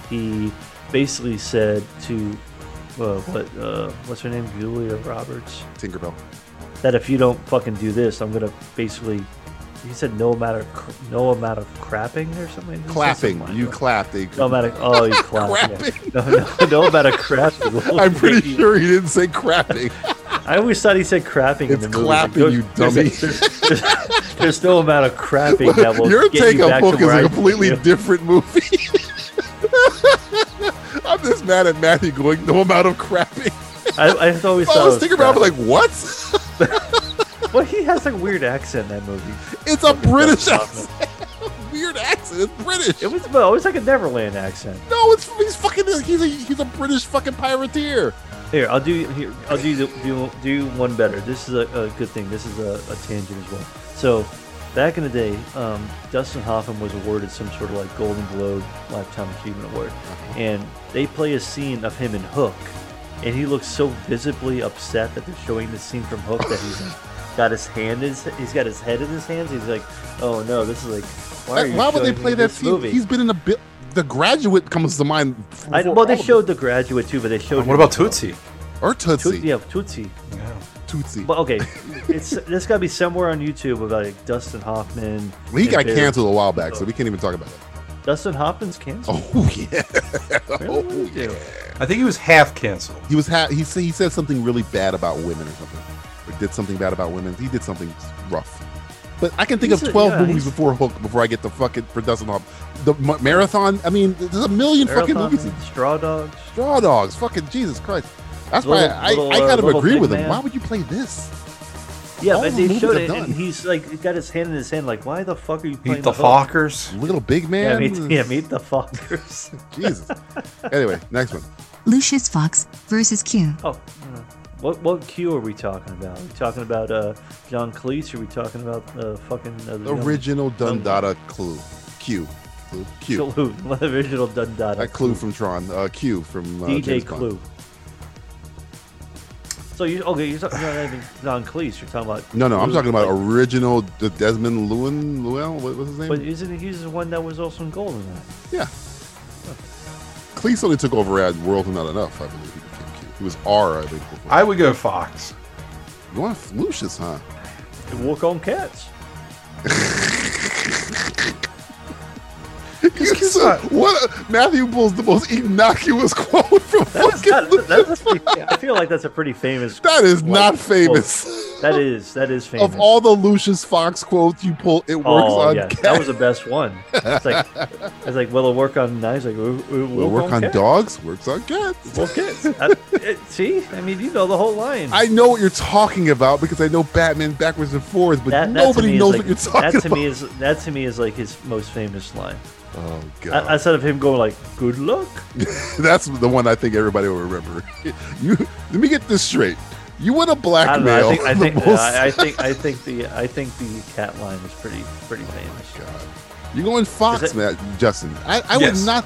he basically said to uh, what uh, what's her name, Julia Roberts,
Tinkerbell,
that if you don't fucking do this, I'm gonna basically. He said no amount of cr- no amount of crapping or something. He said
Clapping.
something like
You
that.
clapped. They
No amount of oh you clapped. yeah. No, no, no amount of crapping.
I'm pretty sure he didn't say crapping.
I always thought he said crapping.
It's
in the movie. Like,
clapping,
there's-
you
there's-
dummy.
There's, there's- there's no amount of crapping that will
Your
get
take
you
on
back
Hook
to
is
where
a
I-
completely different movie. I'm just mad at Matthew going no amount of crapping.
I, I just always thought
I was
it was
thinking about it,
crapping.
like what?
Well, he has like a weird accent in that movie.
It's a British
accent.
Weird accent. It's British.
It was well, it was like a Neverland accent.
No, it's he's fucking he's a he's a British fucking pirateer.
Here, I'll do here. I'll do the, do do one better. This is a, a good thing. This is a, a tangent as well. So, back in the day, um, Dustin Hoffman was awarded some sort of like Golden Globe Lifetime Achievement Award,
Uh-huh.
and they play a scene of him in Hook, and he looks so visibly upset that they're showing the scene from Hook that he's like, got his hand in his, he's got his head in his hands. He's like, oh no, this is like why, are
Like,
you
why would they
showing me
play that
this
scene?
movie?
He's been in a bit. The Graduate comes to mind. f-
I,
for
well, they
all of
showed The Graduate too, but they showed.
What about
Tootsie?
Or Tootsie?
yeah, Tootsie.
Tootsie.
But okay, it's there's got to be somewhere on YouTube about like Dustin Hoffman.
them. He
and
got
Barry-
canceled a while back, so we can't even talk about it.
Dustin Hoffman's canceled.
Oh yeah.
Really? Yeah.
I think he was half canceled.
He was ha- he said he said something really bad about women or something, or did something bad about women. He did something rough. But I can think
He's
of
a-
twelve
yeah,
movies
he's-
before Hook before I get the fucking for Dustin Hoffman. The ma- marathon. I mean, there's a million
Marathon
fucking movies.
Man, Straw Dogs.
Straw Dogs. Fucking Jesus Christ. That's
Little-
why I,
little,
I
uh,
kind of
Little
agree
Big
with him.
Man.
Why would you play this?
Yeah,
All
but
the
they
movies
showed
I've
it,
done.
and he's like got his hand in his hand. Like, why the fuck are you playing
Meet the
Hulk?
Fockers.
Little Big
Yeah,
Man.
meet, yeah, meet the Fockers.
Jesus. anyway, next one.
Lucius Fox versus Q.
Oh, no. what what Q are we talking about? Are we talking about uh, John Cleese? Are we talking about uh, fucking uh, the young-
Original Dundada Clue. Q. Clue. Q.
Clue. Original Dundada.
That clue from Tron. Uh, Q from uh,
DJ
James Bond.
Clue. So you okay? You're talking you're not even John Cleese. You're talking about
No, no, I'm
Clue.
talking about original D- Desmond Llewellyn. Llewellyn, what was his name?
But isn't he he's the one that was also in Goldeneye?
Yeah. Cleese only took over at World and Not Enough, I believe. He became Q. He was R, I think. Before.
I would go Fox.
You want Lucius, huh?
They walk on cats.
what a, Matthew pulls the most innocuous quote from
That's not, that's pretty, I feel like that's a pretty famous.
That is
like,
not
quote.
famous.
That is that is famous.
Of all the Lucius Fox quotes you pull, it works
oh,
on
yeah,
cats.
that was the best one. It's like it's like well, it'll work on knives. Like it'll, it'll
Will work on
cats.
dogs, works on cats.
Well, cats. I, it, see, I mean, you know the whole line.
I know what you're talking about because I know Batman backwards and forwards, but
That- that to
nobody
me is
knows
like-
what you're talking
that to
about.
Me is, that to me is like his most famous line.
Oh god,
I, outside of him going like, "Good luck."
that's the one I think everybody will remember. you let me get this straight. You want to
I don't know.
blackmail
I think I
the
think, uh,
most-
I, I think I think the I think the cat line is pretty pretty famous.
You're going Fox,
Is it-
Matt Justin. I, I
Yes.
would not.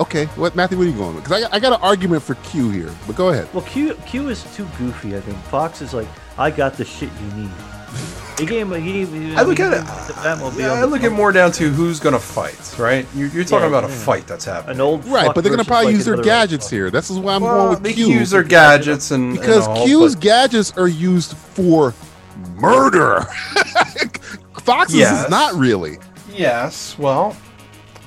Okay, what Matthew? What are you going with? Because I, I got an argument for Q here, but go ahead.
Well, Q Q is too goofy. I think Fox is like, "I got the shit you need." He gave him. He gave,
I look at it-
The
uh,
Batmobile.
Yeah, I look at more down to who's going to fight, right? You're, you're talking
Yeah,
about a
yeah.
fight that's happening.
An old
Right, but they're gonna probably use their gadgets here. This is why I'm
Well,
going with
they
Q.
can use their gadgets and and
because
all,
Q's gadgets are used for murder. Fox's
Yes.
is not really.
but- Yes. Well,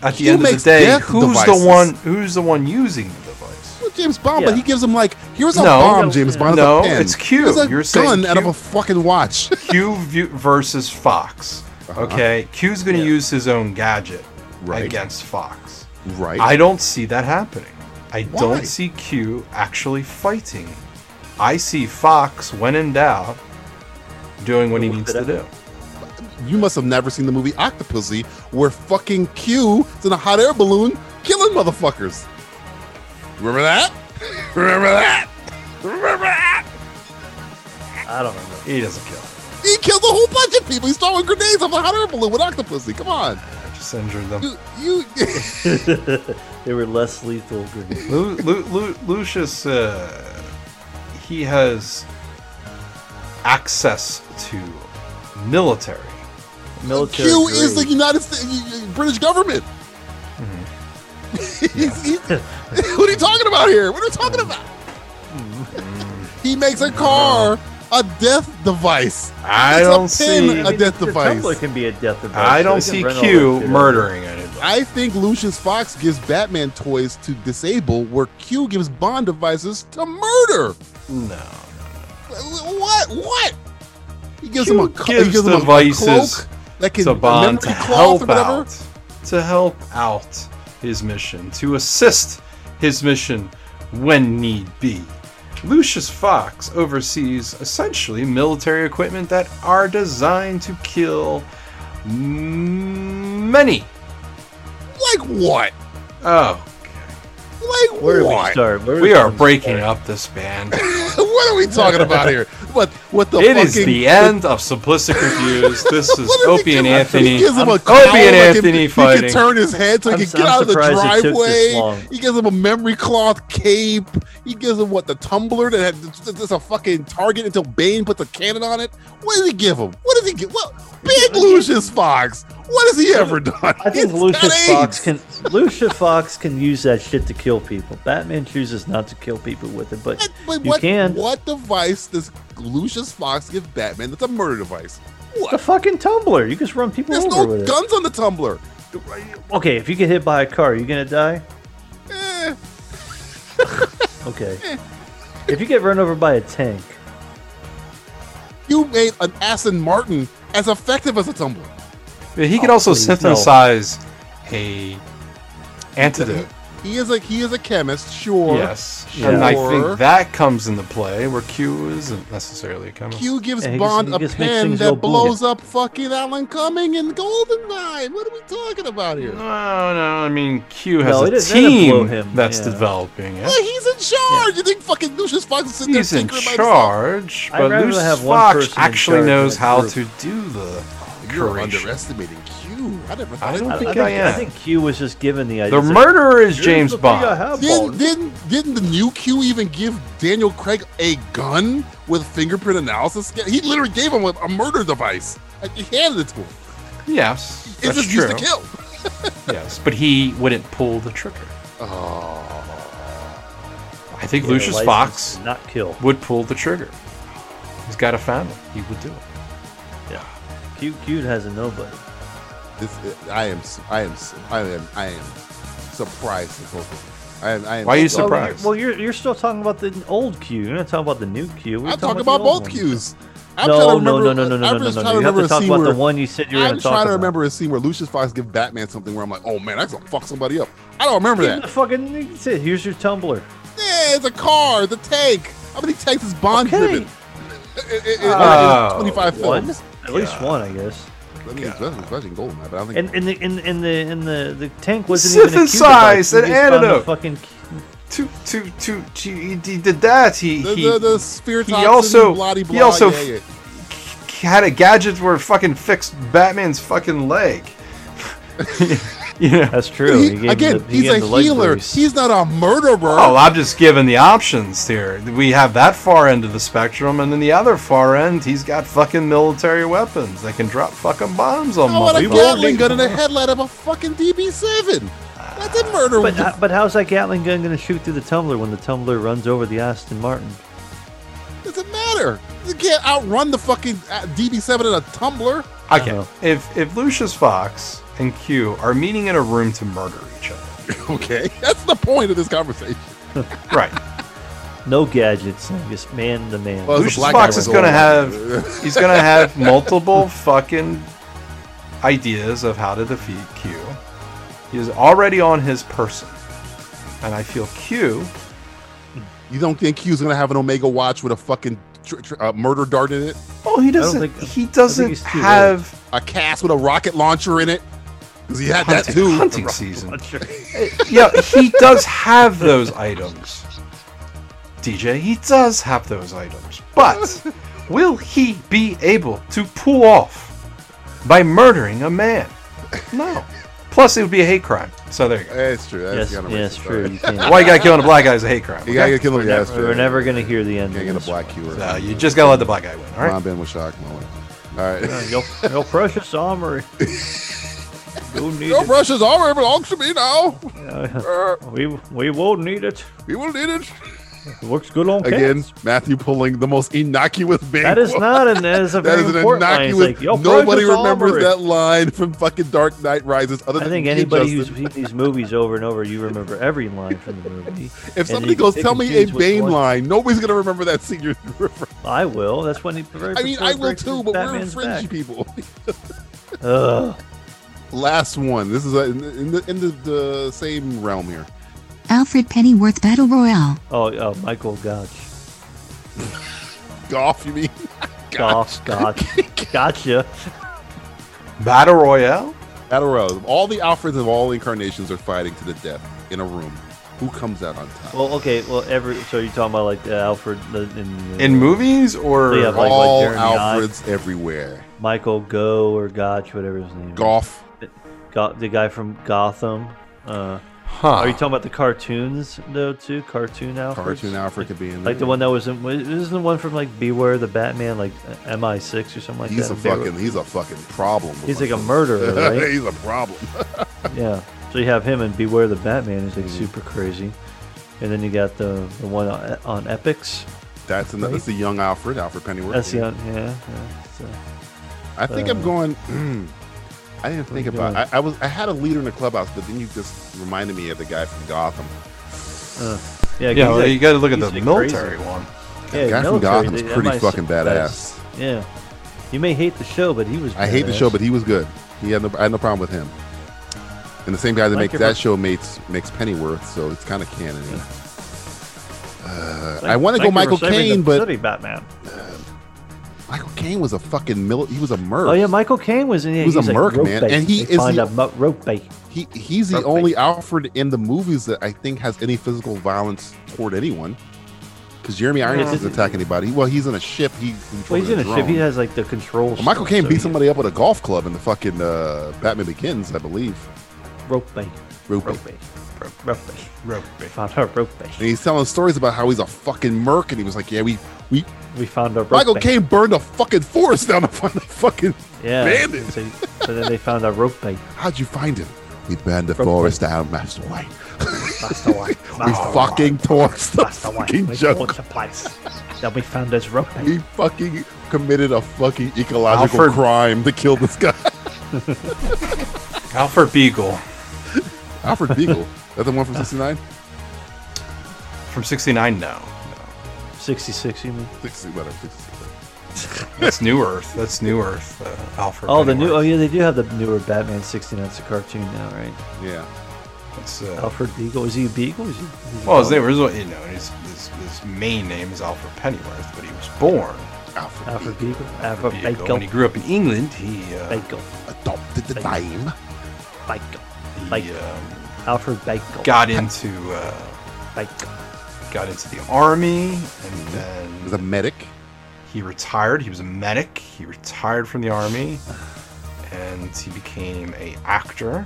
at the
Q
end of the
makes
day,
death
who's
devices.
the one? Who's the one using the device?
Well, James Bond,
Yeah.
but he gives him like, here's a
No.
bomb, James Bond.
No,
it's a pen.
it's Q.
Here's a
You're saying
gun out
Q.
of a fucking watch.
Q v- versus Fox. Okay, Q's going to use his own gadget
Uh-huh. Right.
against Fox.
Right.
I don't see that happening. I
Why?
don't see Q actually fighting. I see Fox, when in doubt, doing what he needs to do.
You must have never seen the movie Octopussy, where fucking Q is in a hot air balloon killing motherfuckers. Remember that? Remember that? Remember that?
I don't remember. He doesn't kill.
He killed a whole bunch of people. He's throwing grenades off a hot air balloon with Octopussy. Come on.
Just injured them.
You.
they were less lethal grenades.
Lu- Lu- Lu- Lucius, uh, he has access to military.
Military
Q is the United States, British government.
Mm-hmm.
He's- he's- what are you talking about here? What are you talking about?
Mm-hmm.
he makes a car a death device.
I
It's
don't
a pin,
see-
a death
The
device.
Tumblr
can be a death device.
I don't see Q murdering it.
I think Lucius Fox gives Batman toys to disable, where Q gives Bond devices to murder.
No.
What? What? He gives
Q
him a co- he
gives
gives him a
devices
cloak that can
to
a
Bond
memory
to
cloth or
help
whatever.
out to help out his mission to assist his mission when need be. Lucius Fox oversees essentially military equipment that are designed to kill m- many.
Like what?
Oh,
Like
Where do we
what?
start?
Where do
we
we
are
start?
breaking up this band.
what are we talking about here? What? What the?
It is
fucking-
the end of Simplistic Reviews. This is Opie and Anthony.
He gives him a
Opie
cowl
and
that can-
Anthony
he
fighting.
can turn his head so he
I'm-
can get
I'm
out of the
surprised it took this long.
driveway. He gives him a memory cloth cape. He gives him what the tumbler that had that's- that's a fucking target until Bane puts a cannon on it. What does he give him? What does he give? Well, Big Lucius Fox. What has he ever done?
I think Lucius Fox can Lucius Fox can use that shit to kill people. Batman chooses not to kill people with it, but,
Wait,
you
what,
can.
what device does Lucius Fox give Batman? That's a murder device.
The fucking tumbler. You just run people
There's
over
no
with it.
guns on the tumbler.
Okay, if you get hit by a car, are you gonna die?
Eh.
Okay. if you get run over by a tank,
You made an Aston Martin as effective as a tumbler.
But he could
Oh,
also
please, no.
synthesize a antidote.
He is a he is a chemist, sure.
Yes,
sure.
and I think that comes into play where Q isn't necessarily a chemist.
Q gives Bond a pen that blows up fucking Alan Cumming in Goldeneye. What are we talking about here?
No, no, I mean Q has
No, it
a
is- they didn't blow
team
him,
that's
yeah.
developing it.
Well, he's in charge. You think fucking Lucius Fox is sitting
He's
there
in
tinkering by himself?
charge,
I'd
but
rather
Lucius
have one
Fox
person in
actually
charge
knows
than a
how
group.
to do the
Oh,
You're
curation.
underestimating Q. I never thought
I don't
I,
think
I, think,
I am.
I think Q was just given the idea. It's
The
like,
murderer is
"Here's
James
the thing I
Bond."
have,
Didn't,
Bond.
didn't, didn't the new Q even give Daniel Craig a gun with fingerprint analysis? scan? He literally gave him a, a murder device. Like, He handed it to him.
Yes,
It's
that's
just
true.
used to kill.
yes, but he wouldn't pull the trigger.
Oh.
I think
He had a
Lucius
license
Fox
to not kill.
would pull the trigger. He's got a family. He would do it.
Yeah. Q Q has a nobody.
This, I am, I am, I am, I am surprised at both of them. I am, I am
Why
Well,
are you
you're-
surprised?
Well, Oh, you're, you're still talking about the old Q. You're not talking about the new Q. We're
I'm talking
the
about
old
both
one.
Qs. I'm
No,
trying to
no, no,
remember-
no, no, no, no,
I'm
no,
just
no,
trying
no. You have to
remember a
talk
scene
about the
where-
one you said you were
I'm
going to talk
trying to
about.
remember a scene where Lucius Fox gives Batman something where I'm like, oh man, that's gonna fuck somebody up. I don't remember
Give him
that.
the fucking that's it. Here's your tumbler.
Yeah, it's a car, the tank. How many tanks is Bond driven? It- it- it-
Oh,
in 25
one?
films.
At least one, I guess.
Let me that's a question Goldeneye, but I don't think
And and the and, and the and the, the tank wasn't even a Q
Synthesize
device.
an
He just found a
antidote.
Fucking
To, to, to, to, he, he did that. He,
The-
he,
the- the spear
he
toxin,
also,
bloody
he
blah,
also
yeah, yeah.
f- had a gadget where it fucking fixed Batman's fucking leg. yeah,
that's
He- again, he's a healer. He's not a murderer.
Oh, I'm just giving the options here. We have that far end of the spectrum, and then the other far end, he's got fucking military weapons that can drop fucking bombs on
I want Oh, a
motherfuckers.
Gatling gun in the headlight of a fucking DB7. That's a murder.
But uh, how- but how's that Gatling gun going to shoot through the tumbler when the tumbler runs over the Aston Martin?
doesn't matter. You can't outrun the fucking uh, DB7 in a tumbler.
Okay, if if Lucius Fox and Q are meeting in a room to murder each other,
okay, that's the point of this conversation.
right?
No gadgets, just man to man.
Lucius Fox is gonna have he's gonna have multiple fucking ideas of how to defeat Q. He is already on his person. And I feel Q
You don't think Q's gonna have an Omega watch with a fucking tr- tr- uh, murder dart in it?
Oh, he doesn't. he doesn't have
a cast with a rocket launcher in it. Because he had that
Hunting-
too.
hunting season. yeah, he does have those items. DJ, he does have those items. But will he be able to pull off by murdering a man? No. Plus, it would be a hate crime. So there you go.
That's true.
Yes,
kind of
yes, true. You can't.
Why you gotta kill a black guy is a hate crime.
You gotta get killed.
We're
yeah, that's
never-
true.
we're never gonna hear the end.
Can't get a black Q. or
No,
anything.
Uh, you just gotta let the black guy win. All right.
Mom Ben was shocked moment. All right.
Your, your precious armory. You'll need
Your
it.
precious armor belongs to me now.
Uh, we we won't need it.
We will need it.
Looks good on
Again, Matthew pulling the most innocuous bait.
That is not an that is a
That
very
is an
important line. It's
innocuous.
Like, your
nobody
precious
remembers
armory.
that line from fucking Dark Knight Rises. Other
I
than
think
you,
anybody
Justin.
who's seen these movies over and over, you remember every line from the movie.
if somebody goes, tell me a Bane line, nobody's gonna remember that senior.
I will. That's when he. very
I mean,
first
I
one
will
breaks
too,
his
but we're
Batman's
fringy
back.
people.
Ugh.
Last one. This is a, in, the, in, the, in the, the same realm here.
Alfred Pennyworth Battle Royale.
Oh, oh, Michael Gotch.
Golf, you mean?
Gotch, Gotch, gotcha.
Battle Royale?
Battle Royale. All the Alfreds of all incarnations are fighting to the death in a room. Who comes out on top?
Well, okay. Well, every so you're talking about like the Alfred the- in the-
In movies or
yeah, like,
all
like Jeremy
Alfreds everywhere?
Irons, Michael Go or Gotch, whatever his name.
Golf.
Is. Go- the guy from Gotham. Uh,
Huh.
Are you talking about the cartoons though too? Cartoon Alfred.
Cartoon Alfred could be in
Like
there.
the one that was in. Isn't the one from like Beware the Batman, like uh, MI6 or something like
he's
that?
a fucking he's a fucking problem. with
He's
my
like a
son.
murderer, right?
he's a problem.
Yeah. So you have him and Beware the Batman is like
Mm-hmm.
super crazy, and then you got the, the one on, on Epics.
That's another. That's the young Alfred, Alfred Pennyworth.
That's the on- yeah. yeah so,
I think I'm
uh,
going. Mm, I didn't think
you
about.
doing?
I, I was. I had a leader in the clubhouse, but then you just reminded me of the guy from Gotham.
uh,
Yeah,
yeah. he's
well,
like-
you gotta look at
he's,
the
like,
military
crazy.
one.
Yeah,
The guy from
military,
Gotham's
they-
pretty
MI6
fucking
guys.
badass.
Yeah. You may hate the show, but he was.
I hate the
badass.
show, but he was good. He had no. I had no problem with him. And the same guy that
Like
makes
your-
that show makes makes Pennyworth, so it's kind of canon. yeah. Uh,
Thank-
I want to
thank
go
you for
Michael
saving the
Caine, but
city, Batman.
Michael Caine was a fucking mil- he was a merc.
Oh yeah, Michael Caine was in.
He
it.
was a
like,
merc,
rope
man,
bait.
and he
They
is
find
the-
a mu- rope bait.
He he's the only Alfred in the movies that I think has any physical violence toward anyone. Because Jeremy Irons
Yeah.
doesn't attack anybody. Well, he's in a ship. He controls
Well, he's in a ship. He
drone.
has like the controls.
Well, Michael Caine beat somebody up at a golf club in the fucking uh, Batman Begins, I believe.
rope bait.
Rope bait.
Rope bait. Rope bait.
Rope bait.
Found our rope bait.
And he's telling stories about how he's a fucking merc, and he was like, "Yeah, we we
We found our rope
Michael
bait.
Caine burned a fucking forest down to find a fucking
Yeah.
bandit.
So, so then they found our rope bait.
How'd you find him? We burned the
Rope
forest down, Master White.
Master White.
We
Master
fucking torched the
Master White.
fucking
We
jungle.
bought the place. then we found this rope bait.
He fucking committed a fucking ecological
Alfred-
crime to kill this guy.
Alfred Beagle
Alfred Beagle. That the one from 69?
from 69 now.
66, you mean?
60, whatever. 60.
That's New Earth. That's New Earth, uh, Alfred.
Oh, the new.
Pennyworth.
Oh, yeah, they do have the newer Batman 69. It's a cartoon now, right?
Yeah.
That's, uh,
Alfred Beagle. Is he a Beagle? Is he, is he
Well, his
Beagle?
name was, you know, his, his, his main name is Alfred Pennyworth, but he was born
Alfred,
Alfred Beagle.
Alfred
Alfred
Beagle.
Beagle.
When he grew up in England, he uh,
Beagle.
Adopted the
Thank
name.
Beagle.
he,
Beagle.
um,
Alfred Beagle.
got into uh,
Beagle.
got into the army, and
Mm-hmm.
then
He's a medic.
he retired. He was a medic. He retired from the army,
Uh-huh.
and he became a actor,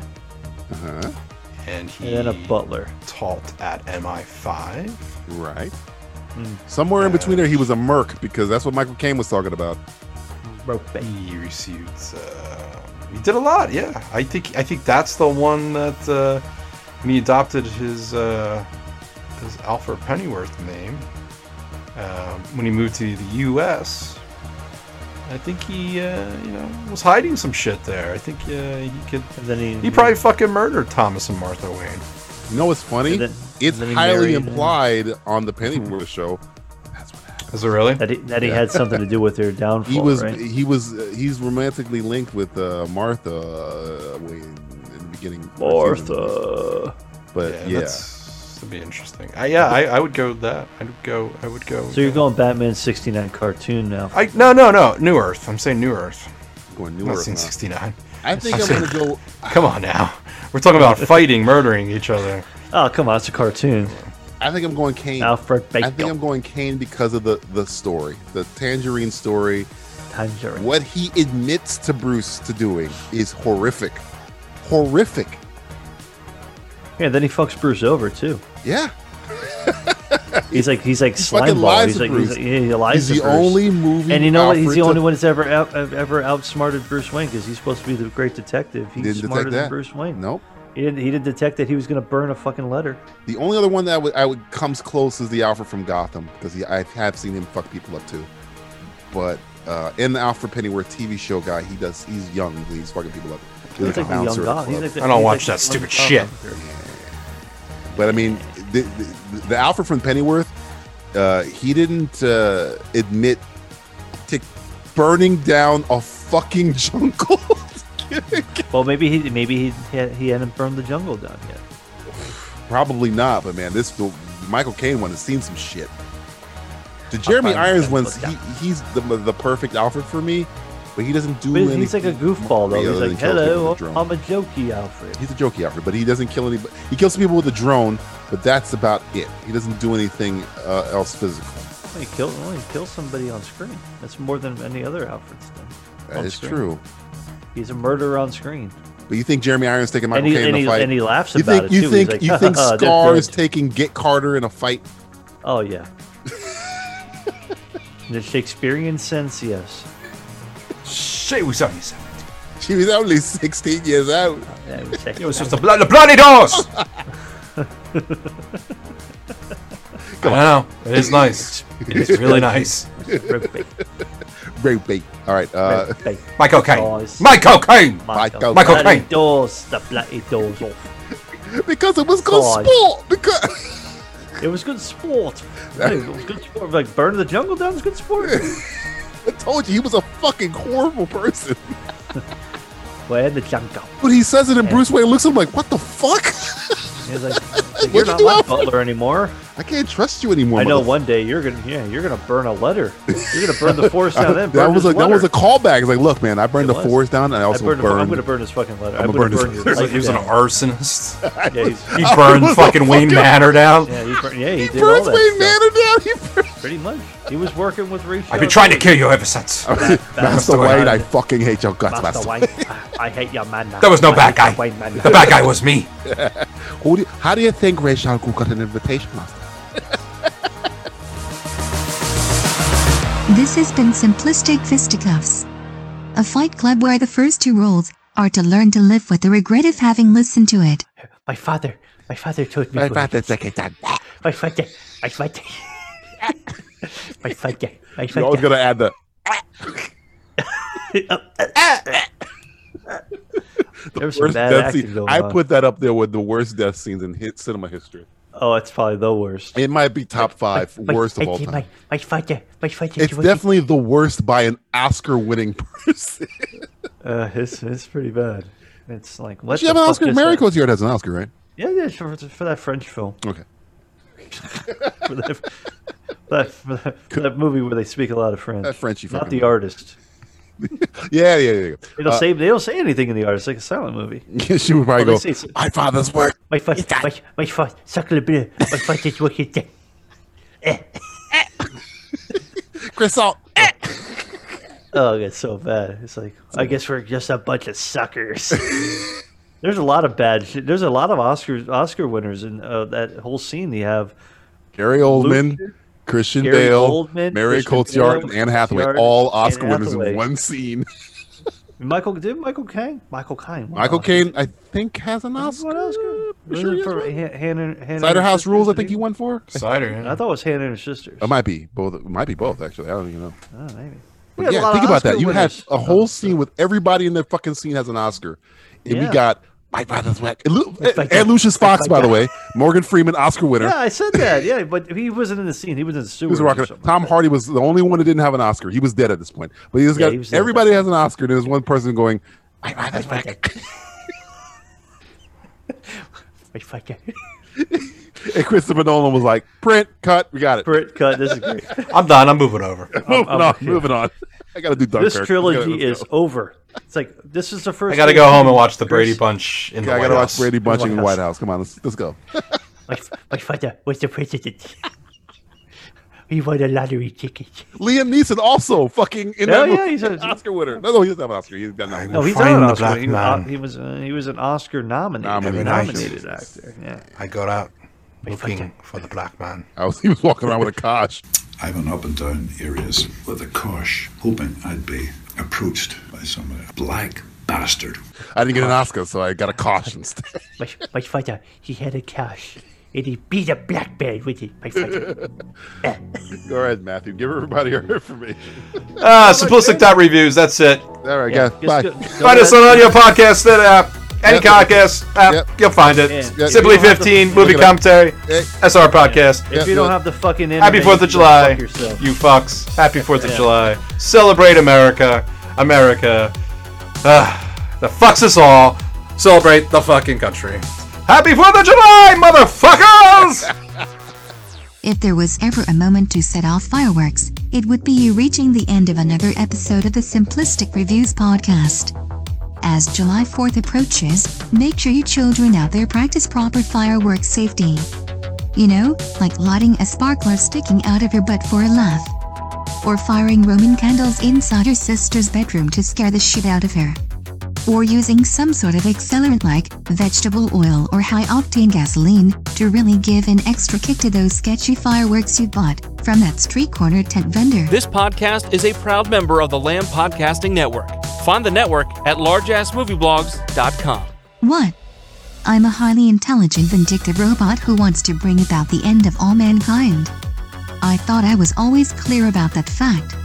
Uh-huh.
and he
And then a butler.
taught at MI5.
Right.
Hmm.
Somewhere in between there, he was a merc because that's what Michael Caine was talking about.
Rope bait.
He received. Uh, he did a lot. Yeah, I think I think that's the one that uh, when he adopted his uh, his Alfred Pennyworth name um, when he moved to the U.S. I think he uh, you know was hiding some shit there. I think uh, he could.
And then he.
He probably fucking murdered Thomas and Martha Wayne.
You know what's funny?
And then-
it's
and then he
highly
married him. Hmm.
implied on the Pennyworth show. That's what happened.
Is it really?
That he, that he had something to do with their downfall.
He was
right?
he was uh, he's romantically linked with uh, Martha uh, way in the beginning.
Martha.
But
Yeah,
yeah,
that's- that'd be interesting. I, yeah, I, I would go that. I'd go. I would go.
So you're going Batman 69 cartoon now.
I no no no New Earth. I'm saying New Earth.
Going
New
Not
Earth
saying
now.
69.
I think I'm
saying-
gonna go-
Come on now. We're talking about fighting, murdering each other.
Oh come on, it's a cartoon.
I think I'm going Kane.
Alfred
I think I'm going Kane because of the the story, the Tangerine story.
Tangerine.
What he admits to Bruce to doing is horrific, horrific.
Yeah, then he fucks Bruce over too.
Yeah.
he's like he's like
He
slime
fucking
ball.
lies
he's
to
like he's,
Bruce.
like- yeah, he lies
He's
to
the
Bruce.
only movie
And you know what? He's
Alfred
the only
to-
one that's ever out, ever outsmarted Bruce Wayne because he's supposed to be the great detective. He's
Didn't detect
smarter
that.
than Bruce Wayne.
Nope.
He didn't. He didn't detect that he was going to burn a fucking letter.
The only other one that I would, I would comes close is the Alfred from Gotham because I have seen him fuck people up too. But uh, in the Alfred Pennyworth TV show guy, he does. He's young. He's fucking people up.
He's like the young
bouncer at
Goth- he's
club.
like the- I don't he's watch like that the young stupid Gotham. shit.
But I mean, the, the, the Alfred from Pennyworth, uh, he didn't uh, admit to burning down a fucking jungle.
well, maybe he maybe he had, he hadn't burned the jungle down yet.
Probably not, but man, this the Michael Caine one has seen some shit. The Jeremy
find
Irons
that
one's
book
he, he's the, the perfect Alfred for me, but he doesn't do
But he's-
anything.
he's like a goofball though.
other
He's
than
like,
kills people
"Hello,
with a drone."
I'm a jokey Alfred."
He's a jokey Alfred, but he doesn't kill anybody. He kills people with a drone, but that's about it. He doesn't do anything uh, else physical.
Well, he killed. Well, he killed somebody on screen. That's more than any other Alfred's done.
That
On
is
screen.
true.
He's a murderer on screen.
But you think Jeremy Irons taking Michael
And he-
Caine in
and
a
he-
fight?
and he laughs
you
about
think,
it,
You
too.
think
He's like,
you think
"They're
Scar is
dead."
taking Get Carter in a fight?
Oh yeah. the Shakespearean sense, yes.
She was only seven.
She was only sixteen years old.
It was just the, blo- the bloody doors.
Come
I know. It is nice. It is really nice.
Rope bait.
Rope bait. All right. Uh,
Rope bait.
Michael Caine.
Doors.
Michael Caine.
Michael
Michael
bloody
Caine.
doors. The bloody doors off.
because it was called
Guys.
sport. Because
It was good sport. It was good sport. Like burning the jungle down was good sport.
I told you he was a fucking horrible person.
Where the jungle?
But he says it, and
Yeah.
Bruce Wayne looks at him like, "What the fuck?
He's like,
What'd
"You're
you
not
do,
my
Alfred?"
butler anymore."
I can't trust you anymore."
I know
motherfucker."
one day you're gonna yeah you're gonna burn a letter. You're gonna burn the forest down. Then
that
burn
was
his
like that
letter.
was a callback. It's like, look, man, I burned
It
the
was.
forest down, and I also
burned
burned.
a fu- I'm gonna burn his fucking letter.
I'm
I'm
gonna
gonna
burn
burn
his-
his
He was like-
life
he was an
down.
arsonist.
Yeah, he's-
He burned
was a
fucking Wayne
fucking-
Manor down.
Yeah, he, bur- yeah, he, did all
Bruce
that
Wayne
stuff,
Manor down. He burned-
Pretty much, he was working with Rachel.
I've been trying to kill you ever since.
Master Wayne, I fucking hate your guts,
Master
Master.
Wayne, I, I hate your manner.
There was no
I
bad
hate your
guy.
Wayne manner.
The bad guy was me.
Who do you, how do you think Rachel Gu got an invitation, Master?
This has been Simplistic Fisticuffs, a fight club where the first two rules are to learn to live with the regret of having listened to it.
My father, my father told me.
My
to-
father's like it's a
My father, my father, my father, my
You always
father.
gotta add the.
There was some
worst
bad
death
acting
scene.
going
I
on.
put that up there with the worst death scenes in hit cinema history.
Oh, it's probably the worst.
It might be top five
My-
worst
I
of all
did
time.
My, my father, my father.
it's
told me-
definitely the worst by an Oscar-winning person.
Uh, it's it's pretty bad. It's like what
she
the
have an
fuck
Oscar?
is
Mary
that?
Goes Yard has an Oscar, right?
Yeah, yeah, for, for that French film.
Okay.
for that, for that, for that, for that movie where they speak a lot of French.
That Frenchy
Not
fucking
the
movie.
artist.
Yeah, yeah, yeah.
They
yeah.
don't
Uh,
say they don't say anything in the artist. It's like a silent movie.
she would probably
Well, they
go,
say it's-
"My father's work."
My fa- my my fa- suck a little bit. of- My fa- is working. there.
Chris Salt.
Oh, it's so bad. It's like I guess we're just a bunch of suckers. There's a lot of bad shit. There's a lot of Oscar Oscar winners in uh, that whole scene. You have
Gary Oldman, Christian
Gary
Bale,
Oldman,
Mary
Christian
Cotillard,
Bale,
and Anne Hathaway,
Cotillard,
all
Anne
Oscar winners
Hathaway.
in one scene.
Michael. Did Michael Caine? Michael Caine. won
Michael
Oscar.
Caine, I think, has an Oscar.
Was
Sure he
it
has
for
one?
Han- Hannah- Hannah
Cider
and
House
Sisters
Rules, I
that
think
he-
he won for.
Cider.
I thought it was Hannah and her sisters.
It might be both. It might be both. Actually, I don't even know.
Oh, maybe.
But yeah, think about that. You had a whole scene with everybody in the fucking scene has an Oscar, and we
Yeah.
got Mike Brothers whack. And, Lu- and Lucius Fox, by the way, Morgan Freeman, Oscar winner.
Yeah, I said that. Yeah, but he wasn't in the scene. He was in the
He
sewer.
was rocking. Tom Hardy was the only one that didn't have an Oscar. He was dead at this point, but he just
Yeah,
got
he was dead at
everybody has an Oscar. and There's one person going, and Christopher Nolan was like, "Print, cut, we got it."
Print, cut. This is great.
I'm done. I'm moving over.
moving
I'm-
on.
yeah.
Moving on. I got to do Dunkirk.
This trilogy
Let's go.
is over. It's like this is the first.
I gotta
thing-
go home and watch the Brady Bunch in
Yeah,
the
I
White
gotta watch
House.
Brady Bunch in the White House. Come on, let's, let's go.
My father was the president. He won a lottery ticket.
Liam Neeson also fucking in
Oh,
that
yeah,
movie.
he's a-
Oscar winner. No, no, he doesn't have an Oscar. He's got nothing.
No, he's not an Oscar. He was, uh, he was uh, he was an Oscar nominated,
Nominated.
nominated actor. Yeah.
I got out looking for the black man.
I was, he was walking around with a kosh.
I've been up and down areas with a kosh, hoping I'd be approached by somebody. Black bastard.
I didn't get an Oscar, so I got a kosh instead.
My, my father, he had a cash, and he beat a black man with it. My father.
Go ahead, Matthew. Give everybody our information.
Ah, simplistic dot reviews. That's it.
All right, guys. Bye.
Find us on audio podcast that app, any
Yep.
podcast app, you'll find it.
Yeah.
Simply
If you don't have
15
to-
movie
Look it up.
commentary,
Yeah.
SR podcast.
If you don't have the fucking internet,
Happy Fourth
you can
of July,
fuck yourself.
you fucks. Happy Fourth of
Yeah.
July. Celebrate America, America. Ah, that fucks us all. Celebrate the fucking country. Happy Fourth of July, motherfuckers!
If there was ever a moment to set off fireworks, it would be you reaching the end of another episode of the Simplistic Reviews podcast. As July 4th approaches, make sure you children out there practice proper fireworks safety. You know, like lighting a sparkler sticking out of your butt for a laugh. Or firing Roman candles inside your sister's bedroom to scare the shit out of her. Or using some sort of accelerant like vegetable oil or high octane gasoline to really give an extra kick to those sketchy fireworks you bought from that street corner tent vendor.
This podcast is a proud member of the Lamb Podcasting Network. Find the network at largeassmovieblogs.com.
What? I'm a highly intelligent, vindictive robot who wants to bring about the end of all mankind. I thought I was always clear about that fact.